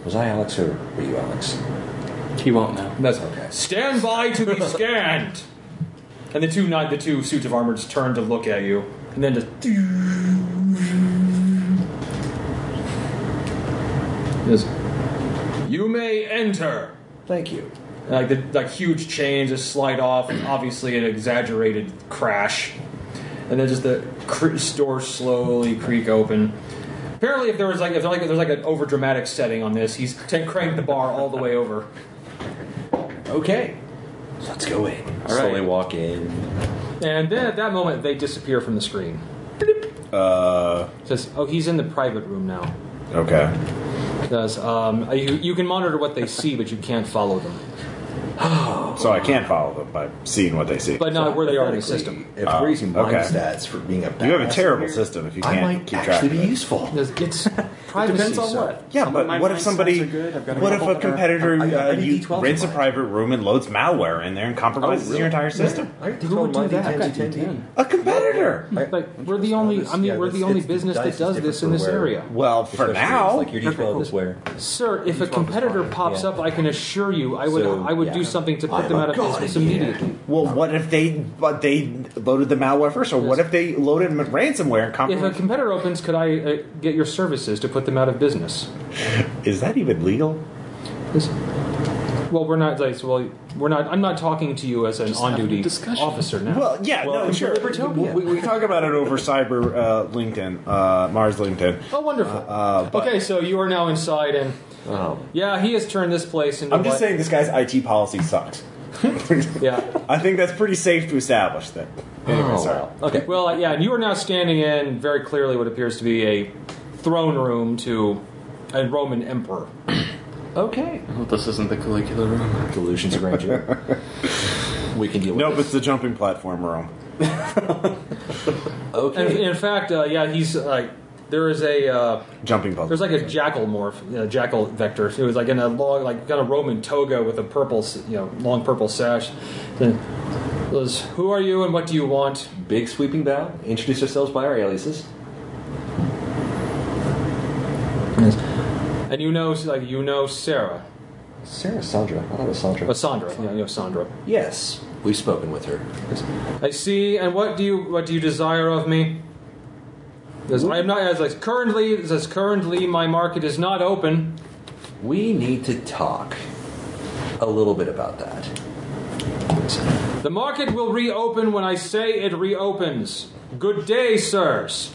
Was I Alex or were you Alex?
he won't know.
That's
Okay.
Stand by to be scanned. and the two knight, the two suits of armor just turn to look at you, and then just. Yes. You may enter.
Thank you.
Like the like huge chains just slide off, and obviously an exaggerated crash, and then just the cr- door slowly creak open. Apparently, if there was like if there like there's like an over dramatic setting on this, he's t- cranked the bar all the way over.
Okay. Let's go in. Slowly walk in.
And then at that moment, they disappear from the screen.
Uh,
Says, "Oh, he's in the private room now."
okay.
Says, um, you, you can monitor what they see, but you can't follow them.
So I can't follow them by seeing what they see.
But not Uh, where they are in the system."
If
Oh,
we're using mind
okay.
stats for being a
you have a
badass
terrible
here,
system if you
I
can't
might
keep track.
actually be
Of it.
useful.
Says, It's privacy.
Depends on
sir."
what.
Yeah,
Some
but
of my
what if
mind
somebody?
stats are good. I've got a
What if
couple
a
that are-
competitor
I- I- I
uh,
need
you
D12s in
rents a
mine.
private room and loads malware in there and compromises your entire system?
I got to
Who would do that?
I've got two ten.
A competitor.
Like we're the only. I mean,
Yeah,
we're the
it's-
only
it's the
business
dice
that
is
does
different
this in
for
this
where-
area.
Well, for now,
like your D12 is where.
Sir, if a
Each one was
competitor
fine,
pops
yeah.
up, I can assure you, I would,
So,
I would
yeah.
do something to put
I'm
them
a
out of
god
business
in here.
immediately.
well, what if they but they loaded the malware first, or what if they loaded m- ransomware and
If a
compromised?
competitor opens, could I uh, get your services to put them out of business?
Is that even legal?
Is- Well, we're not. Like, well, we're not. I'm not talking to you as an on-duty
discussion.
officer now.
Well, yeah, no, sure.
Libertopia.
We, we talk about it over cyber uh, LinkedIn, uh, Mars LinkedIn.
oh, wonderful.
uh, but-
okay, so you are now inside, and
Oh.
yeah, he has turned this place into.
I'm just
what-
saying this guy's IT policy sucks.
Yeah.
I think that's pretty safe to establish that. Anyway,
Oh,
sorry.
well. Okay.
Well, uh, yeah, and you are now standing in very clearly what appears to be a throne room to a Roman emperor.
Okay.
Well, this isn't the Caligula room.
Delusions of grandeur. we can deal with
Nope,
this.
it's the jumping platform room.
And
Okay.
in fact, uh, yeah, he's like there is a. Uh,
Jumping puzzle.
There's like a jackal morph, you know, jackal vector. It was like in a long, like kind of Roman toga with a purple, s- you know, long purple sash. Then it was, who are you and what do you want?
Big sweeping bow. Introduce ourselves by our aliases.
And you know, like you know, Sarah,
Sarah Sandra. I thought it was Sandra.
uh, Sandra. Yeah, you know, Sandra.
Yes. We've spoken with her.
I see. And what do you what do you desire of me? Says, I am not as like currently. it Says currently, my market is not open.
We need to talk a little bit about that.
The market will reopen when I say it reopens. Good day, sirs.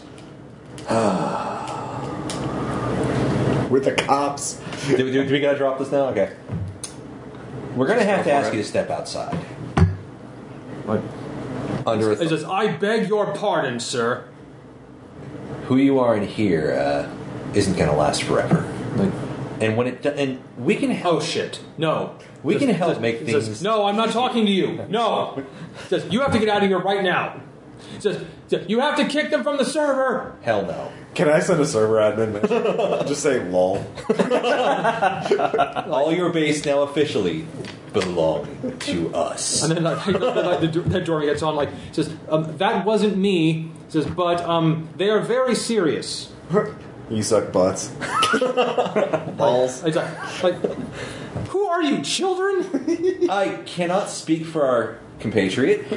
with the cops.
do, do, do we gotta drop this now? Okay. We're gonna have to ask you to step outside.
What?
Under
It says, I beg your pardon, sir.
who you are in here uh, isn't gonna last forever.
Like,
and when it do- and we can help.
Oh shit! No,
We can help make
he says,
things-
no, I'm not talking to you. No, He says you have to get out of here right now. He Says you have to kick them from the server.
Hell no.
Can I send a server admin? message? Just say lol.
All your base now officially belong to us.
And then like, the, the, the door gets on. Like says um, that wasn't me. He Says but um, they are very serious.
You suck butts.
Balls.
It's like, like who are you, children?
I cannot speak for our compatriot.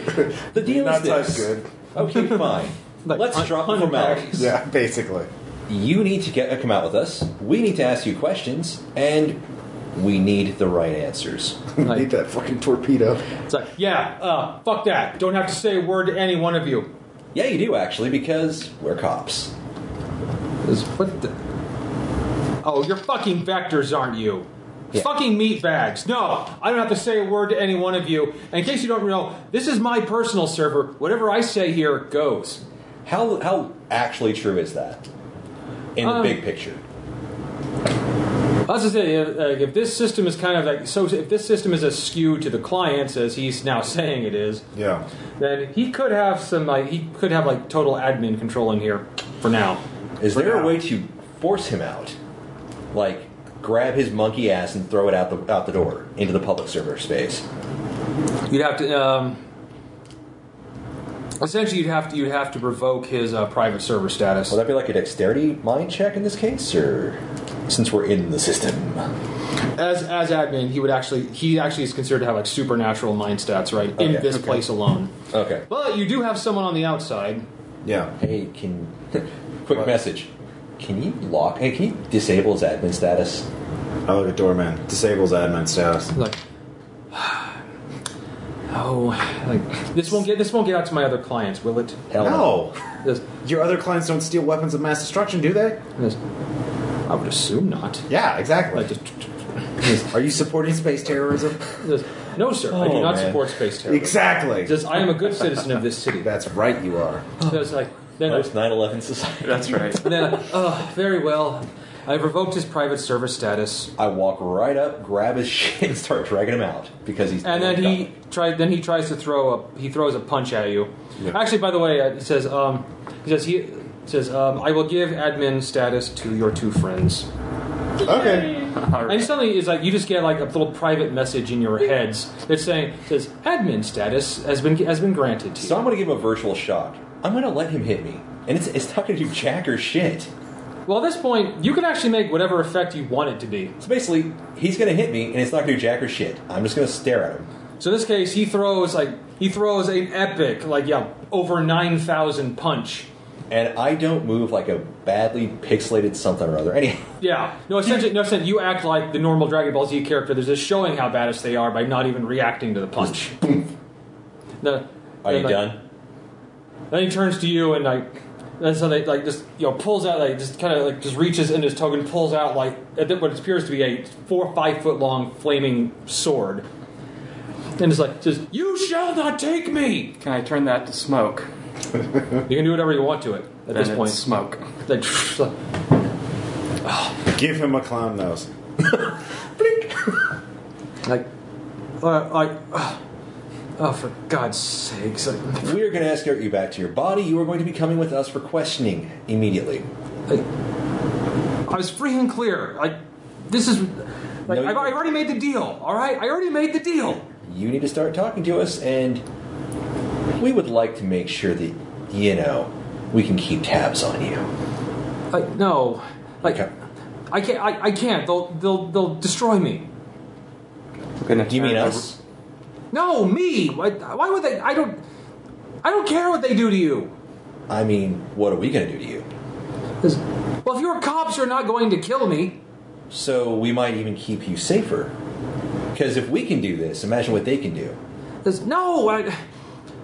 The deal
Not
is
type
this.
good.
Okay, fine.
Like,
Let's
un-
drop the
unpack.
formalities.
Yeah, basically.
You need to get, come out with us. We need to ask you questions, and we need the right answers.
Like,
Need that fucking torpedo.
It's like, yeah, uh, fuck that. Don't have to say a word to any one of you.
Yeah, you do actually, because we're cops.
Is what the? Oh, you're fucking vectors, aren't you?
Yeah.
Fucking meat bags. No, I don't have to say a word to any one of you. And in case you don't know, this is my personal server. Whatever I say here goes.
How how actually true is that in the
Um,
big picture?
As I say, if, like, if this system is kind of like so, if this system is as skewed to the clients as he's now saying it is,
Yeah.
then he could have some like he could have like total admin control in here for now.
Is there
now.
a way to force him out? Like grab his monkey ass and throw it out the out the door into the public server space.
You'd have to. Um, essentially, you'd have to you'd have to revoke his uh, private server status.
Would that be like a dexterity mind check in this case, or since we're in the system?
As as admin, he would actually he actually is considered to have like supernatural mind stats, right?
Okay,
in this
okay.
place alone.
Okay.
But you do have someone on the outside.
Yeah.
Hey, can quick
What?
message? Can you lock? Hey, can you disable his admin status?
I look at doorman. Disables admin status.
Like, oh, like this won't get this won't get out to my other clients, will it?
Hell
This,
Your other clients don't steal weapons of mass destruction, do they?
this, I would assume not.
Yeah, exactly.
Like, just,
Are you supporting space terrorism?
this- no, sir, I do
Oh,
not
man.
support space terrorism.
exactly.
Just, I am a good citizen of this city.
That's right, you are.
Just like, then I-
Post 9/11 society.
That's right.
And then, oh, very well. I've revoked his private server status.
I walk right up, grab his shit, and start dragging him out because he's.
And then he tried. Then he tries to throw a. He throws a punch at you. Actually, by the way, uh, he says. Um, he says he says. Um, I will give admin status to your two friends.
Okay.
And suddenly, it's like you just get like a little private message in your heads that's saying says admin status has been has been granted to you.
So I'm going to give him a virtual shock. I'm going to let him hit me, and it's it's not going to do jack or shit.
Well, at this point, you can actually make whatever effect you want it to be.
So basically, he's going to hit me, and it's not going to do jack or shit. I'm just going to stare at him.
So in this case, he throws like he throws an epic like yeah over nine thousand punch.
And I don't move like a badly pixelated something or other. Anyhow,
Yeah. No, essentially, no, essentially, you act like the normal Dragon Ball Z character. There's just showing how badass they are by not even reacting to the punch. No,
are
then,
you
like-
done?
Then he turns to you and like, and so they like just you know pulls out like just kind of like just reaches into his token, pulls out like at the- what appears to be a four or five foot long flaming sword, and it's like says, "You shall not take me."
Can I turn that to smoke?
You can do whatever you want to it at
Then
this
it's
point.
smoke.
Like,
Give him a clown nose.
like, uh, like, uh, oh, for God's sakes! Like,
We are going to escort you back to your body. You are going to be coming with us for questioning immediately.
Like, I was free and clear. Like, this is. Like,
No, you-
I've, I've already made the deal, alright? I already made the deal!
You need to start talking to us, and we would like to make sure that you know we can keep tabs on you.
Like, no. Like,
Okay.
I can't. I, I can't. They'll, they'll, they'll destroy me.
I'm gonna
Do you
turn
mean
uh,
the-
us?
No, me! Why, why would they. I don't. I don't care what they do to you!
I mean, what are we going to do to you?
'Cause- Well, if you're cops, you're not going to kill me.
So we might even keep you safer. Because if we can do this, imagine what they can do.
'Cause- no! I,
It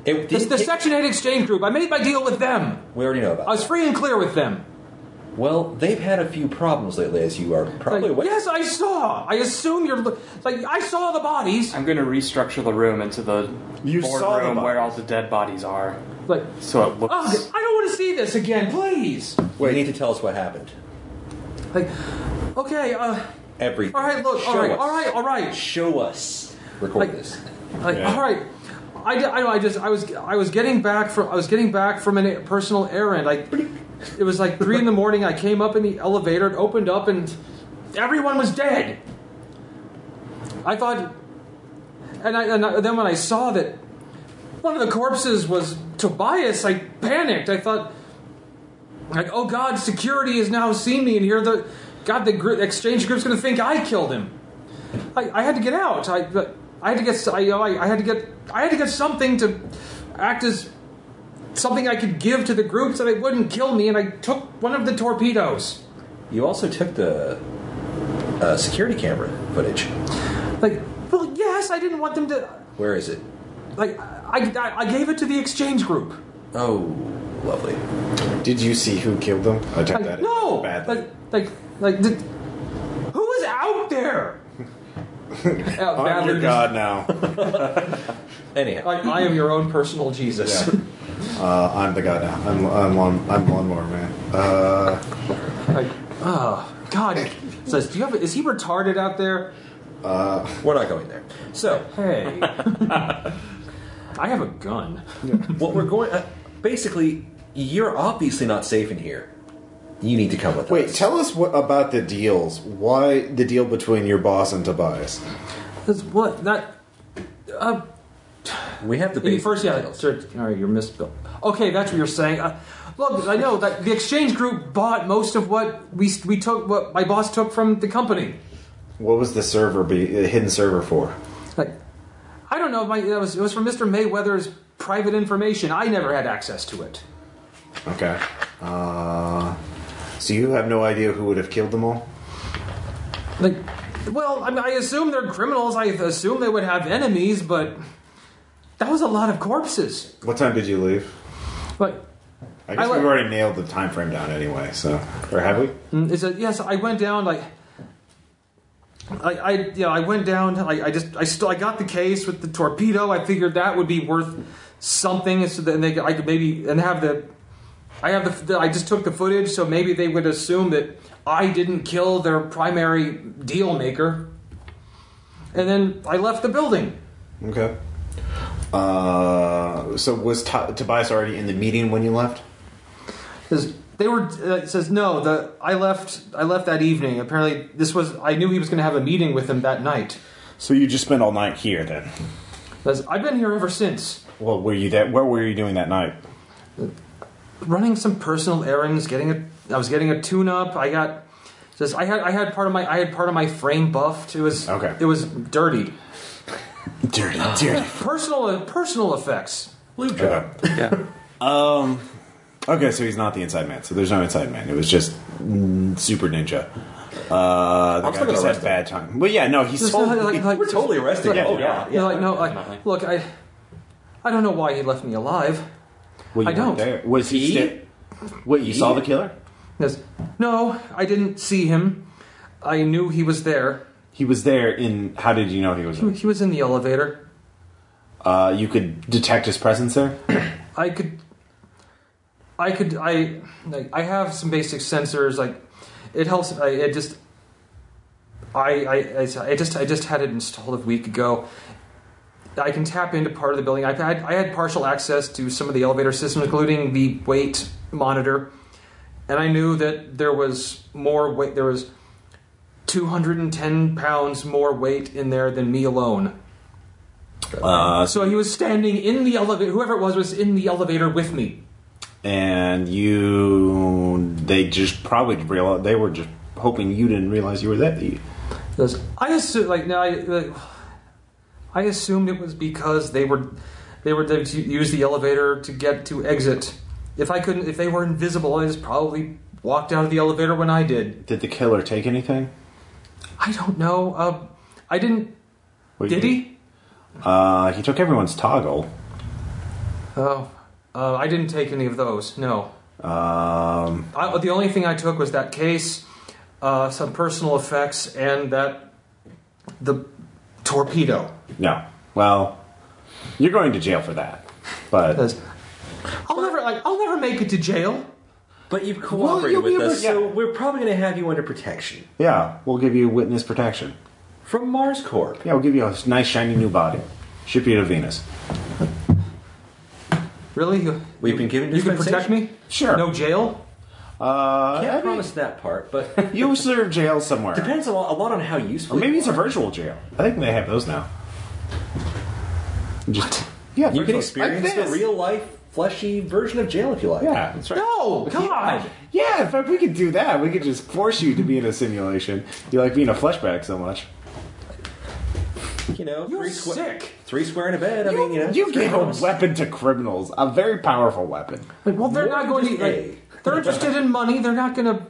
this,
didn't
the
take-
Section 8 Exchange Group, I made my deal with them.
we already know about.
I was free and clear with them.
that. Well, they've had a few problems lately, as you are probably
Like,
aware.
yes, I saw. I assume you're. lo- Like, I saw the bodies.
I'm gonna restructure the room into the
You saw the
boardroom
bodies.
where all the dead bodies are,
Like,
so it looks.
oh, I don't want to see this again, please.
You need to tell us what happened.
Like, okay, uh,
everything.
All right, look,
Show
all right,
us.
all right, all right.
Show us. Record
Like-
this.
Like,
Yeah.
all right. I, d- I, I just I was I was getting back from I was getting back from a personal errand. I it was like three in the morning. I came up in the elevator. It opened up and everyone was dead. I thought, and I and I, then when I saw that one of the corpses was Tobias, I panicked. I thought, like, oh God, security has now seen me and here the God the gr- exchange group's going to think I killed him. I, I had to get out. I, but I had to get. I, I, I had to get. I had to get something to act as something I could give to the group so they wouldn't kill me. And I took one of the torpedoes.
You also took the uh, security camera footage.
Like, well, yes, I didn't want them to.
Where is it?
Like, I, I, I gave it to the exchange group.
Oh, lovely.
Did you see who killed them? I took
Like,
that
no,
badly.
like, like, like, did, who was out there? Uh,
I'm
badly-
your god now.
Anyhow,
Like, I am your own personal Jesus.
Yeah. Uh, I'm the god now. I'm I'm lawn, I'm lawnmower man. Uh,
Like, oh, God. Says, do you have? a- Is he retarded out there?
we're not going there. So,
Hey. I have a gun.
what we're going uh, basically, you're obviously not safe in here. You need to come with
wait,
us.
tell us what about the deals. Why the deal between your boss and Tobias?
That's what? That. Uh,
we have the
you
basic
first, yeah.
details.
Sir, all right, you're misspelled. Okay, that's what you're saying. Uh, look, I know that the exchange group bought most of what we we took, what my boss took from the company.
What was the server be the hidden server for?
Like, I don't know. if My it was it was from Mr. Mayweather's private information. I never had access to it.
Okay. Uh, so you have no idea who would have killed them all?
Like, well, I, mean, I assume they're criminals. I assume they would have enemies, but that was a lot of corpses.
What time did you leave?
But
I guess
I le-
we've already nailed the time frame down anyway, so or have we?
Mm, Is that yes? I went down like. I, I you know I went down. I, I just I still I got the case with the torpedo. I figured that would be worth something, so then they could- I could maybe and have the I have the, the I just took the footage, so maybe they would assume that I didn't kill their primary deal maker. And then I left the building.
Mm-hmm. Okay. Uh, so was T- Tobias already in the meeting when you left?
Says they were uh, it says no. The I left I left that evening. Apparently this was I knew he was going to have a meeting with him that night.
So you just spent all night here then?
Says I've been here ever since.
Well, were you that? What were you doing that night?
running some personal errands, getting a I was getting a tune up. I got just I had I had part of my I had part of my frame buffed. It was
Okay.
It was dirty.
Dirty, dirty.
Personal personal effects.
Blue job.
Okay.
Yeah.
Um. Okay, so he's not the inside man. So there's no inside man. It was just mm, super ninja. Uh, the
I'm
guy
still gonna arrest
just had
him.
bad time. Well, yeah, no, he's
Just
told
like-
me-
like- like-
We're totally arresting.
Yeah,
him. oh
yeah.
yeah,
They're
yeah.
like no, like look, I I don't know why he left me alive.
Well, you
I don't.
weren't There.
Was he?
He?
Wait, you saw the killer?
Yes. No, I didn't see him. I knew he was there.
He was there in. How did you know he was? There?
He was in the elevator.
Uh, you could detect his presence there.
I could, I could, I, like, I have some basic sensors. Like, it helps. I it just, I, I, I, I just, I just had it installed a week ago. I can tap into part of the building. I had, I had partial access to some of the elevator systems, including the weight monitor, and I knew that there was more weight. There was. 210 pounds more weight in there than me alone.
Uh,
So he was standing in the elevator. Whoever it was was in the elevator with me.
and you, they just probably realized they were just hoping you didn't realize you were that.
Those- I assume, like, no, I, like, I assumed it was because they were, they were they used the elevator to get to exit. If I couldn't, if they were invisible, I just probably walked out of the elevator when I did.
Did the killer take anything?
I don't know. Uh, I didn't.
What
Did he?
Uh, he took everyone's toggle.
Oh, uh, I didn't take any of those. No.
Um,
I, the only thing I took was that case, uh, some personal effects, and that the torpedo.
no. Well, you're going to jail for that. But
I'll never, like, I'll never make it to jail.
But you've
Well,
cooperated
you'll be
with
able-
us, so we're probably going to have you under protection
Yeah, we'll give you witness protection.
from Mars Corp.
Yeah, we'll give you a nice shiny new body. Ship you to Venus.
Really? You,
We've been given
you can
dispensation.
protect me?
Sure.
No jail?
uh,
Can't
I mean,
promise that part, but
you serve jail somewhere.
depends a lot, a lot on how useful.
Or maybe it's a
you are.
virtual jail. I think they have those now. Just, yeah,
You can
virtual-
experience
like
the
this.
real life, fleshy version of jail if you like.
Yeah, that's right.
No! God!
Yeah, in fact, we could do that. We could just force you to be in a simulation. You like being a fleshback so much.
You know,
You're
three, squa-
sick.
three square in a bed. I mean, you know,
You gave a
promise.
weapon to criminals, a very powerful weapon.
Well, they're
More
not going to.
than
Like, they're interested in money. They're not going to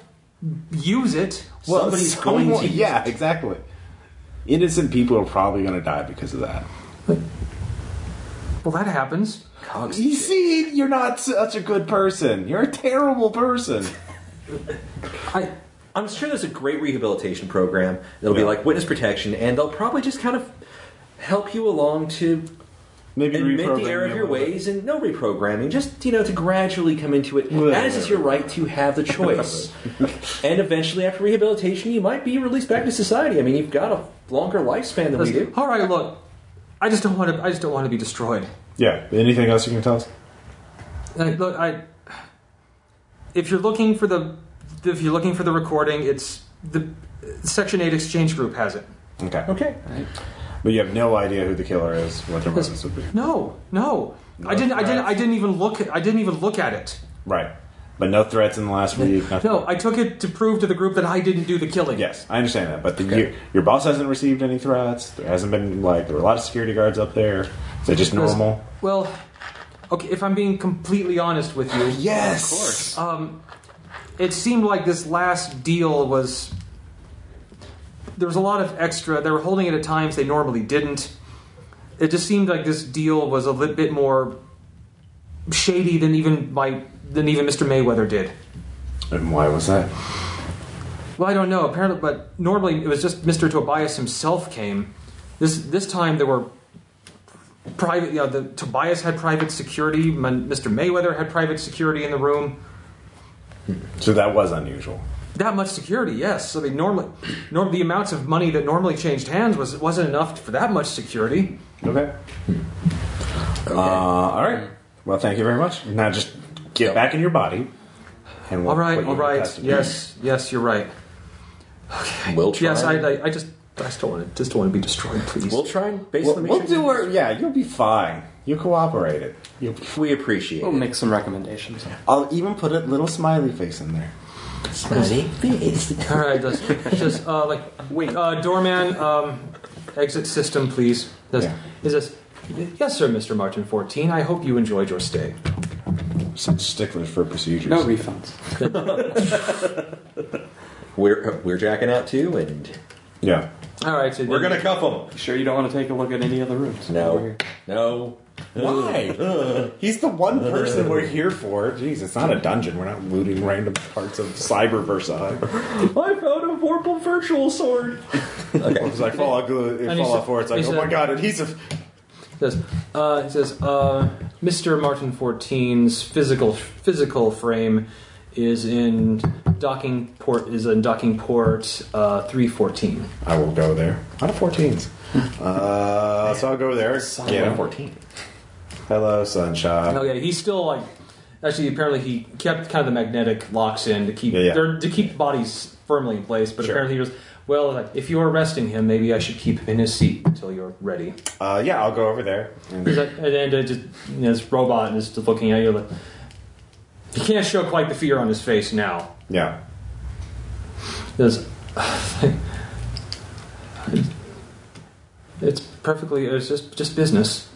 use it.
Well,
Somebody's
someone-
going to use
Yeah, exactly. Innocent people are probably going to die because of that.
Well, that happens.
Cogs-
You see, you're not such a good person. You're a terrible person.
I.
I'm sure there's a great rehabilitation program that'll be
Yeah.
like witness protection, and they'll probably just kind of help you along to
Maybe
admit
reprogram
the error
you
of
a
your
little bit.
ways and no reprogramming, just you know to gradually come into it.
Right,
That is
right,
just your right to have the choice, and eventually after rehabilitation, you might be released back to society. I mean, you've got a longer lifespan than we do.
All right, look. I just don't want to. I just don't want to be destroyed.
Yeah. Anything else you can tell us?
Like, look, I. If you're looking for the, if you're looking for the recording, it's the Section Eight Exchange Group has it.
Okay.
Okay,
But you have no idea who the killer is, what their motives would be.
No, no. I didn't. I didn't. I didn't even look. I didn't even look at it.
Right. But no threats in the last week. Nothing.
No, I took it to prove to the group that I didn't do the killing.
Yes, I understand that. But the,
Okay.
your, your boss hasn't received any threats. There hasn't been, like, there were a lot of security guards up there. Is that just
Because-
normal?
Well, okay. If I'm being completely honest with you,
Yes! Of course.
um, it seemed like this last deal was there was a lot of extra. They were holding it at times they normally didn't. It just seemed like this deal was a little bit more shady than even my than even Mr. Mayweather did.
And why was that?
Well, I don't know. Apparently, but normally it was just Mr. Tobias himself came. This this time there were private. You know, the Tobias had private security. Mon- Mr. Mayweather had private security in the room.
So that was unusual.
That much security, yes. I mean, normally, norm- the amounts of money that normally changed hands was wasn't enough for that much security.
Okay. Uh, all right. Well, thank you very much. Now just get
Yep.
back in your body. And we'll
All right,
put you
all
in
right.
custody.
Yes, yes, you're right.
we'll try.
Yes, I, I, I just, I just don't want to, just don't want to be destroyed, please.
we'll try and
We'll,
basically
we'll
make sure
do our, yeah, you'll be fine. You cooperated. You'll be
we appreciate.
We'll
it.
make some recommendations.
I'll even put a little smiley face in there.
All right, just, just uh, like wait,
Ah.
uh, doorman, um, exit system, please. Does,
Yeah.
Is this? Yes, sir, Mister Martin Fourteen. I hope you enjoyed your stay.
Such sticklers for procedures.
No refunds.
We're we're jacking out too, and
yeah.
All right, so
we're gonna cuff them.
You sure you don't want to take a look at any other rooms? Over
No,
here.
no.
Why? He's the one person we're here for. Jeez, it's not a dungeon. We're not looting random parts of Cyber Versailles.
I found a vorpal virtual sword.
It's like Fallout, Glu-
And he
Fallout
said-
4. It's like,
he
oh my
said-
god, adhesive.
Says, uh, it says, uh, Mr. Martin 14's physical physical frame is in docking port is in docking port uh, 314.
I will go there. Out of 14s. uh, so I'll go there. Yeah.
fourteen.
Hello, sunshine.
Oh yeah, he's still like actually apparently he kept kind of the magnetic locks in to keep
Yeah, yeah.
they're- to keep bodies firmly in place, but
Sure.
apparently he was well like, if you're arresting him, maybe I should keep him in his seat until you're ready.
Uh, yeah, I'll go over there.
He's like, and then uh, just you know, this robot is just looking at you like he can't show quite the fear on his face now.
Yeah.
There's- it's perfectly. It's just just business.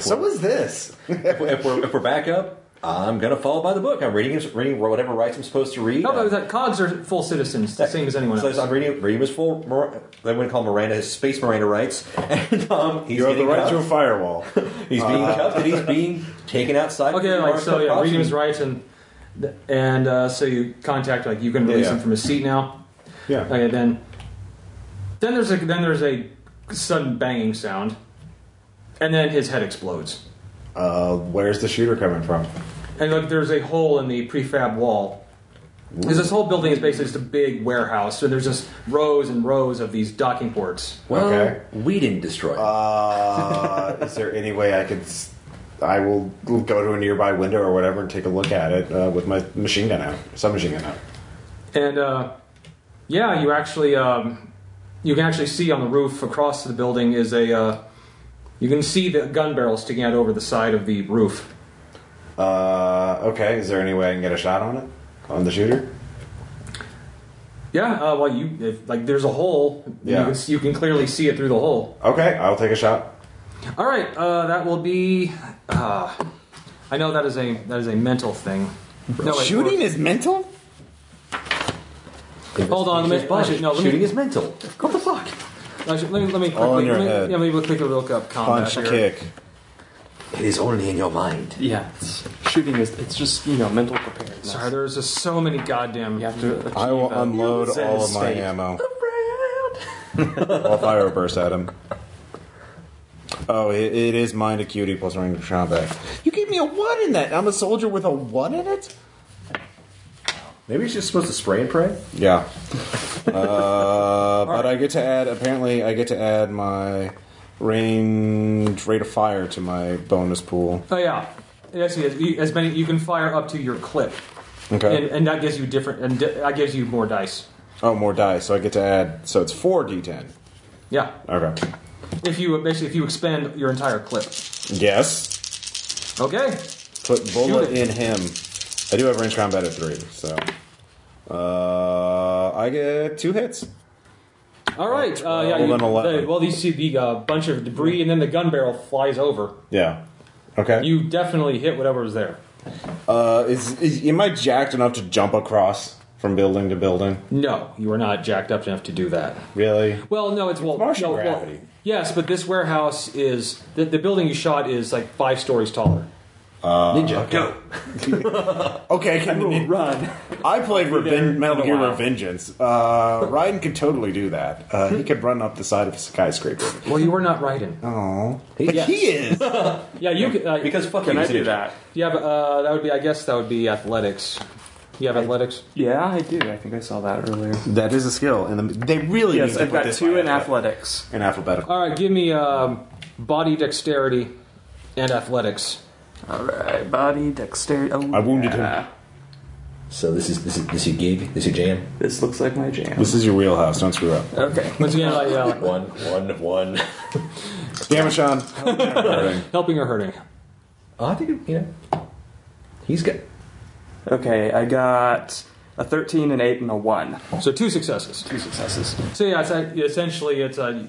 So was this.
If, we- if, we're, if we're back up, I'm gonna follow by the book. I'm reading reading whatever rights I'm supposed to read.
No, Oh, but that cogs are full citizens, the same as anyone
So
else.
I'm reading reading his full. Mor- They wouldn't call Miranda his space Miranda rights, and um, he's
You have the
getting
right Uh. to a
cuffed.
firewall.
He's being cuffed and he's being taken outside.
Okay,
for the
like
armed
so, yeah,
cuffs.
reading his rights and and uh, so you contact like you can release
Yeah, yeah.
him from his seat now.
Yeah.
Okay, then then there's a then there's a sudden banging sound, and then his head explodes.
Uh, where's the shooter coming from?
and like there's a hole in the prefab wall. Because this whole building is basically just a big warehouse, so there's just rows and rows of these docking ports.
Well,
Okay.
we didn't destroy it.
Uh, is there any way I could? s- I will go to a nearby window or whatever and take a look at it uh, with my machine gun out, submachine gun out.
And uh, yeah, you actually um, you can actually see on the roof across the building is a uh, you can see the gun barrel sticking out over the side of the roof.
Uh, okay, is there any way I can get a shot on it? On the shooter?
Yeah, uh, well, you if, like there's a hole.
Yeah.
You can, you can clearly see it through the hole.
Okay, I'll take a shot.
All right, uh, that will be. Uh, I know that is a that is a mental thing. No, wait,
Shooting is mental?
Hold on, let me-
Just botched.
actually, no, let me-
shooting is mental. What the fuck?
Let me let me
All
quickly,
in your
let me,
head.
yeah, let me quickly look up combat
Punch,
here.
kick.
It is only in your mind.
Yeah, it's, shooting is it's just you know mental preparedness.
Sorry, there's just so many goddamn.
You have to. Achieve,
I will
uh,
unload
Zen
all of my
state.
ammo. I'll fire a burst at him. Oh, it, it is mind acuity plus range of combat. You gave me a one in that. I'm a soldier with a one in it.
Maybe it's just supposed to spray and pray.
Yeah. Uh, but I get to add. Apparently, I get to add my range rate of fire to my bonus pool.
Oh yeah, yes, yes. You, as many you can fire up to your clip,
Okay.
and, and that gives you different, and di- that gives you more dice.
oh, more dice. So I get to add. So it's four d10.
Yeah,
Okay.
if you basically if you expend your entire clip.
Yes.
Okay,
Put bullet
Shoot it.
in him. I do have range combat at three, so uh, I get two hits.
all right. Uh, yeah,
Twelve
you,
and eleven.
they- well, you see the uh, bunch of debris, and then the gun barrel flies over.
Yeah. Okay.
You definitely hit whatever was there.
uh, is, is am I jacked enough to jump across from building to building?
No, you are not jacked up enough to do that.
Really?
Well, no, it's well,
Martian
no, well,
gravity.
yes, but this warehouse is the, the building you shot is like five stories taller.
Ninja, go.
Okay, I, can,
Run.
I played Reven- Metal Gear
while.
Revengeance. Uh, Raiden could totally do that. Uh, he could run up the side of a skyscraper.
Well, you were not riding.
Oh. But
Yes.
he is.
Yeah, you could, uh,
Because fuck
Can
you,
I
it's
do
ninja.
that?
Yeah, but uh, that would be. I guess that would be athletics. You have athletics.
Yeah, I do. I think I saw that earlier.
that is a skill, and they really
Yes,
need to
I've
put
got
this
two
by
in
alpha-
athletics.
in alphabetical.
All right, give me um, body dexterity and athletics.
All right, body, dexterity. Oh,
I wounded him.
yeah.
So this is this is this your gig, this your jam.
This looks like my jam.
This is your wheelhouse. Don't screw up.
Okay.
Once again, like, uh,
One, one, one.
Damn it, Sean. Alright.
helping or hurting.
Oh, I think it- you know he's got.
Okay, I got a 13, an 8, and a 1.
So two successes.
Two successes.
So yeah, it's, uh, essentially it's a.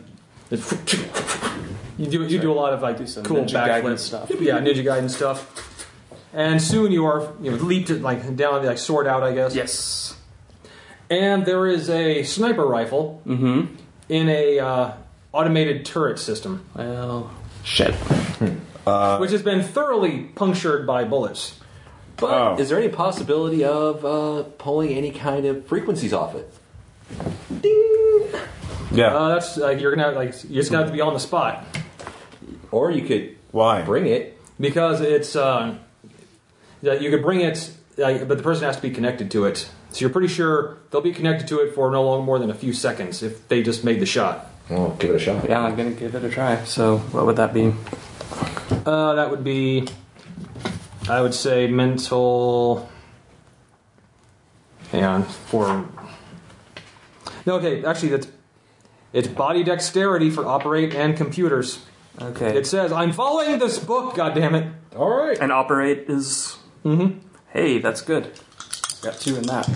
It's, you do you do a lot of like
some
cool
Ninja Gaiden
backflip
stuff.
Yeah, ninja guidance stuff. And soon you are you know, leaped it like down like sword out, I guess.
Yes.
And there is a sniper rifle
Mm-hmm.
in a uh, automated turret system.
Well, shit.
which has been thoroughly punctured by bullets.
But
Oh.
is there any possibility of uh, pulling any kind of frequencies off it?
Yeah.
Uh, that's like you're gonna have, like you're just gonna have to be on the spot
Or you could
Why?
bring it.
because it's uh, that you could bring it, like, but the person has to be connected to it. So you're pretty sure they'll be connected to it for no longer more than a few seconds if they just made the shot.
Well, give it a shot.
Yeah, I'm gonna give it a try. So, what would that be?
Uh, that would be, I would say, mental. Hang on for. No, okay. Actually, that's it's body dexterity for operate and computers.
Okay.
It says, I'm following this book, goddammit.
All right.
and operate is. Mm-hmm. Hey, that's good. Got two in that.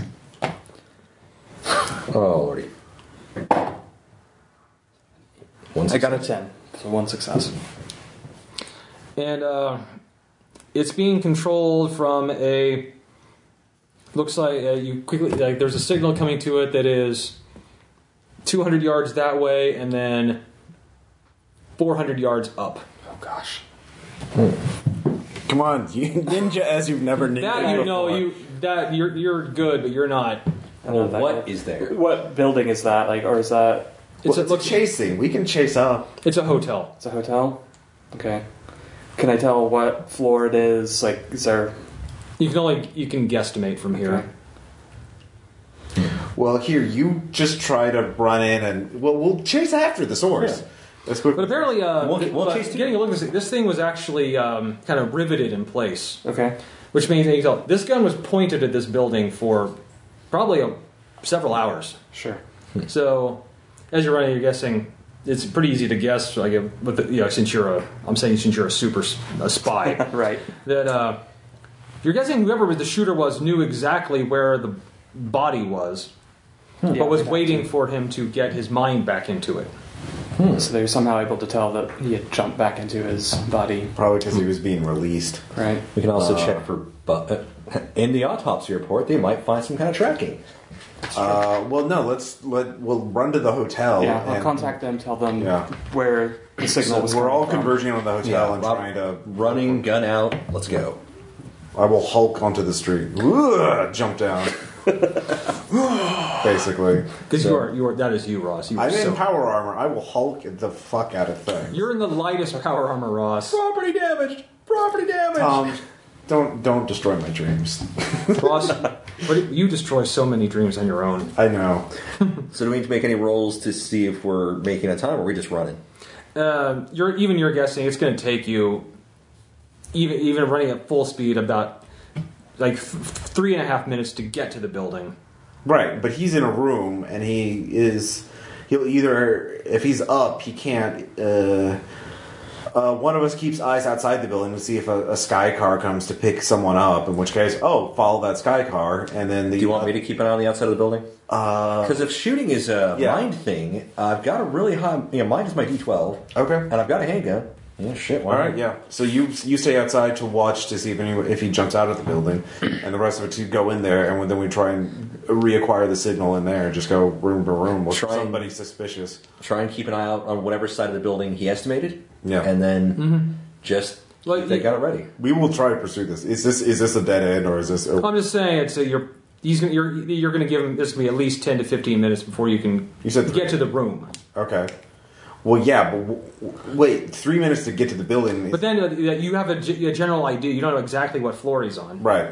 Oh lordy. One
I got a 10. So, one success.
And uh, it's being controlled from a. Looks like uh, you quickly. Like, there's a signal coming to it that is 200 yards that way and then 400 yards up.
oh gosh. Hmm. Come on, you ninja as you've never ninja.
That you know you that you're you're good, but you're not.
Well, what is there?
What building is that? Like, or is that.
It's a, look,
chasing. We can chase up.
it's a hotel.
It's a hotel? Okay. Can I tell what floor it is? Like, is there
You can only you can guesstimate from here.
Well, here you just try to run in, and well, we'll chase after the source. That's what.
But apparently, uh,
We'll-
th-
we'll
but
taste it.
getting a look at this, this thing was actually um, kind of riveted in place,
Okay.
which means that you can tell this gun was pointed at this building for probably a, several hours.
Sure.
So, as you're running, you're guessing. It's pretty easy to guess, like, uh, with the, you know, since you're a, I'm saying since you're a super s- a spy,
Right.
that uh, you're guessing whoever the shooter was knew exactly where the body was,
Yeah,
but was
we'd have
waiting for him to get his mind back into it.
So they were somehow able to tell that he had jumped back into his body,
Probably because he was being released.
right?
We can also check for. Bu- uh, in the autopsy report, they might find some kind of tracking.
Uh, well, no. Let's let we'll run to the hotel.
yeah, I'll
Oh, and-
contact them, tell them
Yeah.
where the signal
So
was
we're
coming
all
from.
converging on the hotel and
Rob-
trying to.
running gun out. Let's go.
I will Hulk onto the street. Ugh, jump down. Basically,
Because you are, you are, that is you, Ross. You are
I'm
so-
in power armor. I will Hulk the fuck out of things.
You're in the lightest power armor, Ross.
Property damaged. Property damaged.
Um, don't don't destroy my dreams.
Ross, but you destroy so many dreams on your own.
I know.
so do we need to make any rolls to see if we're making a time, or are we just running?
Uh, you're even you're guessing it's going to take you, even even running at full speed, about like th- three and a half minutes to get to the building.
Right, but he's in a room and he is. He'll either if he's up, he can't. Uh, uh, one of us keeps eyes outside the building to see if a, a sky car comes to pick someone up. In which case, oh, follow that sky car, and then the. uh,
Do you want me to keep an eye on the outside of the building? Because Uh, if shooting is a
yeah.
mind thing, I've got a really high. You know, mine is my D12.
Okay.
And I've got a handgun. Yeah, shit. Why
All
not?
right, yeah. So you you stay outside to watch to see if any, if he jumps out of the building, and the rest of us you go in there, and then we try and reacquire the signal in there, and just go room to room. Look for
Try and-
somebody suspicious.
Try and keep an eye out on whatever side of the building he estimated.
Yeah.
And then just
Like,
they
you-
got it ready.
We will try to pursue this. Is this is this a dead end or is this? A,
I'm just saying it's a, you're he's gonna, you're you're going to give him this going to be at least ten to fifteen minutes before you can
You said three.
get to the room.
Okay. Well, yeah, but w- w- wait, three minutes to get to the building.
But then uh, you have a, g- a general idea. You don't know exactly what floor he's on.
right.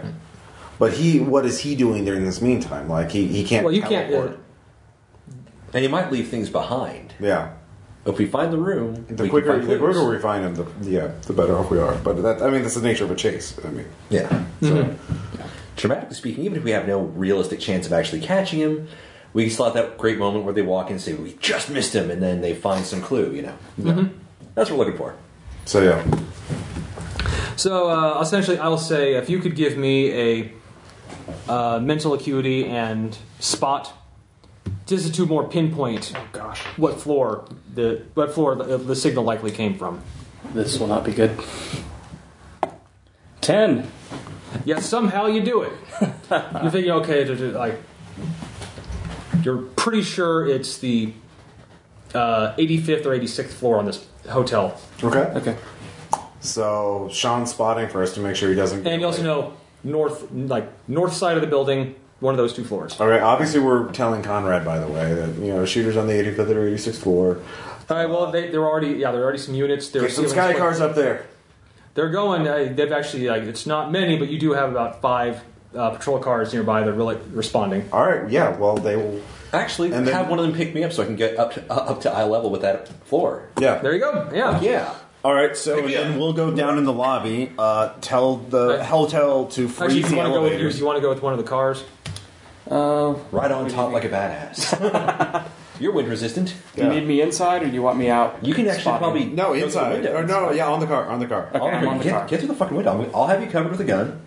But he, what is he doing during this meantime? Like he, he can't.
Well, you can't.
teleport.
uh,
And he might leave things behind.
yeah.
If we find the room,
The
uh, we can
quicker,
find
the
clues.
quicker we find him, the yeah, the better off we are. But that, I mean, that's the nature of a chase. I mean,
Yeah. So, dramatically speaking, even if we have no realistic chance of actually catching him, we can still have that great moment where they walk in and say, We just missed him, and then they find some clue, you know? That's what we're looking for.
so yeah.
So uh, essentially, I'll say if you could give me a uh, mental acuity and spot, just to more pinpoint. Oh gosh, what floor the what floor the, the signal likely came from?
This will not be good. Ten.
Yet somehow you do it. You're thinking, okay, to, to, like you're pretty sure it's the uh, 85th or 86th floor on this hotel,
Okay.
Okay.
So Sean's spotting for us to make sure he doesn't. get
and you also
away.
know north, like north side of the building, one of those two floors.
All right. Obviously, we're telling Conrad, by the way, that you know shooters on the 85th or 86th floor.
All right. Well, they, they're already yeah. There are already some units. They're
Get some
sealing
sky
split-
cars up there.
They're going. Uh, they've actually like it's not many, but you do have about five uh, patrol cars nearby. They're really responding.
All right. Yeah. Well, they will.
Actually,
And then-
have one of them pick me up so I can get up to, uh, up to eye level with that floor.
Yeah.
There you go. Yeah.
Yeah.
All right, so then we'll go down in the lobby. Uh, tell the
Right.
hotel to
Actually,
freeze
if you
the
want to go with you,
elevators.
you want to go with one of the cars.
Uh,
Right on top like a badass. You're wind resistant.
do you
Yeah.
need me inside or do you want me out?
You can actually
spotting?
probably.
no,
go through the
inside
window.
or no? Yeah, on the car, on the car.
Okay, I'm on the
get,
car.
get through the fucking window. I'll- I'll have you covered with a gun.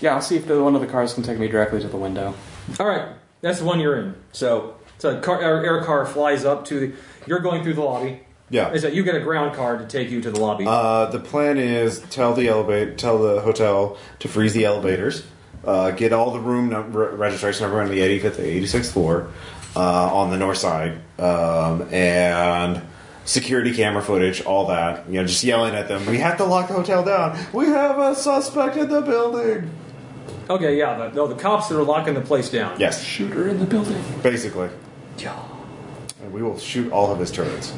Yeah, I'll see if the, one of the cars can take me directly to the window.
All right. That's the one you're in.
So,
So a car, air, air car flies up to the. You're going through the lobby.
Yeah.
Is that you get a ground car to take you to the lobby?
Uh, the plan is tell the elevate, tell the hotel to freeze the elevators, uh, get all the room num- re- registration number on the 85th to 86th floor uh, on the north side, um, and security camera footage, all that. You know, just yelling at them. We have to lock the hotel down. We have a suspect in the building.
okay. Yeah. The, no, the cops that are locking the place down.
Yes,
Shooter in the building.
basically,
yeah.
and we will shoot all of his turrets.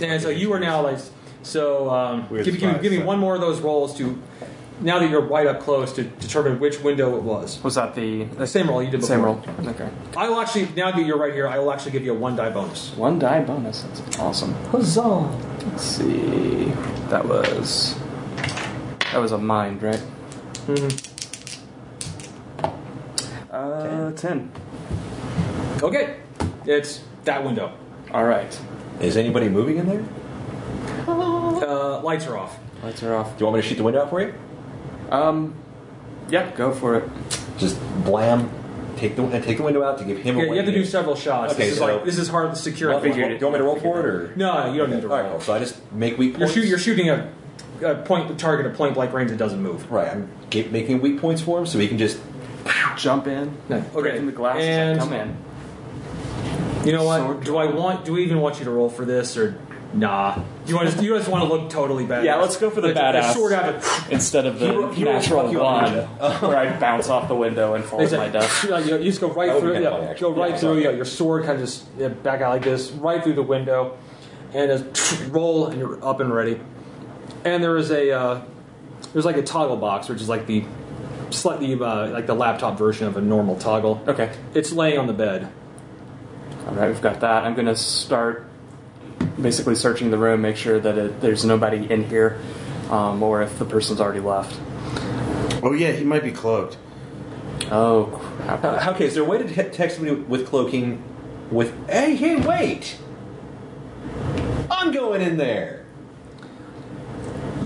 And so you are now like so. Um,
We're
give, give,
spies,
give me
so-
one more of those rolls to now that you're right up close to determine which window it was.
Was that the
The same roll you did before.
same roll? Okay.
I will actually now that you're right here, I will actually give you a one die bonus.
One die bonus. That's awesome.
Huzzah!
Let's see. That was that was a mind, right?
Mm-hmm.
Uh, ten.
Okay, it's that window.
All right.
Is anybody moving in there?
Uh, lights are off.
Lights are off.
Do you want me to shoot the window out for you?
Um, yeah, go for it.
Just blam, take the and take the window out to give him.
Yeah,
a
you have to do several shots.
Okay,
this is
so-
like this is hard to
Do
secure.
you
at
want me
the
to roll- do you want me to roll for it or?
No, you don't need to
All right,
roll.
cool. So I just make weak
You're,
points.
shoot, you're shooting a, a point target at point blank range that doesn't move.
Right, I'm ge- making weak points for him so he can just.
Jump in.
No.
Break
Okay.
in the glass.
And
come in.
you know what?
Sword
do I want? Do we even want you to roll for this or nah? You want? You just want to look totally bad.
Yeah, let's go for the
they,
badass.
They sort out a-
Instead of
You
the
roll- you roll
natural
fuck you
one,
up,
where I bounce off the window and fall
They
to my
said,
death.
"Yeah, you, you just go
That
right
would
through.
be
Yeah,
kinda funny,
go
actually.
right
Yeah,
through.
sorry.
Yeah, your sword kind of just yeah, back out like this, right through the window, and just roll, and you're up and ready. And there is a uh, there's like a toggle box, which is like the slightly uh, like the laptop version of a normal toggle.
Okay.
It's laying on the bed.
All right, we've got that. I'm gonna start basically searching the room, make sure that it, there's nobody in here, um, or if the person's already left.
Oh yeah, he might be cloaked.
Oh crap!
Uh, okay, is there a way to te- text somebody with cloaking? With hey, hey, wait! I'm going in there.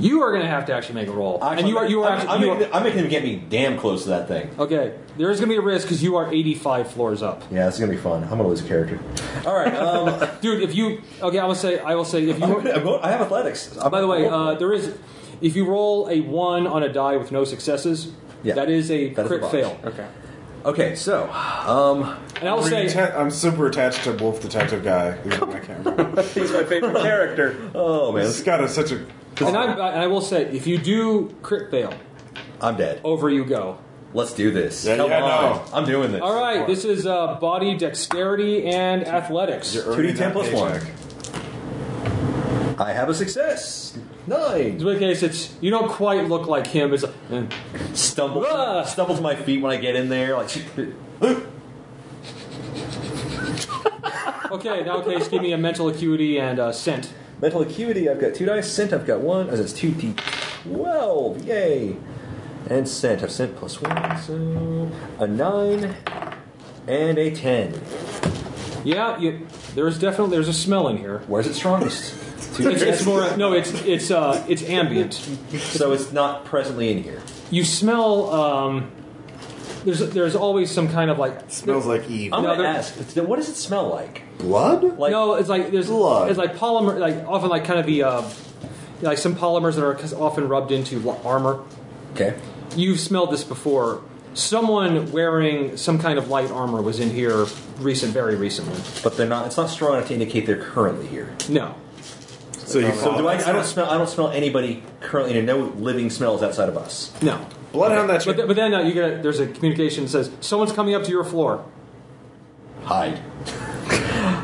You are going to have to actually make a roll, and you are you are
I'm,
actually,
I'm
you
making,
are-
I'm making him get me damn close to that thing.
okay. There is going to be a risk because you are 85 floors up,
Yeah, this is gonna be fun. I'm gonna lose a character. All right, um,
dude. If you okay, I will say I will say if you
I'm gonna- I'm going- I have athletics. Oh, I'm
By the way,
gonna-
uh, there is if you roll a one on a die with no successes,
Yeah.
that is a
That is a
crit
botch.
fail.
Okay.
okay, so um,
And I'll say
Reta- I'm super attached to Wolf Detective Guy. even though I can't remember.
He's my favorite character.
oh man,
He's got a, such a.
and I, and I will say if you do crit fail,
I'm dead.
over you go.
Let's do this.
Yeah,
Come
yeah,
on,
no.
I'm doing this.
All right, this is uh, body dexterity and athletics.
You're
Two D
earning
ten
that
plus one.
paycheck.
I have a success. Nine.
In which case, it's you don't quite look like him. It's like, eh.
Stumble,
Ah.
stumble to my feet when I get in there. Like,
okay. Now, case, give me a mental acuity and uh, scent.
mental acuity. I've got two dice. Scent. I've got one. Oh, that's two D twelve. Yay! And scent. I've sent plus one. So a nine and a ten.
Yeah, you, there's definitely there's a smell in here.
Where's it strongest? Two
It's, it's
D10.
more no, it's it's uh, it's ambient.
so it's not presently in here.
you smell um there's there's always some kind of like
Smells like E Eve.
I'm
No,
gonna
there-
ask. What does it smell like?
Blood?
Like
no it's like there's
Blood.
it's like polymer like often like kind of the uh like some polymers that are cus- often rubbed into lo- armor
okay.
you've smelled this before someone wearing some kind of light armor was in here recent very recently
But they're not. It's not strong enough to indicate they're currently here.
no
So you
So
fall.
do I, I don't smell. I don't smell anybody currently. And no living smells outside of us.
no
Bloodhound that
but,
shit.
th- but then uh, you get a, there's a communication that says someone's coming up to your floor
Hide.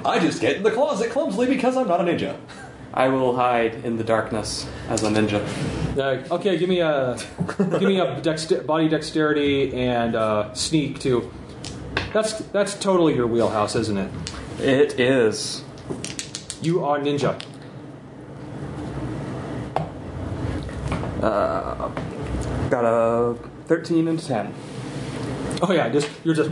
I just get in the closet clumsily because I'm not a ninja.
I will hide in the darkness as a ninja.
Uh, okay, give me a give me a dexte- body dexterity and uh, sneak too. That's that's totally your wheelhouse, isn't it?
It is.
You are ninja.
Got a 13 and 10.
Oh yeah, just you're just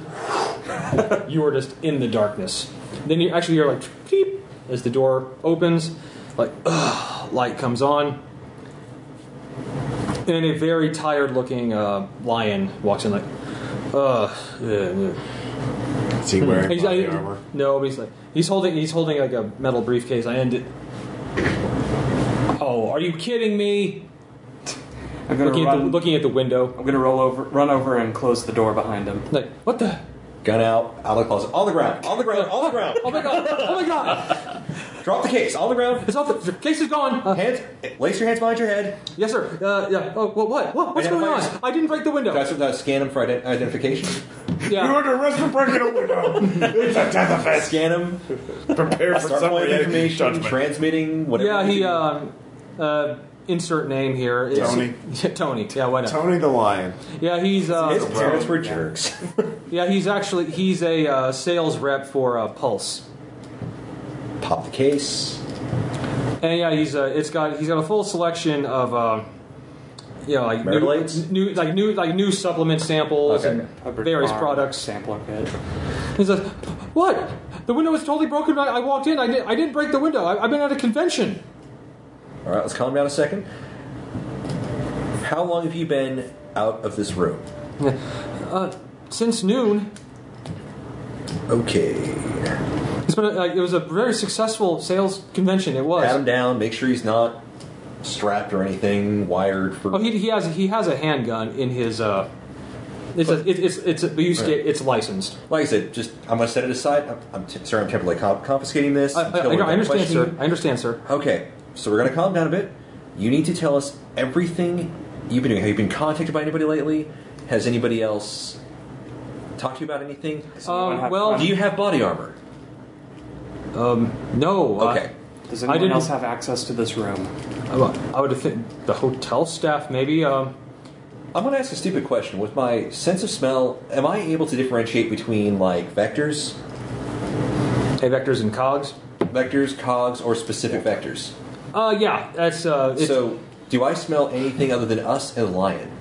you are just in the darkness. Then you actually you're like beep as the door opens, like ugh, light comes on, and a very tired looking uh, lion walks in like, ugh. yeah, yeah."
Is he wearing
He's-
body
I-
armor?
No, but he's like he's holding he's holding like a metal briefcase. I end it. Oh, are you kidding me?
I'm gonna
Looking at, the,
run.
looking at the window,
I'm gonna roll over, run over, and close the door behind him.
like what the?
Gun out. Out of the closet. On the ground. On the ground. On the ground.
Oh my god! Oh my god!
Drop the case. On the ground.
It's off. The case is gone. Uh,
Hands. Lace your hands behind your head.
yes, sir. Uh, yeah. Oh, well, what? what? What's going on? I didn't break the window.
That's uh, scan them for ident- identification.
Yeah.
under arrest for breaking a window. it's a death offense.
Scan them.
Prepare for
Start point
summary
of information.
judgment.
Transmitting. Whatever.
Yeah.
you
He
do.
um, uh, insert name here. Is,
Tony.
Yeah, Tony. Yeah, why not?
Tony the Lion.
Yeah, he's
His
uh,
parents were jerks.
yeah, he's actually he's a uh, sales rep for uh, Pulse.
Pop the case.
And yeah, he's uh, it's got he's got a full selection of uh, you know like
Metablates?
new, new like new like new supplement samples
Okay.
and various products. Uh,
Sampler kit.
He says, "What? The window was totally broken. I, I walked in. I, did, I didn't break the window. I, I've been at a convention.
All right, let's calm down a second. How long have you been out of this room?
Uh, since noon,
Okay.
it's been a, like, it was a very successful sales convention. It was.
Pat him down. Make sure he's not strapped or anything, wired for.
Oh, he, he has he has a handgun in his. Uh, it's a, it, it's it's a, but you sta- it's licensed.
like I said, just I'm going to set it aside. I'm, I'm t- sorry, I'm temporarily comp- confiscating this.
I, I,
until we're
I
done
understand,
questioning.
sir. I understand, sir.
Okay, so we're gonna calm down a bit. You need to tell us everything you've been doing. Have you been contacted by anybody lately? Has anybody else talked to you about anything?
Um, well,
Do you have body armor?
no. uh,
Okay.
Does
I
anyone
didn't-
else have access to this room?
I, I would think the hotel staff maybe. Um,
I'm gonna ask a stupid question. With my sense of smell, am I able to differentiate between like vectors,
hey, vectors and cogs.
vectors, cogs, or specific vectors?
Uh, yeah, that's uh. It's,
So, do I smell anything other than us and lion?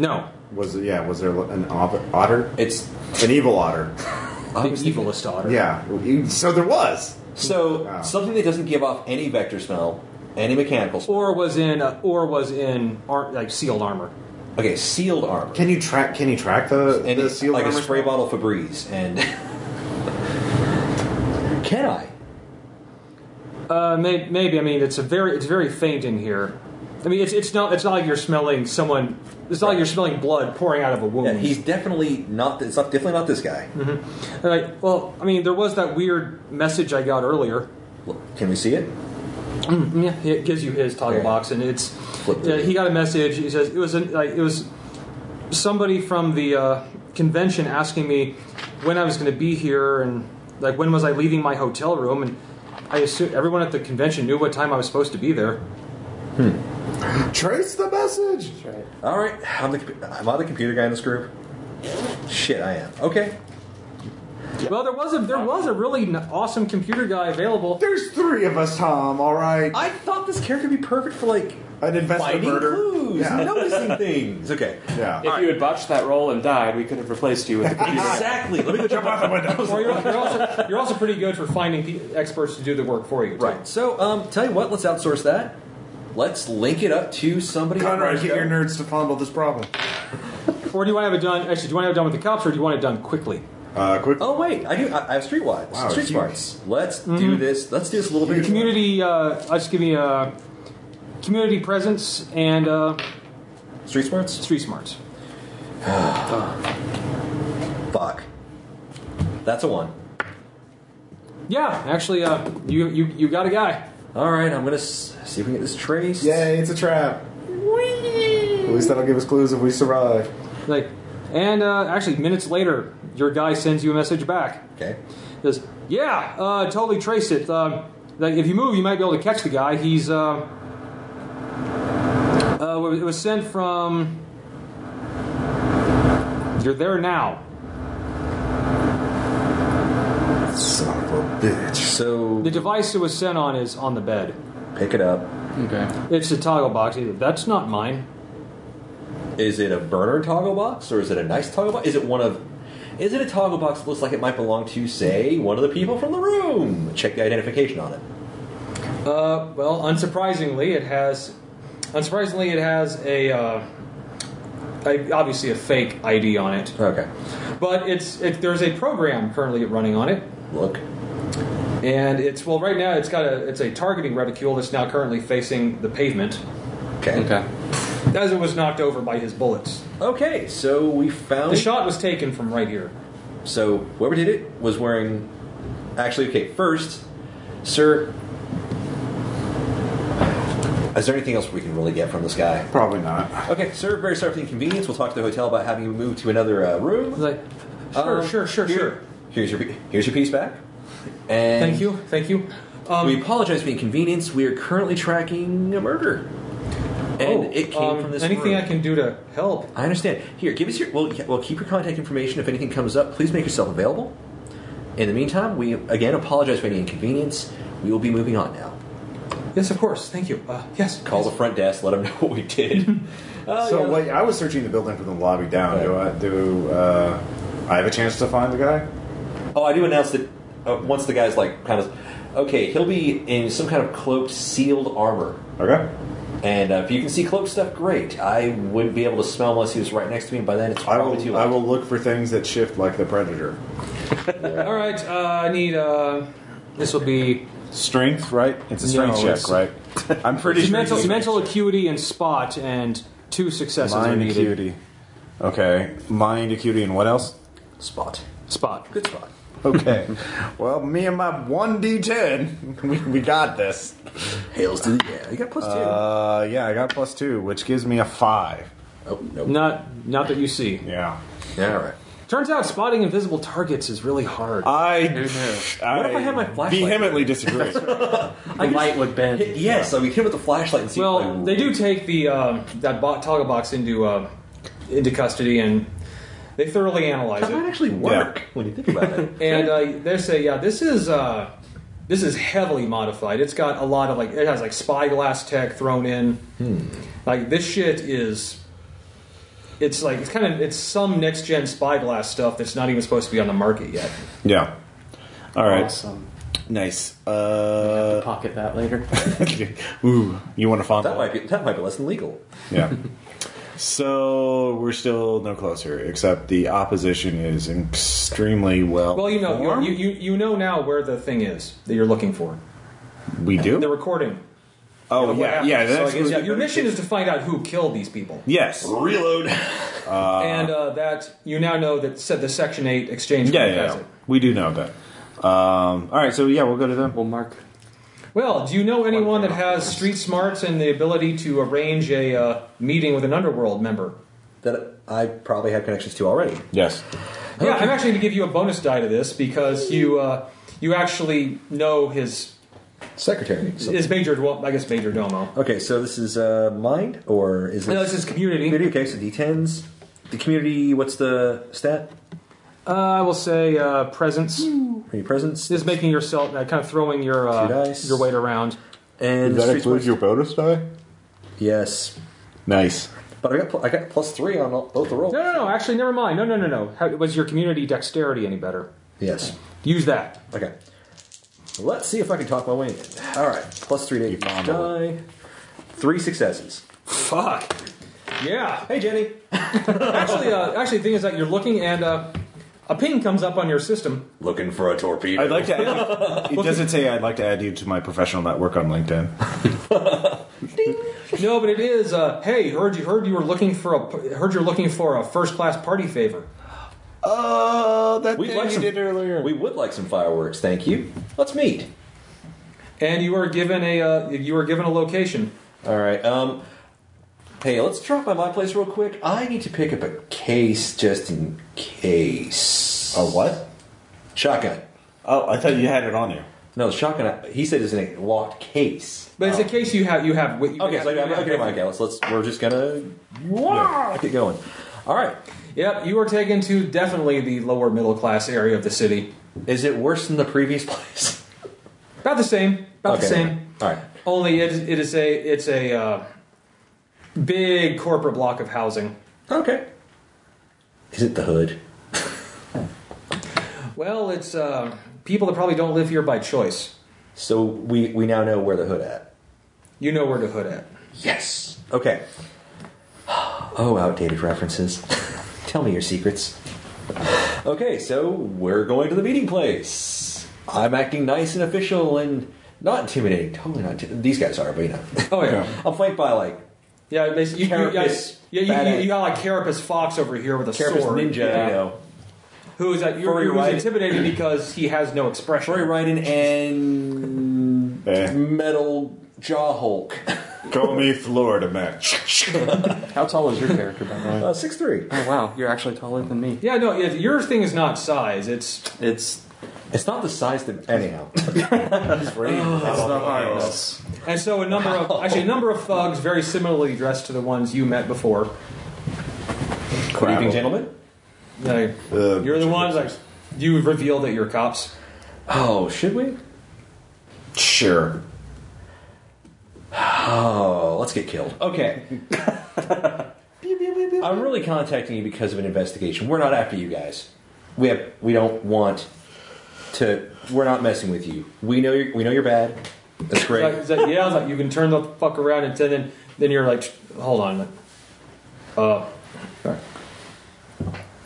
no,
Was it, yeah? Was there an ob- otter?
It's
An evil otter.
the evilest otter.
Yeah. So there was.
so
Wow.
something that doesn't give off any vector smell, any mechanical smell.
Or was in uh, or was in ar- like sealed armor.
Okay, sealed armor.
Can you track? Can you track the
and
the
it's
seal
like a
armor
spray
smell?
bottle Febreze. And can I?
Uh, may- maybe I mean it's a very it's very faint in here. I mean it's it's not it's not like you're smelling someone. It's not like you're smelling blood pouring out of a wound.
Yeah, he's definitely not. It's not definitely not this guy.
All right, well, I mean there was that weird message I got earlier.
Look, can we see it?
Yeah, it gives you his toggle
Yeah.
box, and it's
Flip
yeah,
it.
he got a message. He says it was an, like it was somebody from the uh, convention asking me when I was going to be here and like when was I leaving my hotel room, and I assume everyone at the convention knew what time I was supposed to be there.
Trace the message.
All right, I'm the compu- am I the computer guy in this group? Shit, I am. Okay,
Well, there was a there was a really n- awesome computer guy available.
There's three of us, Tom. All right.
I thought this character would be perfect for like
An investor
finding
murder.
clues,
Yeah.
noticing things. Okay,
Yeah.
If you had botched that roll and died, we could have replaced you with a computer.
exactly. Let me go jump out the window.
Or you're, you're also you're also pretty good for finding pe- experts to do the work for you. too.
Right. So, um, tell you what, let's outsource that. Let's link it up to somebody.
Conrad, get your nerds to fondle this problem.
Or do you want to have it done? Actually, do you want to have it done with the cops, or do you want it done quickly?
Uh, quick.
Oh wait, I do. I, I have streetwise,
Wow,
street
huge.
smarts. Let's do this. Let's do this a little bit.
Mm-hmm. community uh I just give me a community presence and uh
Street smarts.
street smarts
Fuck. That's a one.
yeah actually uh you you you got a guy
All right, I'm gonna s- see if we can get this traced.
Yay! It's a trap. At least that'll give us clues if we survive.
like and uh actually minutes later your guy sends you a message back
Okay.
says yeah uh totally trace it um like if you move you might be able to catch the guy he's uh uh wa- it was sent from you're there now
Son of a bitch.
So
the device it was sent on is on the bed
pick it up.
Okay.
it's a toggle box that's not mine
Is it a burner toggle box or is it a nice toggle box? Is it one of? Is it a toggle box that looks like it might belong to, say, one of the people from the room? Check the identification on it.
Uh, well, unsurprisingly, it has. Unsurprisingly, it has a, uh, a obviously a fake ID on it,
Okay.
but it's it, there's a program currently running on it,
Look.
and it's well right now it's got a it's a targeting reticule that's now currently facing the pavement
Okay.
Okay.
as it was knocked over by his bullets.
Okay, So we found.
The shot was taken from right here.
So whoever did it was wearing. Actually, okay. First, sir, is there anything else we can really get from this guy?
Probably not.
Okay, sir. Very sorry for the inconvenience. We'll talk to the hotel about having you moved to another uh, room.
I was like, sure,
Um,
sure, sure,
here-
sure.
Here's your here's your piece back. And
Thank you, Um, thank you.
we apologize for the inconvenience. We are currently tracking a murder, and it came
um,
from this
anything
room.
I can do to help?
I understand. Here, give us your. Well, yeah, well, keep your contact information. If anything comes up, please make yourself available. In the meantime, we again apologize for any inconvenience. We will be moving on now.
Yes, of course. Thank you. Uh, yes.
Call the front desk. Let them know what we did. Uh,
So
yeah,
wait, I was searching the building from the lobby down. Do I do? Uh, I have a chance to find the guy.
Oh, I do announce that uh, once the guy's like kind of okay, he'll be in some kind of cloaked, sealed armor.
Okay.
And uh, if you can see cloaked stuff, great. I wouldn't be able to smell unless he was right next to me. And by then, it's
I
probably too
will.
late.
I will look for things that shift like the predator.
All right. Uh, I need. Uh, this will be
Strength, right? It's a
No,
strength
it's-
check, right? I'm pretty sure.
mental,
it's a
mental acuity and spot, and two successes are
mind
needed.
acuity. Okay, mind acuity, and what else?
Spot.
Spot.
Good spot.
Okay. well, me and my one d10, we, we got this.
Hails to the yeah. You got plus two.
Uh, yeah, I got plus two, which gives me a five.
oh no.
Not, not that you see.
Yeah.
Yeah, all right.
Turns out spotting invisible targets is really hard.
Uh,
I, I,
What if I had my flashlight?
vehemently disagree.
The light would bend.
Hit- yes, so we hit him with the flashlight and see.
Well, they do take the um, that bo- toggle box into uh, into custody, and they thoroughly analyze
That might
it.
actually work when you think about it.
And uh, they say, yeah, this is uh, this is heavily modified. It's got a lot of like it has like spyglass tech thrown in.
Hmm.
Like this shit is. It's like it's kind of it's some next gen spyglass stuff that's not even supposed to be on the market yet.
yeah. All right.
Awesome.
Nice. Uh,
Pocket that later.
ooh, you want to find
That might be that might be less than legal.
Yeah. so we're still no closer, except the opposition is extremely well.
Well, you know,
formed.
you, you you know now where the thing is that you're looking for.
we
The
do.
recording.
Oh yeah, yeah.
So I
That's,
guess, yeah,
Your mission is to find out who killed these people.
yes.
Reload.
and uh, that you now know that said the Section Eight exchange.
Yeah,
Group
yeah.
has
yeah.
it.
We do know that. Um, all right, so yeah, we'll go to them.
We'll mark.
Well, do you know anyone that has street smarts and the ability to arrange a uh, meeting with an underworld member?
That I probably have connections to already.
Yes.
Yeah, I'm actually going to give you a bonus die to this because you uh, you actually know his
Secretary. So-
his major. Well, I guess major domo.
okay, so this is uh, mind or is it?
No, this is community.
community. Okay, so D10s. The community. What's the stat?
Uh, I will say uh, presence
Are you presence?
is making yourself uh, kind of throwing your
Two
uh,
dice.
your weight around.
and street smarts?
bonus die?
Yes,
Nice.
but I got pl- I got plus three on all, both the rolls.
No, no, no. Actually, never mind. No, no, no, no. How, was your community dexterity any better?
Yes.
Use that.
Okay. Let's see if I can talk my way in. All right, plus three to eight die. Three successes.
Fuck. Yeah.
Hey, Jenny.
Actually, uh, actually, the thing is that you're looking and uh, a ping comes up on your system.
Looking for a torpedo.
I'd like to. Add you, it doesn't say I'd like to add you to my professional network on LinkedIn.
No, but it is. Uh, hey, heard you heard you were looking for a heard you're looking for a first class party favor.
Oh, that
We'd
thing
like
you
some-
did earlier.
We would like some fireworks, thank you. Let's meet.
And you are given a uh, you are given a location.
All right. Um. Hey, let's drop by my place real quick. I need to pick up a case just in case.
a what?
Shotgun.
Oh, I thought you had it on you.
No, the shotgun. He said it's in a locked case.
But it's a case you have you have. with- You
Oh. Okay,
have,
so okay, okay, okay, okay, let's let's we're just gonna yeah, get going. All right.
Yep, you are taken to definitely the lower middle class area of the city.
Is it worse than the previous place?
About the same. About
okay.
the same.
All right.
Only it is, it is a it's a uh, big corporate block of housing.
Okay. Is it the hood?
Well, it's uh, people that probably don't live here by choice.
So we we now know where the hood at.
You know where to hood at.
Yes. Okay. Oh, outdated references. Tell me your secrets. Okay, so we're going to the meeting place. I'm acting nice and official and not intimidating. Totally not. inti- These guys are, but you know.
Oh yeah,
I'm flanked by like
yeah. basi- you, you, yeah,
Carapace,
yeah, you, you,
badass.
you got like Carapace Fox over here with a
Carapace
sword,
Ninja, you know,
who is that? You're,
Furry
who's
Raiden.
intimidated because he has no expression.
Roy Ryden and
Eh.
Metal Jaw Hulk.
Call me Florida man.
How tall is your character, by the way?
Uh, six three.
Oh wow, you're actually taller than me.
Yeah, no. Yeah, your thing is not size. It's
It's
It's not the size that anyhow.
That's the harness.
And so a number of actually a number of thugs, very similarly dressed to the ones you met before.
Good evening, gentlemen.
They-
Uh,
you're the ones like you reveal that you're cops.
Oh, should we?
Sure.
Oh, let's get killed. Okay. I'm really contacting you because of an investigation. We're not after you guys. We have we don't want to. We're not messing with you. We know you're, we know you're bad. That's great.
Like, is that- yeah, I was like, you can turn the fuck around and then then you're like, hold on. Uh,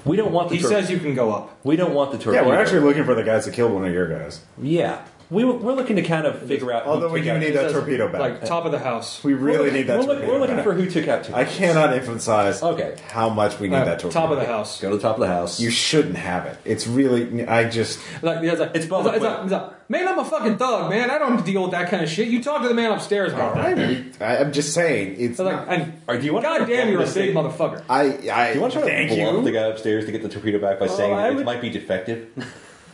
We don't want the.
he
tor-
says you can go up.
we don't want the torpedo.
Yeah, we're actually looking for the guys that killed one of your guys.
Yeah, we, we're looking to kind of figure out. who
Although we
took
do
out-
need that
Says,
torpedo back.
Like top of the house.
we really need that
We're, look-
torpedo
we're looking
back.
for who took out. Two
I cannot emphasize
Okay.
how much we need
Uh,
that torpedo.
top of the house.
Go to the top of the house.
You shouldn't have it. It's really. I just.
Like, yeah, it's like,
It's public
it's like- it's like, man, I'm a fucking thug, man. I don't deal with that kind of shit. You talk to the man upstairs about that.
I, I'm just saying. It's.
It's like,
Not,
and
Or do you want to-
God damn, you're a big motherfucker.
I. I.
You want to try
thank
to bluff
you.
the guy upstairs to get the torpedo back by saying
I
it
would-
might be defective?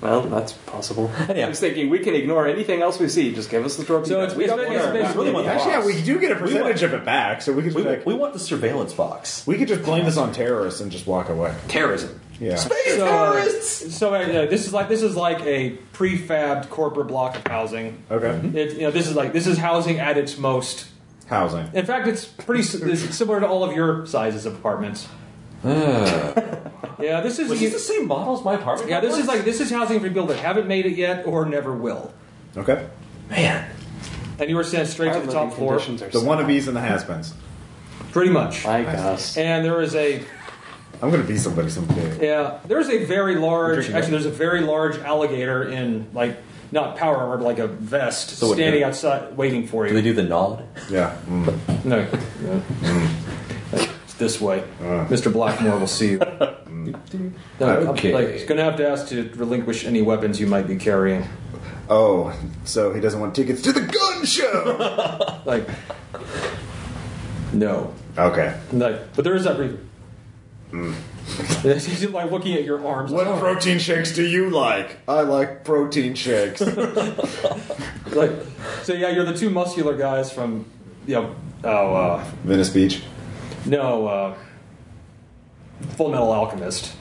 Well, that's possible.
Yeah.
I was thinking we can ignore anything else we see. Just give us the torpedo.
So it's-
we
it's
don't
been-
want
it's
our-
been-
really want
Actually, yeah,
box.
we do get a percentage of it back, so we could
We,
like
we want the surveillance box.
we could just blame this on terrorists and just walk away.
Terrorism.
Yeah.
so, uh, so, uh, yeah, this is like this is like a prefabbed corporate block of housing.
Mm-hmm.
Okay.
It, you know, this is like this is housing at its most.
Housing.
In fact, it's pretty s- it's similar to all of your sizes of apartments. yeah, this is,
Ah. Was this the same model as my apartment?
yeah, this is
complex?
like this is housing for people that haven't made it yet or never will.
Okay.
man.
And you were sent straight to
Our
the
living
top floor,
conditions are
The
so-
wannabes and the has-beens.
pretty much.
Like us.
And there is a
I'm gonna be somebody someday.
yeah, there's a very large
drinking
actually there's a very large alligator in like not power armor but like a vest
what,
standing
do-
outside waiting for
Do they
you.
do the nod?
Yeah. Mm.
No,
Mm.
it's this way,
Ah.
Mr. Blackmore will see you. No,
Okay.
like, he's gonna have to ask to relinquish any weapons you might be carrying.
Oh, so he doesn't want tickets to the gun show.
Like, no,
okay.
like, but there is that reason.
Mm.
He's like looking at your arms.
What protein shakes do you like? I like protein shakes.
like, so yeah, you're the two muscular guys from, you know, oh, uh,
Venice Beach.
no, uh, Full Metal Alchemist.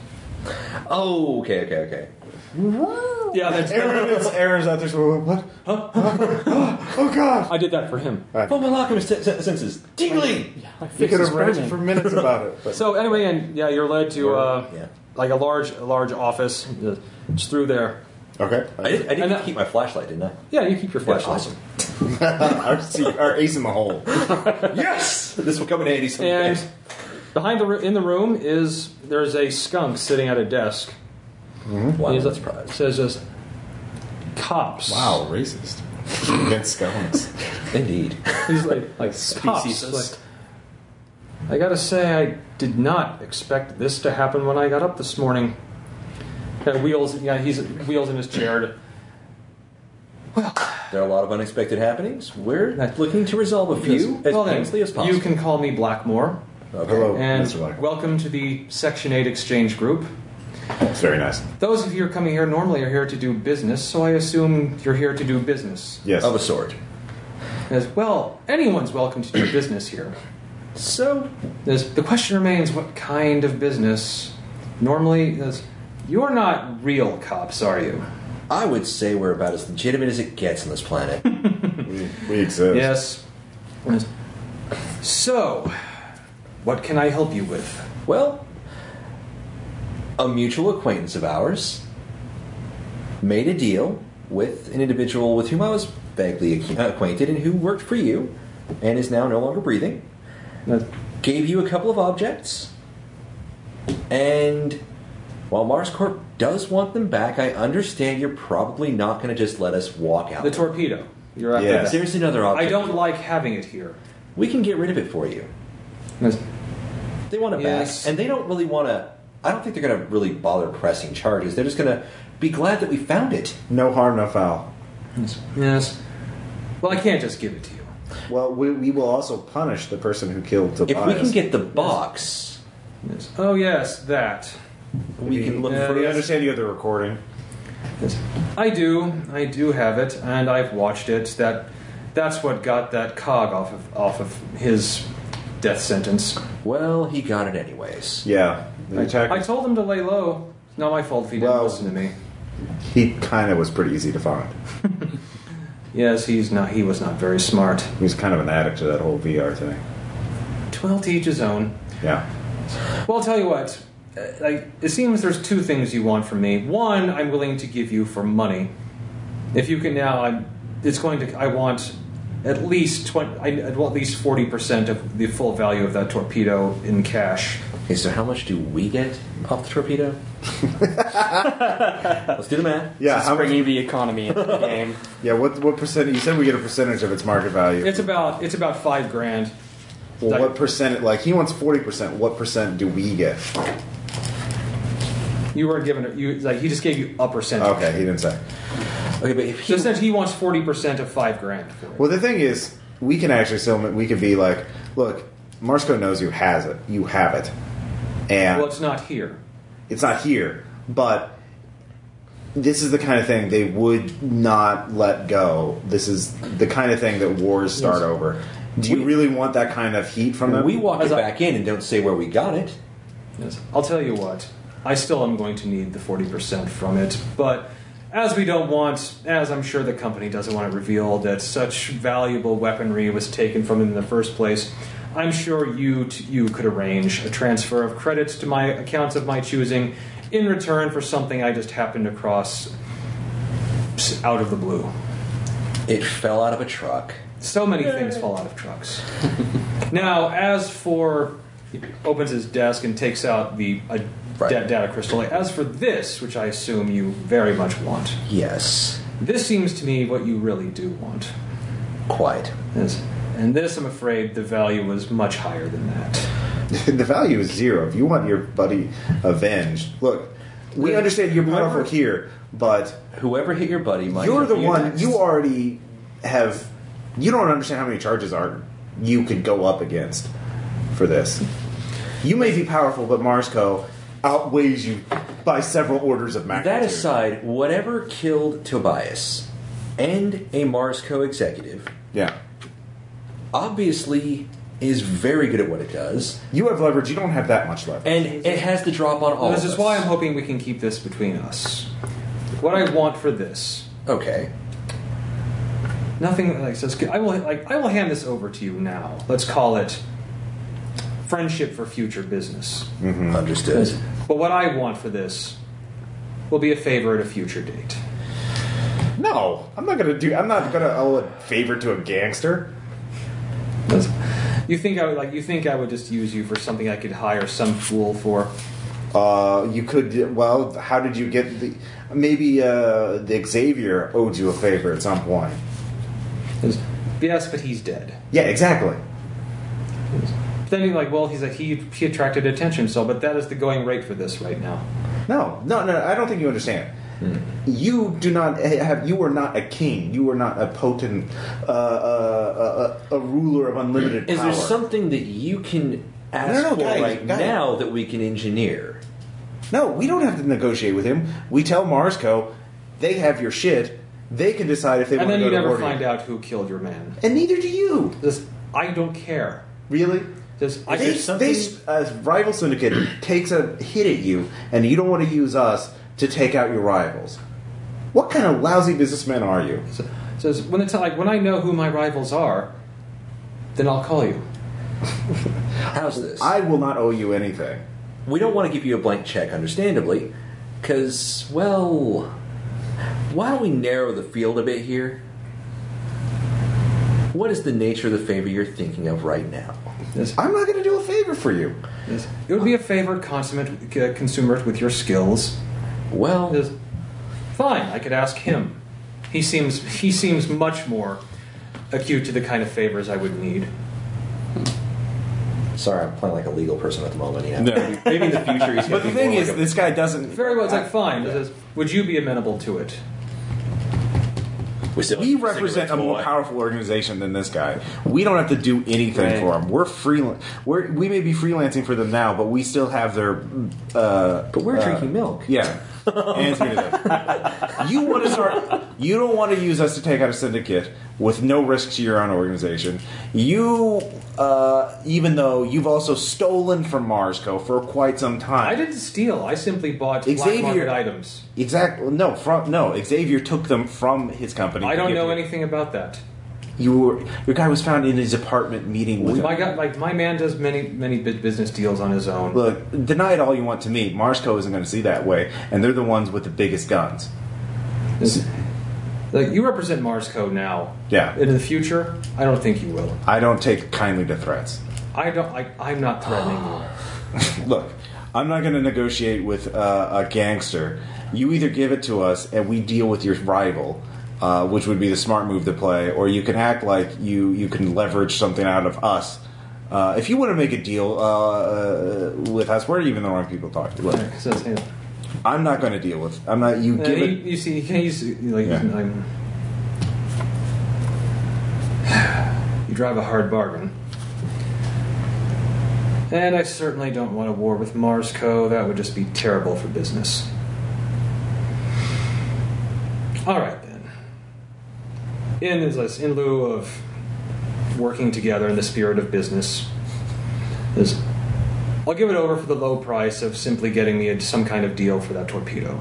Oh, okay, okay, okay.
Yeah, that's,
Aaron is, Aaron's out there. So, what? oh God!
I did that for him.
Full Metal Alchemist sen- sen- senses. Tingly!
We could
is
have ranted
burning.
for minutes about it. But
So anyway, and yeah, you're led to uh,
Yeah.
like a large, a large office, uh, just through there.
okay,
I, did, I didn't
And that-
keep my flashlight, didn't I?
Yeah, you keep your flashlight.
Awesome.
our, see, our ace in the hole.
yes! This will come in handy someday.
And behind the roo- in the room is there's a skunk sitting at a desk.
wow,
He's-
that's a surprise.
Says just cops.
Wow, racist. Vince Scones.
Indeed.
He's like like cops.
Speciesist.
Like, I gotta say, I did not expect this to happen when I got up this morning. Yeah, wheels. Yeah, he's wheels in his chair. to-
There are a lot of unexpected happenings. We're looking to resolve a few as
Well then,
painfully as possible.
You can call me Blackmore.
Okay.
Hello,
And
Mr. Black.
welcome to the Section 8 Exchange Group.
That's very nice.
Those of you who are coming here normally are here to do business, so I assume you're here to do business.
Yes.
Of a sort.
As well, anyone's welcome to do business here.
So,
As the question remains what kind of business? Normally, as you're not real cops, are you?
I would say we're about as legitimate as it gets on this planet.
we exist.
Yes. Yes. So, what can I help you with?
well, a mutual acquaintance of ours made a deal with an individual with whom I was vaguely ac- acquainted and who worked for you and is now no longer breathing. Gave you a couple of objects, and while Mars Corp does want them back, I understand you're probably not going to just let us walk out.
The torpedo. You're after
Yes.
that.
There's another
I
object.
don't like having it here.
We can get rid of it for you.
Yes.
They want it
Yes.
back, and they don't really want to. I don't think they're going to really bother pressing charges. They're just going to be glad that we found it.
No harm, no foul.
Yes. Well, I can't just give it to you.
Well, we, we will also punish the person who killed Tobias.
If we can get the box,
Oh yes, that.
we can look
Yeah,
for.
We
yeah.
understand you have the recording.
I do. I do have it, and I've watched it. That that's what got that cog off of off of his death sentence.
Well, he got it anyways.
Yeah, the attack.
I told him to lay low. It's not my fault if he didn't
Well-
listen to me.
he kind of was pretty easy to find.
Yes, he's not. He was not very smart.
He was kind of an addict to that whole VR thing.
Well, to each his own.
Yeah.
Well, I'll tell you what. Uh, Like, it seems there's two things you want from me. One, I'm willing to give you for money. If you can now, I'm. It's going to. I want at least twenty. I I'd want at least forty percent of the full value of that torpedo in cash.
Okay, so how much do we get off the torpedo? Let's do the math.
Yeah. How much,
bringing the economy into the game.
yeah. What what percent? You said we get a percentage of its market value.
It's about. It's about five grand.
well, what percent? Like he wants forty percent. What percent do we get?
You weren't given. a- You like. He just gave you a percentage.
Okay, he didn't say.
Okay, but if
So
he,
it says he wants forty percent of five grand. For it.
Well, the thing is, we can actually sell it. We can be like, look, Marsco knows you has it. You have it, and
Well, it's not here.
it's not here, but this is the kind of thing they would not let go. This is the kind of thing that wars start over. Do you really want that kind of heat from them?
we walk it
As I-
back in and don't say where we got it,
Yes. I'll tell you what. I still am going to need the 40% from it, but as we don't want, as I'm sure the company doesn't want to reveal that such valuable weaponry was taken from him in the first place, I'm sure you t- you could arrange a transfer of credits to my accounts of my choosing in return for something I just happened across s- out of the blue.
it fell out of a truck.
So many things fall out of trucks. now, as for he opens his desk and takes out the a
Right.
da- data crystal. As for this, which I assume you very much want,
Yes.
this seems to me what you really do want.
Quite.
Yes. And this, I'm afraid, the value was much higher than that.
the value is zero. If you want your buddy avenged, look, we understand you're powerful here, but
Whoever hit your buddy might
you're
have
the
you
one.
next.
You already have. You don't understand how many charges are you could go up against for this. You may be powerful, but Marsco outweighs you by several orders of magnitude.
That aside, whatever killed Tobias and a Marsco executive
yeah.
obviously is very good at what it does,
You have leverage. You don't have that much leverage.
and it has the drop on all.
this
of
is
us.
why I'm hoping we can keep this between us. What I want for this
okay.
Nothing like says I will like I will hand this over to you now. Let's call it friendship for future business.
Understood.
But what I want for this will be a favor at a future date.
No, I'm not gonna do. I'm not gonna owe a favor to a gangster.
You think I would like you think I would just use you for something I could hire some fool for?
Uh, you could. Well, how did you get the? Maybe uh, the Xavier owed you a favor at some point.
Yes, but he's dead.
Yeah, exactly.
Then you're like, well, he's like he he attracted attention, so but that is the going rate for this right now.
No, no, no. I don't think you understand.
Hmm.
You do not have. You are not a king. You are not a potent, uh, uh, uh, a ruler of unlimited
Is
power.
there something that you can ask
No, no,
for
guys,
right
guys.
now that we can engineer?
no, we don't have to negotiate with him. We tell Marsco, they have your shit. They can decide if they
And then
want to
you
go to
never
war.
find out who killed your man.
And neither do you.
This I don't care.
Really?
This I
They,
could-
they, a rival syndicate takes a hit at you, and you don't want to use us to take out your rivals. What kind of lousy businessman are you?
So it's- when it's like when I know who my rivals are, then I'll call you.
How's this?
I will not owe you anything.
we don't want to give you a blank check, understandably, because, well, why don't we narrow the field a bit here? What is the nature of the favor you're thinking of right now?
I'm not going to do a favor for you.
It would be a favor consummate uh, consumer with your skills.
Well,
This- Fine, I could ask him. He seems he seems much more acute to the kind of favors I would need.
sorry, I'm playing like a legal person at the moment. Yeah.
maybe in the future. He's but the thing is, this guy doesn't.
Very well, it's like fine. It says, would you be amenable to it?
We still
we represent a more powerful organization than this guy. We don't have to do anything for him. We're freelan We're, we may be freelancing for them now, but we still have their. Uh,
But we're drinking milk.
yeah. Answer to that. You want to start. You don't want to use us to take out a syndicate with no risk to your own organization. You, uh, even though you've also stolen from Marsco for quite some time.
I didn't steal. I simply bought black
Xavier-
market items.
Exactly. No, from no. Xavier took them from his company.
I
to
don't
give
know
you.
anything about that.
You were your guy was found in his apartment meeting with.
My
him.
guy, like my man, does many many bu- business deals on his own.
Look, deny it all you want to me. Marsco isn't going to see that way, and they're the ones with the biggest guns.
This- like you represent Marsco now.
Yeah.
In the future, I don't think you will.
I don't take kindly to threats.
I don't. I, I'm not threatening you.
Look, I'm not going to negotiate with uh, a gangster. You either give it to us, and we deal with your rival. Uh, which would be the smart move to play, or you can act like you, you can leverage something out of us. Uh, if you want to make a deal uh, with us, we're even the wrong people to talk to. Look,
So, it's- yeah.
I'm not going to deal with. I'm not. You
Uh,
give
you,
it.
you see, you can't use like
Yeah.
I'm- you drive a hard bargain. And I certainly don't want a war with Marsco. That would just be terrible for business. All right then. In as in lieu of working together in the spirit of business, is I'll give it over for the low price of simply getting me a- some kind of deal for that torpedo.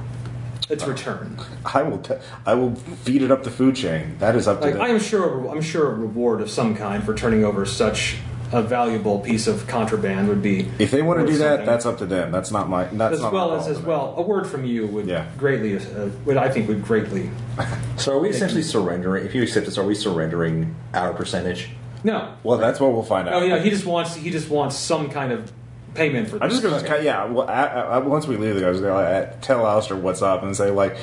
Its return.
I will. T- I will feed it up the food chain. That is up to
Like
them.
I am sure, I'm sure a reward of some kind for turning over such a valuable piece of contraband would be.
if they want to
worth
do that,
something.
that's up to them. That's not my. That's
as
not
well
my
as
call
as
to
well. A word from you would
Yeah.
greatly, uh, would I think would greatly.
So are we essentially surrendering? If you accept this, are we surrendering our percentage?
No.
make. Well, that's what we'll find
Oh
out.
yeah, he just wants he just wants some kind of payment for.
I'm just
this.
gonna. Yeah. Well, I, I, I- once we leave, I was gonna uh, tell Alistair what's up and say like,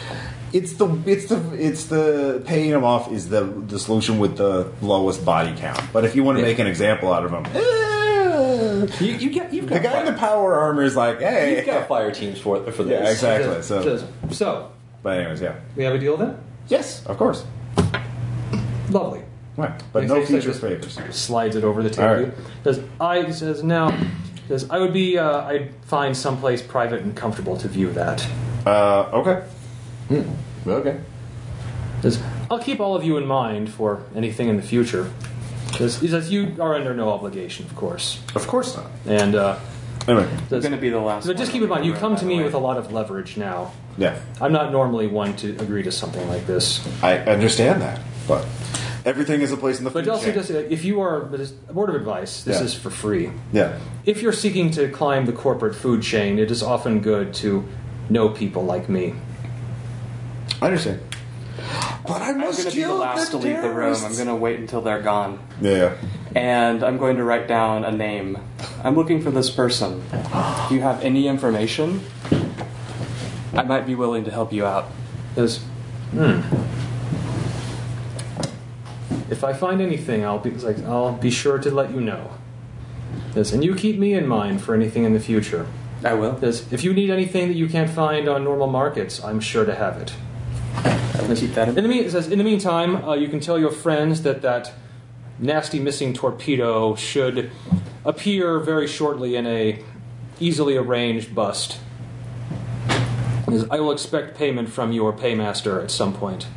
it's the it's the it's the paying him off is the the solution with the lowest body count. But if you want to
Yeah.
make an example out of him. eh,
You, you get, you've
the guy in the power armor is like, hey,
You've got fire teams for for this.
yeah, exactly.
Just-
So,
just- so
but anyways, yeah,
we have a deal then.
yes, of course,
Lovely.
right. But
Like,
no
say- say-
future favors.
slides it over the
All right.
table. Says I says now says I would be uh, I'd find someplace private and comfortable to view that.
Uh, okay. Okay.
Says I'll keep all of you in mind for anything in the future. Says, he says you are under no obligation, of course,
Of course not.
and uh,
Anyway,
I'm
says,
gonna be the last.
so just
one
keep in mind you
over,
come
by
to
the
me
way.
with a lot of leverage now.
yeah,
I'm not normally one to agree to something like this,
I understand that, but everything is a place in the
but
food
also
chain.
just uh, if you are but it's a word of advice, this
Yeah.
is for free.
yeah,
If you're seeking to climb the corporate food chain, it is often good to know people like me.
I understand. But I
I'm
must
gonna be the
kill
last to leave the room. I'm
terrorists.
gonna wait until they're gone,
Yeah,
and I'm going to write down a name. I'm looking for this person. Do you have any information? I might be willing to help you out.
Says, hmm. If I find anything, I'll be it's like, I'll be sure to let you know. Says, and you keep me in mind for anything in the future.
I will.
Says, if you need anything that you can't find on normal markets, I'm sure to have it.
Keep that in
In the, mean, it says, in the meantime, uh, you can tell your friends that that nasty missing torpedo should appear very shortly in a easily arranged bust. It says, I will expect payment from your paymaster at some point.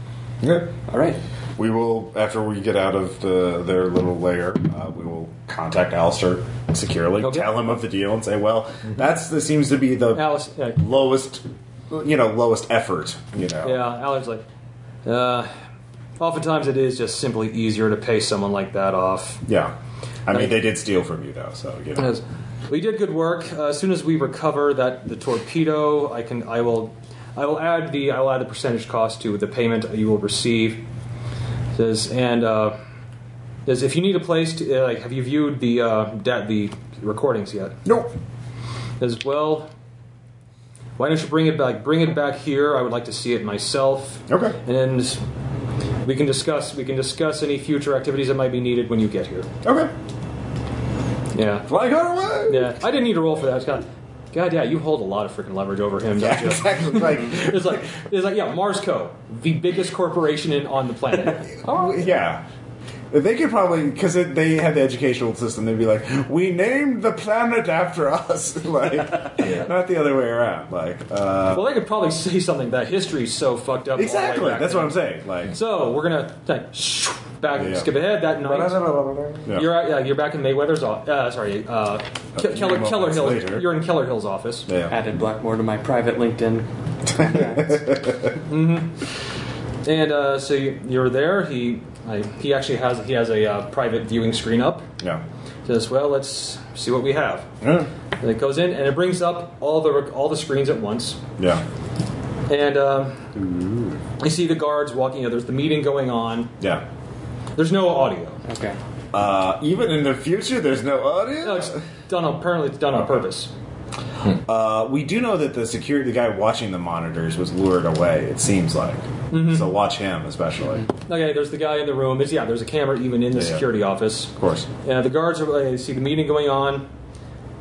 yeah.
All right.
We will after we get out of the their little lair. Uh, we will contact Alistair securely,
Okay.
tell him of the deal, and say, "Well, that's that seems to be the
Alice, uh,
lowest, you know, lowest effort." You know,
yeah, Alice like, uh, oftentimes it is just simply easier to pay someone like that off.
Yeah. I mean,
Like-
they did steal from you though, so you know.
Yes. We did good work. Uh, as soon as we recover that the torpedo, I can I will I will add the I will add the percentage cost to the payment you will receive. Says and uh, says if you need a place to uh, like have you viewed the uh, da- the recordings yet?
Nope.
Says well. Why don't you bring it back? Bring it back here. I would like to see it myself.
Okay.
And we can discuss we can discuss any future activities that might be needed when you get here.
Okay.
Yeah.
Fly her away. oh,
Yeah, I didn't need to roll for that. It's kind of, God, yeah, you hold a lot of freaking leverage over him, don't you?
exactly. Like,
It's like, it's like, yeah, Marsco, the biggest corporation in, on the planet.
Oh, yeah. They could probably because they had the educational system. They'd be like, "We named the planet after us," like not the other way around. Like uh,
Well, they could probably say something that history's so fucked up. all the way
exactly.
back
That's
then.
what I'm saying. Like
So we're gonna like, shoo, back,
Yeah.
skip ahead that night.
yeah.
You're at, yeah, you're back in Mayweather's office. Uh, sorry, uh, Ke- Keller,
moments
Keller Hill.
later.
You're in Keller Hill's office.
yeah.
Added Blackmore to my private LinkedIn.
And uh, so you- you're there. He I, he actually has he has a uh, private viewing screen up.
yeah.
Says, "Well, let's see what we have."
Yeah.
And it goes in and it brings up all the all the screens at once.
Yeah.
And um, you see the guards walking. You know, there's the meeting going on.
Yeah.
There's no audio.
Okay.
Uh, even in the future, there's no
No,
audio.
it's done. On, apparently, it's done on purpose.
Uh, we do know that the security guy watching the monitors was lured away. It seems like. So watch him especially,
Okay, there's the guy in the room. There's, yeah, there's a camera even in the
Yeah, yeah.
security office.
of course.
Yeah, the guards are. They see the meeting going on,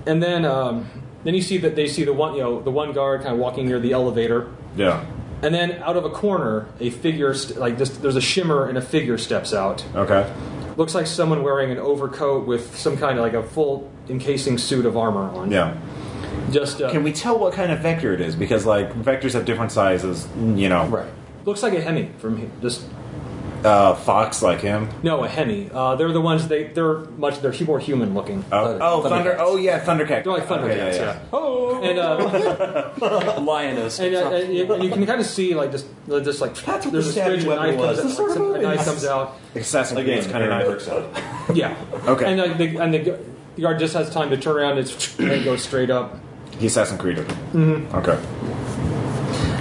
and then um, then you see that they see the one you know the one guard kind of walking near the elevator,
Yeah.
and then out of a corner a figure st- like this. There's a shimmer and a figure steps out.
Okay.
Looks like someone wearing an overcoat with some kind of like a full encasing suit of armor on.
Yeah.
just uh,
Can we tell what kind of vector it is? Because like vectors have different sizes, you know. Right.
looks like a Hemi from he- just
Uh, Fox like him.
no a Hemi. Uh, they're the ones they they're much they're more human looking.
Oh, oh
Thundercats.
Thunder. Oh yeah, Thundercat.
They're like Thundercats,
Okay,
yeah. Oh, and uh,
Lioness.
And, uh, and, you- and you can kind of see like this, like, this like
That's what
there's
the
a switch,
stabbing
a
weapon
knife
was.
comes,
That's what
out,
it
some- a knife
is.
comes out.
Assassin's Creed kind of knife.
Yeah.
Okay.
And uh, the, and the, gu- the guard just has time to turn around and, it's, and go straight up.
He Assassin's Creed. Mm-hmm. Okay.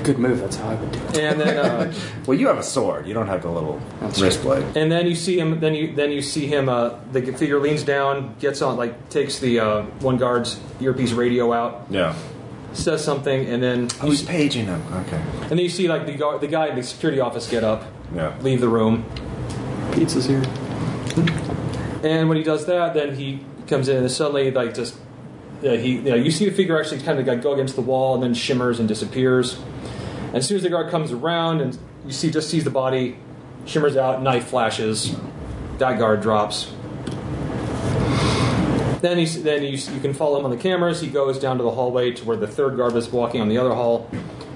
Good move. That's how I would do it.
And then uh,
Well, you have a sword. You don't have the little
That's
wrist blade.
and then you see him. Then you then you see him. Uh, the figure leans down, gets on, like takes the uh, one guard's earpiece radio out,
Yeah.
says something, and then
Oh, he's paging him. Okay.
and then you see like the guard, the guy in the security office get up,
Yeah.
leave the room.
Pizza's here.
And when he does that, then he comes in and suddenly, like, just yeah, he, you know, you see the figure actually kind of like go against the wall and then shimmers and disappears. And as soon as the guard comes around and you see just sees the body, shimmers out, knife flashes, that guard drops. Then he's then you, you can follow him on the cameras. He goes down to the hallway to where the third guard was walking on the other hall.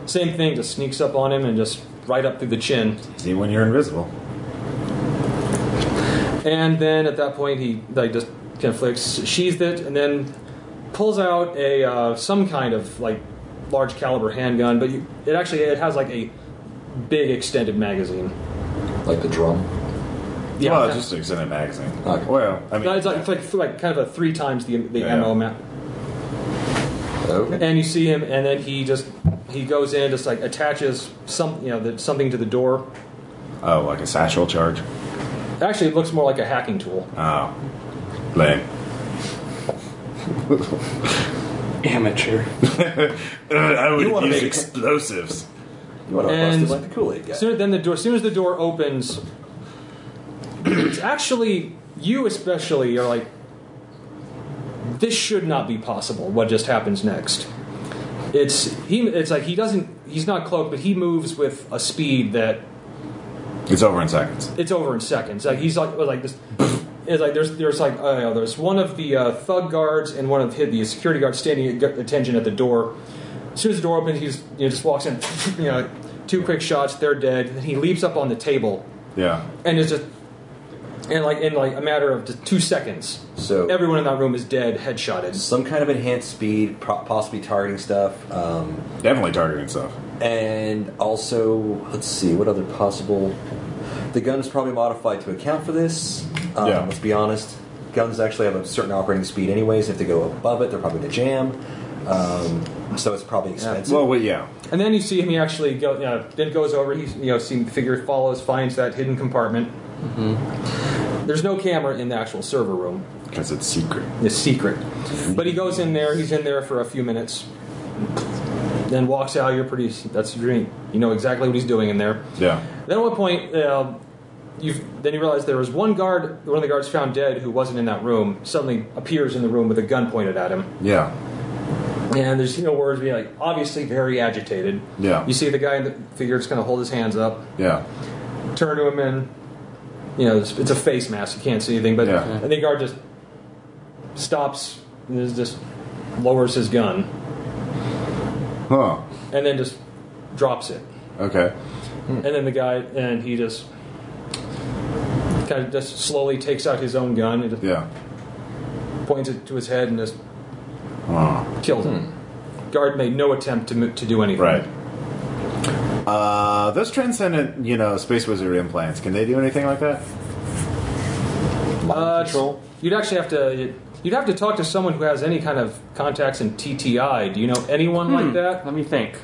Same thing, just sneaks up on him and just right up through the chin.
See when you're invisible.
And then at that point, he like just kind of flicks, sheathed it, and then pulls out a uh, some kind of like large caliber handgun. But you, it actually it has like a big extended magazine.
Like the drum.
Yeah,
Well, just it's in a magazine.
Okay.
Well, I mean,
No, it's like, it's like it's like kind of a three times the the
Yeah.
ammo amount.
Okay.
And you see him, and then he just he goes in, just like attaches some you know the, something to the door.
oh, like a satchel charge.
Actually, it looks more like a hacking tool.
Oh, lame.
Amateur.
Uh, I would
You wanna
use
make-
explosives.
You want to bust
And-
it like the Kool Aid guy.
Soon, then the door. As soon as the door opens, it's actually you, especially, are like, this should not be possible. What just happens next? It's he. It's like he doesn't. He's not cloaked, but he moves with a speed that
It's over in seconds.
it's over in seconds. Like he's like like this. It's like there's there's like I don't know, there's one of the uh, thug guards and one of the, the security guards standing at attention at the door. As soon as the door opens, he's you know, just walks in. You know, two quick shots, they're dead. And he leaps up on the table
Yeah.
and it's just and like in like a matter of just two seconds,
So-
everyone in that room is dead, headshotted.
Some kind of enhanced speed, pro- possibly targeting stuff, um,
Definitely targeting stuff.
and also let's see what other possible. The gun is probably modified to account for this. Um,
Yeah.
Let's be honest. Guns actually have a certain operating speed, anyways. If they go above it, they're probably going to jam. Um, so it's probably expensive.
Well, wait, yeah.
And then you see him. He actually go, you know, then goes over. He you know see the figure follows, finds that hidden compartment. There's no camera in the actual server room.
Because it's secret.
It's secret. But he goes in there. He's in there for a few minutes. Then walks out. You're pretty. That's your dream. You know exactly what he's doing in there.
Yeah.
Then at one point, uh, you then you realize there was one guard, one of the guards found dead, who wasn't in that room. Suddenly appears in the room with a gun pointed at him.
Yeah.
And there's you know words being like obviously very agitated.
Yeah.
You see the guy in the figure just kind of hold his hands up,
Yeah.
turn to him, and you know it's, it's a face mask. You can't see anything, but
Yeah.
and the guard just stops and is just lowers his gun
Huh.
and then just drops it.
Okay. Hmm.
And then the guy and he just kind of just slowly takes out his own gun and just
Yeah.
points it to his head and just kills him. Guard made no attempt to mo- to do anything.
Hmm. Right. Uh, those transcendent, you know, space wizard implants, can they do anything like that?
Uh, You'd actually have to. You'd have to talk to someone who has any kind of contacts in TTI. Do you know anyone like that?
Let me think.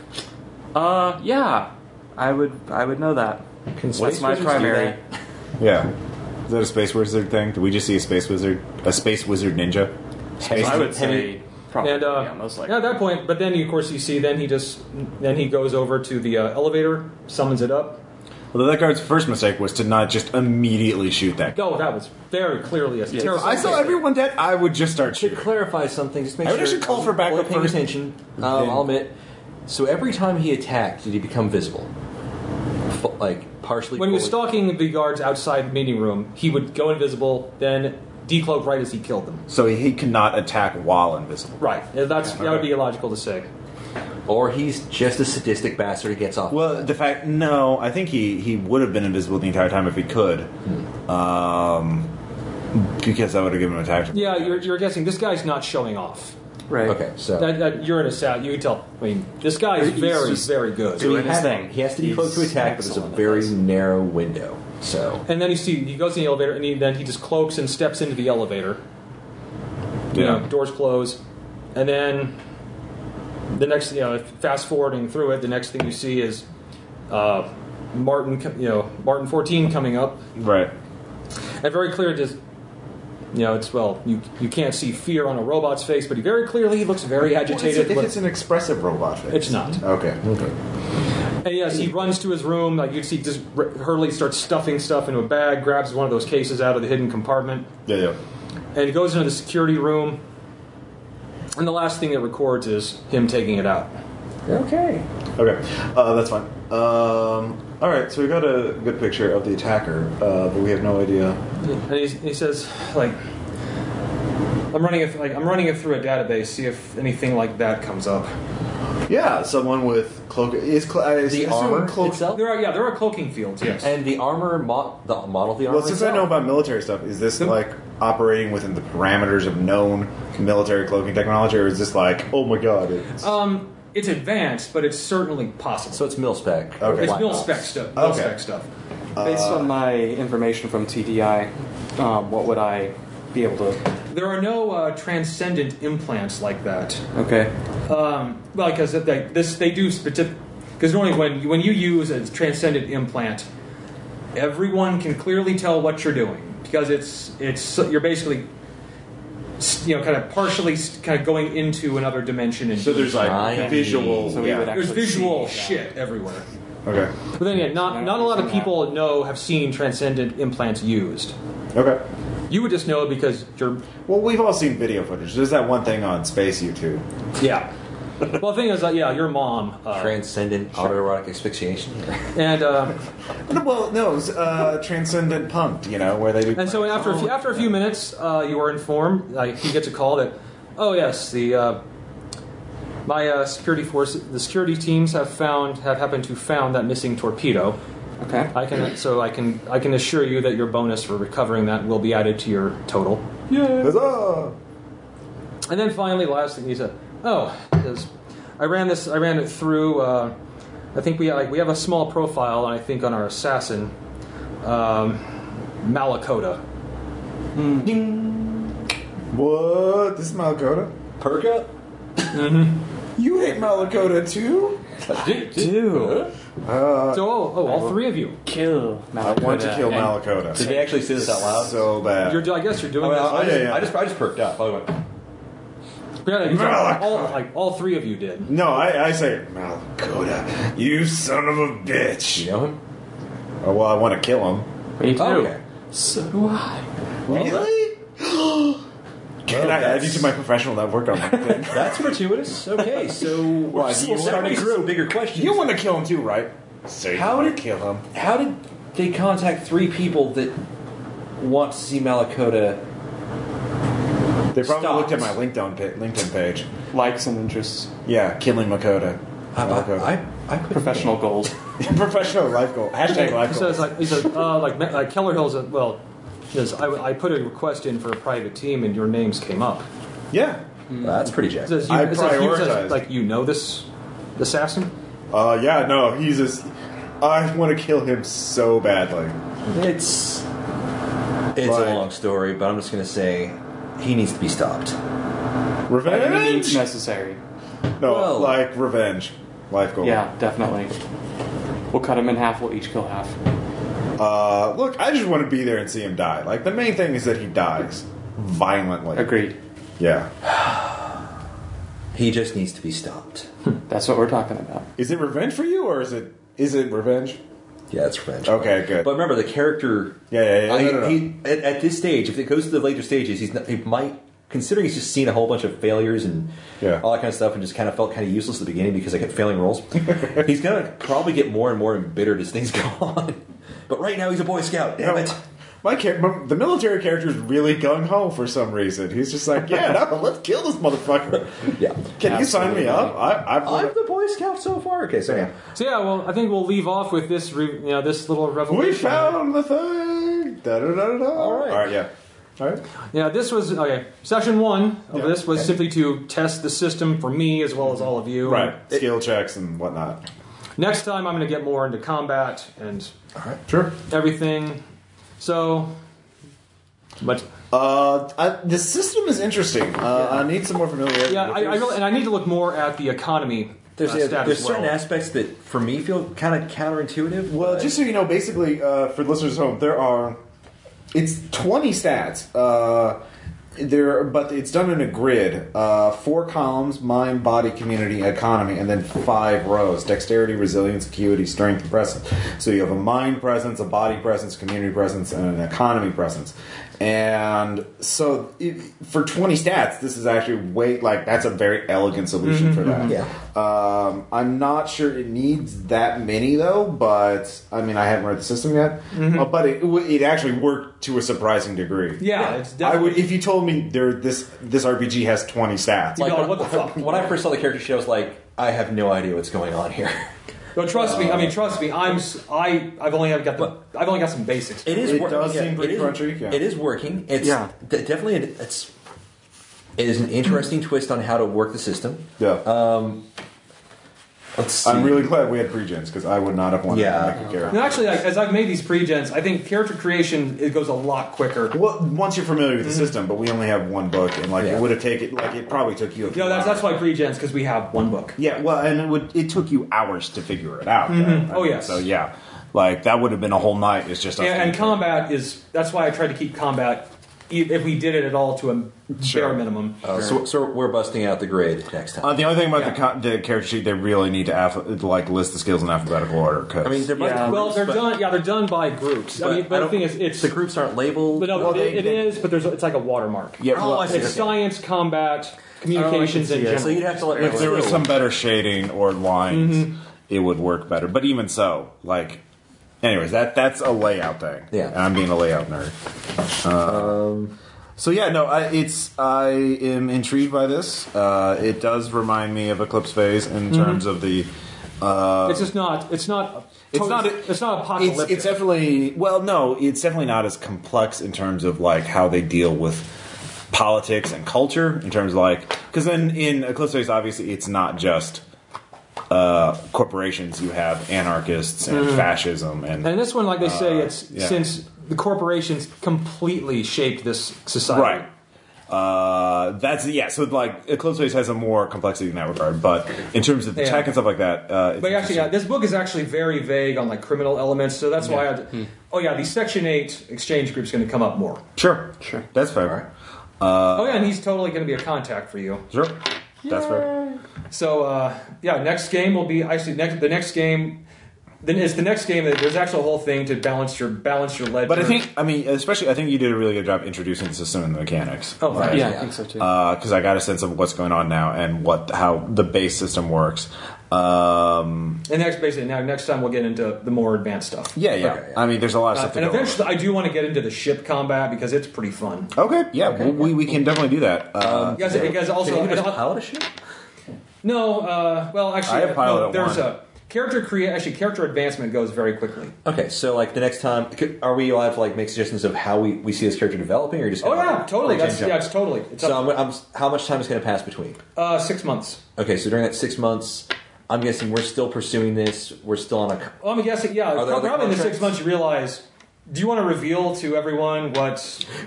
Uh, yeah.
I would I would know that.
What's my primary?
Yeah. Is that a space wizard thing? Did we just see a space wizard? A space wizard ninja? Space
I would say probably.
And uh,
yeah, most
yeah,
likely.
at that point, but then of course you see, then he just, then he goes over to the uh, elevator, summons it up.
Although that guard's first mistake was to not just immediately shoot that. guy.
No, Oh, that was very clearly a terrible.
I saw everyone dead. I would just start
To
shooting.
clarify something, just make
I would
sure
actually call for backup
Well, paying
first.
attention. Um, I'll admit. So every time he attacked, did he become visible? Fu- like partially.
When he was
fully-
stalking the guards outside the meeting room, he would go invisible, then decloak right as he killed them.
So he could not attack while invisible.
Right. Yeah, That's that would be illogical to say.
or he's just a sadistic bastard who gets off.
Well, the fact no, I think he he would have been invisible the entire time if he could, um, because that would have given him a tactical.
Yeah, you're, you're guessing this guy's not showing off.
Right.
okay, so
That, that, you're in a sound. You can tell. I mean, this guy is
He's
very,
just-
very good.
so he,
doing his
had-
thing.
he has to decloak to
He's
attack, but it's a
excellent at
very
this.
narrow window. So
And then you see he goes in the elevator, and he, then he just cloaks and steps into the elevator. You
Yeah.
know, doors close, and then the next, you know, fast forwarding through it, the next thing you see is uh, Martin, co- you know, Martin fourteen coming up,
Right.
and very clear just. You know, it's well. You you can't see fear on a robot's face, but he very clearly he looks very agitated.
if
but-
it's an expressive robot face.
it's not.
Okay.
And yes, he runs to his room. Like you see, just R- Hurley starts stuffing stuff into a bag, grabs one of those cases out of the hidden compartment,
Yeah. Yeah.
and he goes into the security room. And the last thing it records is him taking it out.
okay,
Okay, uh, that's fine. Um, all right, so we got a good picture of the attacker, uh, but we have no idea.
And he's, he says, like, I'm running it, like I'm running it through a database, see if anything like that comes up.
Yeah, someone with cloak is cl- I
the
assume
armor
cloak.
itself,
There are yeah, there are cloaking fields, yes.
and the armor mo- the model of the armor.
Well, since I know
itself.
about military stuff, is this like operating within the parameters of known military cloaking technology, or is this like, oh my god? It's,
um, it's advanced, but it's certainly possible.
so it's milspec.
Okay.
it's
Wow.
mil spec stuff. Mil
Okay.
spec stuff.
Based on my information from TDI, um, what would I be able to?
There are no uh, transcendent implants like that.
Okay.
Um, well, because they, this they do because normally when you, when you use a transcendent implant, everyone can clearly tell what you're doing because it's it's you're basically you know kind of partially kind of going into another dimension and
so there's like
Shiny.
visual.
So we
yeah.
would
there's
actually
visual
see, yeah.
shit everywhere.
okay.
But then again, not not a lot of people know have seen transcendent implants used.
Okay.
You would just know because you're
Well, we've all seen video footage. There's that one thing on Space YouTube.
yeah. well, the thing is, uh, yeah, your mom uh,
Transcendent autoerotic asphyxiation.
and. Uh,
No, Well, no, it was, uh, transcendent punked. You know where they do.
And so after a few, after a few minutes, uh, you are informed. Uh, he gets a call that, oh yes, the uh, my uh, security force, the security teams have found have happened to found that missing torpedo.
Okay.
I can so I can I can assure you that your bonus for recovering that will be added to your total.
Huzzah!
And then finally, last thing he said, oh, is I ran this I ran it through. Uh, I think we like we have a small profile, and I think on our assassin, um, Malakota.
What? This is Malakota?
Perga,
You hate Malakota too?
Do
So oh, oh all three of you.
kill.
I want to kill
And-
Malakota
did he actually say this out loud?
so bad.
You're, do- I guess you're doing
I, mean, I-
this.
I
Oh, yeah,
just,
yeah.
I just I just perked up. I went,
Yeah, like,
Malak-
all, like all three of you did.
no, I, I say Malakota, you son of a bitch.
you know him?
Oh, well, I want to kill him.
Me too.
Oh, okay.
So do I.
really?
Can I add you to my professional network on LinkedIn?
That's fortuitous. Okay, so we're
Why,
still
you
starting
want-
through bigger questions.
you want to kill him too, right? So you
How
wanna
did-
kill him?
How did they contact three people that want to see Malakota?
They probably
Stopped.
looked at my LinkedIn pa- LinkedIn page.
Likes and interests,
Yeah, killing Makota. Malakota.
I put
professional goals.
professional life goal. Hashtag life
So it's
goal.
like, he said, uh, like, Ma- like Keller Hill's, a, well, says, I, I put a request in for a private team and your names came up.
Yeah.
that's pretty
It
jacked.
says, you,
I
it says, you
prioritized.
says, like, you know this assassin?
Uh, yeah, no, he's just. I want to kill him so badly.
It's it's
Like-
a long story, but I'm just gonna say he needs to be stopped.
Means
Revenge?
necessary.
No,
Well-
like revenge. Life goal.
Yeah, definitely. We'll cut him in half. We'll each kill half.
Uh, look, I just want to be there and see him die. Like, the main thing is that he dies violently.
Agreed.
Yeah.
He just needs to be stopped.
That's what we're talking about.
Is it revenge for you, or is it is it revenge?
Yeah, it's revenge.
Okay, good.
But remember the character.
Yeah, yeah, yeah.
I-
No, no, no.
He, at, at this stage, if it goes to the later stages, he's not, he might considering he's just seen a whole bunch of failures and
Yeah.
all that kind of stuff, and just kind of felt kind of useless at the beginning because I kept failing roles. he's gonna probably get more and more embittered as things go on. But right now, he's a Boy Scout. Damn
No,
it!
My char- my- the military character is really gung ho for some reason. He's just like, yeah, no, let's kill this motherfucker.
Yeah,
Can you sign me
Absolutely.
up? I, I,
I'm the Boy Scout so far. Okay, so yeah.
So yeah, well, I think we'll leave off with this, re- you know, this little revelation.
we found the thing. Da da da da. All
right.
All right. Yeah. All right.
Yeah, this was okay. Session one of
Yeah.
this was simply to test the system for me as well as all of you.
Right. Skill checks and whatnot.
Next time, I'm going to get more into combat and
Sure.
everything. So, but
Uh, I, the system is interesting. Uh, I need some more familiarity.
yeah,
with
I, I
this.
really and I need to look more at the economy.
There's,
uh,
yeah,
stat
there's
as
certain
well.
aspects that for me feel kind of counterintuitive.
Well,
but-
just so you know, basically, uh, for listeners at home, there are it's twenty stats. Uh, there, but it's done in a grid: uh, four columns, mind, body, community, economy, and then five rows: dexterity, resilience, acuity, strength, and presence. So you have a mind presence, a body presence, community presence, and an economy presence. And so, it, for twenty stats, this is actually way like that's a very elegant solution for that.
Yeah.
Um, I'm not sure it needs that many though, but I mean, I haven't read the system yet. Uh, but it it actually worked to a surprising degree.
Mm-hmm. Yeah, it's
I
definitely.
would if you told me there this this RPG has 20 stats.
you
Like,
know,
when-
what the fuck?
When I first saw the character sheet, I was like, I have no idea what's going on here.
No, trust me. I mean, trust me. I'm s- I I've only I've got the I've only got some basics.
It is.
It
wor-
does seem pretty
it is-
crunchy, yeah.
It is working. It's
Yeah.
de- definitely. An, it's. It is an interesting twist on how to work the system.
yeah,
Let's Uh, see.
I'm really glad we had pre-gens because I would not have wanted
Yeah.
to make a character.
And actually, like, as I've made these pre-gens, I think character creation it goes a lot quicker.
Well, once you're familiar with the system, but we only have one book, and like
Yeah.
it would have taken like it probably took you. A few
No, that's
hours.
that's why pre-gens because we have one book.
Yeah, well, and it would it took you hours to figure it out. though. I
Oh,
mean,
yes.
So yeah, like that would have been a whole night. It's just us
and, and
thinking.
combat is that's why I tried to keep combat e- if we did it at all to a
Sure. Oh,
bare minimum.
Uh, so, so we're busting out the grid next time.
Uh, the only thing about the, co- the character sheet, they really need to alpha- like list the skills in alphabetical order. 'cause-
I mean, there might
yeah.
be
well,
groups,
they're
but-
done. Yeah, they're done by groups.
but
I mean,
I
but the
don't-
thing is, it's
the groups aren't labeled.
but no,
well,
it-
they-
it
they-
is, But there's it's like a watermark.
yeah, well, Oh,
Oh, I see.
It's
okay.
science, combat, communications, and
So you'd
general.
have to let.
if there was some better shading or lines, it would work better. But even so, like, anyways, that that's a layout thing.
Yeah.
and I'm being a layout nerd. um. So yeah, no, I, it's I am intrigued by this. Uh, it does remind me of Eclipse Phase in terms of the. Uh,
It's just not. It's not.
It's not a-
it's not
it's,
apocalyptic.
it's definitely well no it's definitely not as complex in terms of like how they deal with politics and culture in terms of like because then in eclipse space obviously it's not just uh, corporations you have anarchists and
Mm-hmm.
fascism and,
and in this one, like they say, it's
Uh, yeah.
since the corporations completely shaped this society.
right uh, that's yeah so like eclipse space has a more complexity in that regard but in terms of the
Yeah.
tech and stuff like that uh, it's
But actually, yeah,
interesting.
this book is actually very vague on like criminal elements, so that's why. I had, Oh yeah, the Section Eight exchange group's going to come up more.
sure sure that's fair Uh,
oh yeah, and he's totally going to be a contact for you.
sure that's fair
So uh, yeah, next game will be actually next the next game. Then it's the next game. that- There's actually a whole thing to balance your balance your ledger.
But I think, I mean, especially, I think you did a really good job introducing the system and the mechanics.
Oh, right.
Yeah, I think so too.
Uh,
uh,
because I got a sense of what's going on now and what how the base system works.
Uh,
Um,
And next, basically, now next time we'll get into the more advanced stuff.
yeah, yeah.
Okay, yeah.
I mean, there's a lot of
Uh,
stuff. To
and
go over.
eventually, I do want to get into the ship combat because it's pretty fun.
okay, yeah, we we can definitely do that. Uh,
You guys, you guys also uh,
Can you just pilot a ship?
no. Uh, well, actually,
I have
no,
pilot at
there's a
one.
character create. Actually, character advancement goes very quickly.
Okay, so like the next time, c- are we allowed to like make suggestions of how we, we see this character developing, or just
Oh
kinda,
yeah,
like,
totally.
like,
That's
jump?
yeah, it's totally. It's
so
up,
I'm, I'm, how much time is going to pass between?
uh, six months.
Okay, so during that six months, I'm guessing we're still pursuing this. We're still on a.
Well, I'm guessing. Yeah,
there
probably
other
in the six
contracts?
months you realize. Do you want to reveal to everyone what?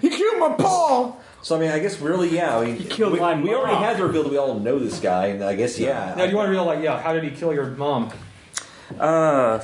you killed my paw.
So I mean, I guess really, yeah. I mean,
killed
we,
my
we already
mom.
had to reveal that we all know this guy, and I guess yeah.
Now, do you want to reveal like yeah? How did he kill your mom?
Uh,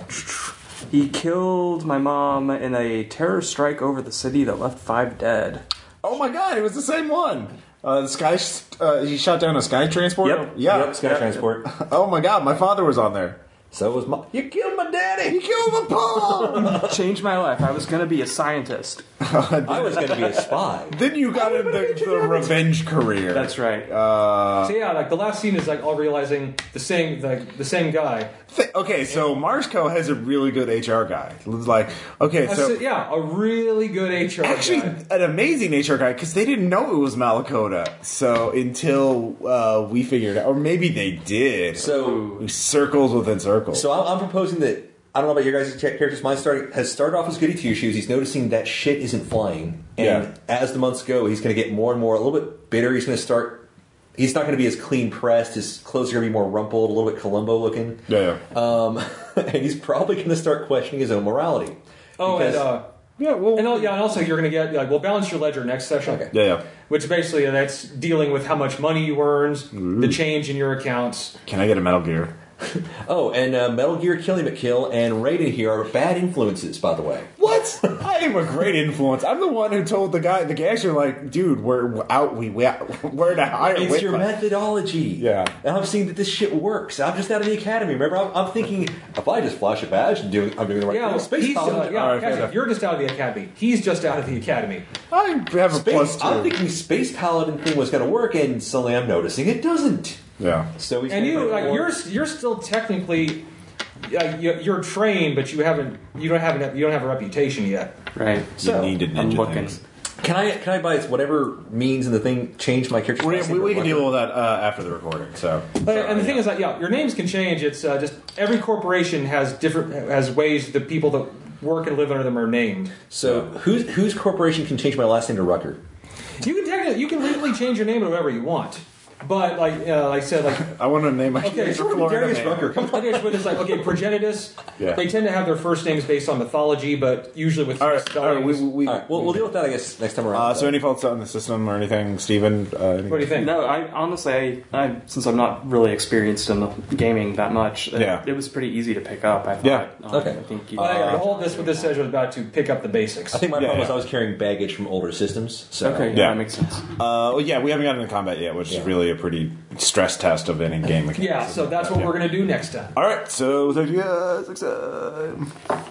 He killed my mom in a terror strike over the city that left five dead.
Oh my god, it was the same one. Uh, the sky, uh, he shot down a sky transporter.
Yep.
Yeah.
Yep, sky transport.
Oh my god, my father was on there.
So was my. You killed my
You
daddy.
killed my paw.
Changed my life. I was gonna be a scientist.
I was going to be a spy.
then you got in the, the revenge career.
That's right. Uh,
Uh,
So yeah, like the last scene is like all realizing the same the, the same guy.
Th- okay, so Marsco has a really good HR guy. Like, okay,
A
so
si- yeah, a really good HR.
actually
guy.
an amazing HR guy because they didn't know it was Malakota. So until uh, we figured out, or maybe they did.
So
circles within circles.
So I'm, I'm proposing that I don't know about your guys' cha- characters. Mine started has started off as goody two shoes. He's noticing that shit isn't flying, and
Yeah.
as the months go, he's going to get more and more a little bit bitter. He's going to start. He's not going to be as clean pressed. His clothes are going to be more rumpled, a little bit Columbo looking.
yeah, yeah.
Um, and he's probably going to start questioning his own morality.
Oh, and,
Because-
uh,
yeah, well,
and, al- yeah, and also you're going to get like we'll balance your ledger next session.
Okay.
yeah, yeah.
Which basically that's dealing with how much money you earned,
Mm-hmm.
the change in your accounts.
Can I get a Metal Gear?
oh, and uh, Metal Gear Killing McKill and Raiden here are bad influences, by the way.
What? I am a great influence. I'm the one who told the guy, the cashier, like, dude, we're out. We we we're to hire.
It's
wait-
your methodology.
Yeah.
And I'm seeing that this shit works. I'm just out of the academy. Remember, I'm, I'm thinking if I just flash a badge and do, I'm doing the right
Yeah,
thing. Space
he's, uh,
college.
yeah,
All right, fair
actually,
enough.
you're just out of the academy. He's just out of the academy.
I have a plus
Space,
two.
I'm thinking space paladin thing was going to work, and suddenly I'm noticing it doesn't.
yeah.
So he's
And
gonna
you
go
like
for-
you're you're still technically uh, you- you're trained, but you haven't you don't have an, you don't have a reputation yet.
right.
So,
needed
I'm
ninja
looking.
things.
Can I can I by whatever means in the thing change my character?
We,
class
we, we
into a
can
weapon?
deal with that uh, after the recording. So
But- and the thing is that yeah, your names can change. It's uh, just every corporation has different has ways the people that work and live under them are named.
So whose whose corporation can change my last name to Rucker?
You can technically you can legally change your name to whatever you want. But like uh, like I said, like
I want to name my
Okay,
character
sure,
Florida
Darius
Man.
Rucker. Come on.
okay, but it's like okay, progenitus.
Yeah.
They tend to have their first names based on mythology, but usually with
All right, all
spellings.
right, we, we,
All right, we'll, we'll deal with that I guess next time around.
uh, so any faults on the system or anything, Steven? Uh, anything?
what do you think?
No, I honestly, I, I since I'm not really experienced in the gaming that much, it,
Yeah.
it was pretty easy to pick up. I thought.
Yeah.
Uh,
Okay.
I think you.
But anyway, the whole this what this session was about to pick up the basics.
I think my problem
yeah.
was I was carrying baggage from older systems. So
okay, yeah,
Yeah.
that makes sense.
Uh, well, yeah, we haven't gotten into combat yet, which
Yeah.
is really a pretty stress test of any game mechanics.
Yeah, so that's what we're gonna do next time.
All right, so thank you guys. Next time.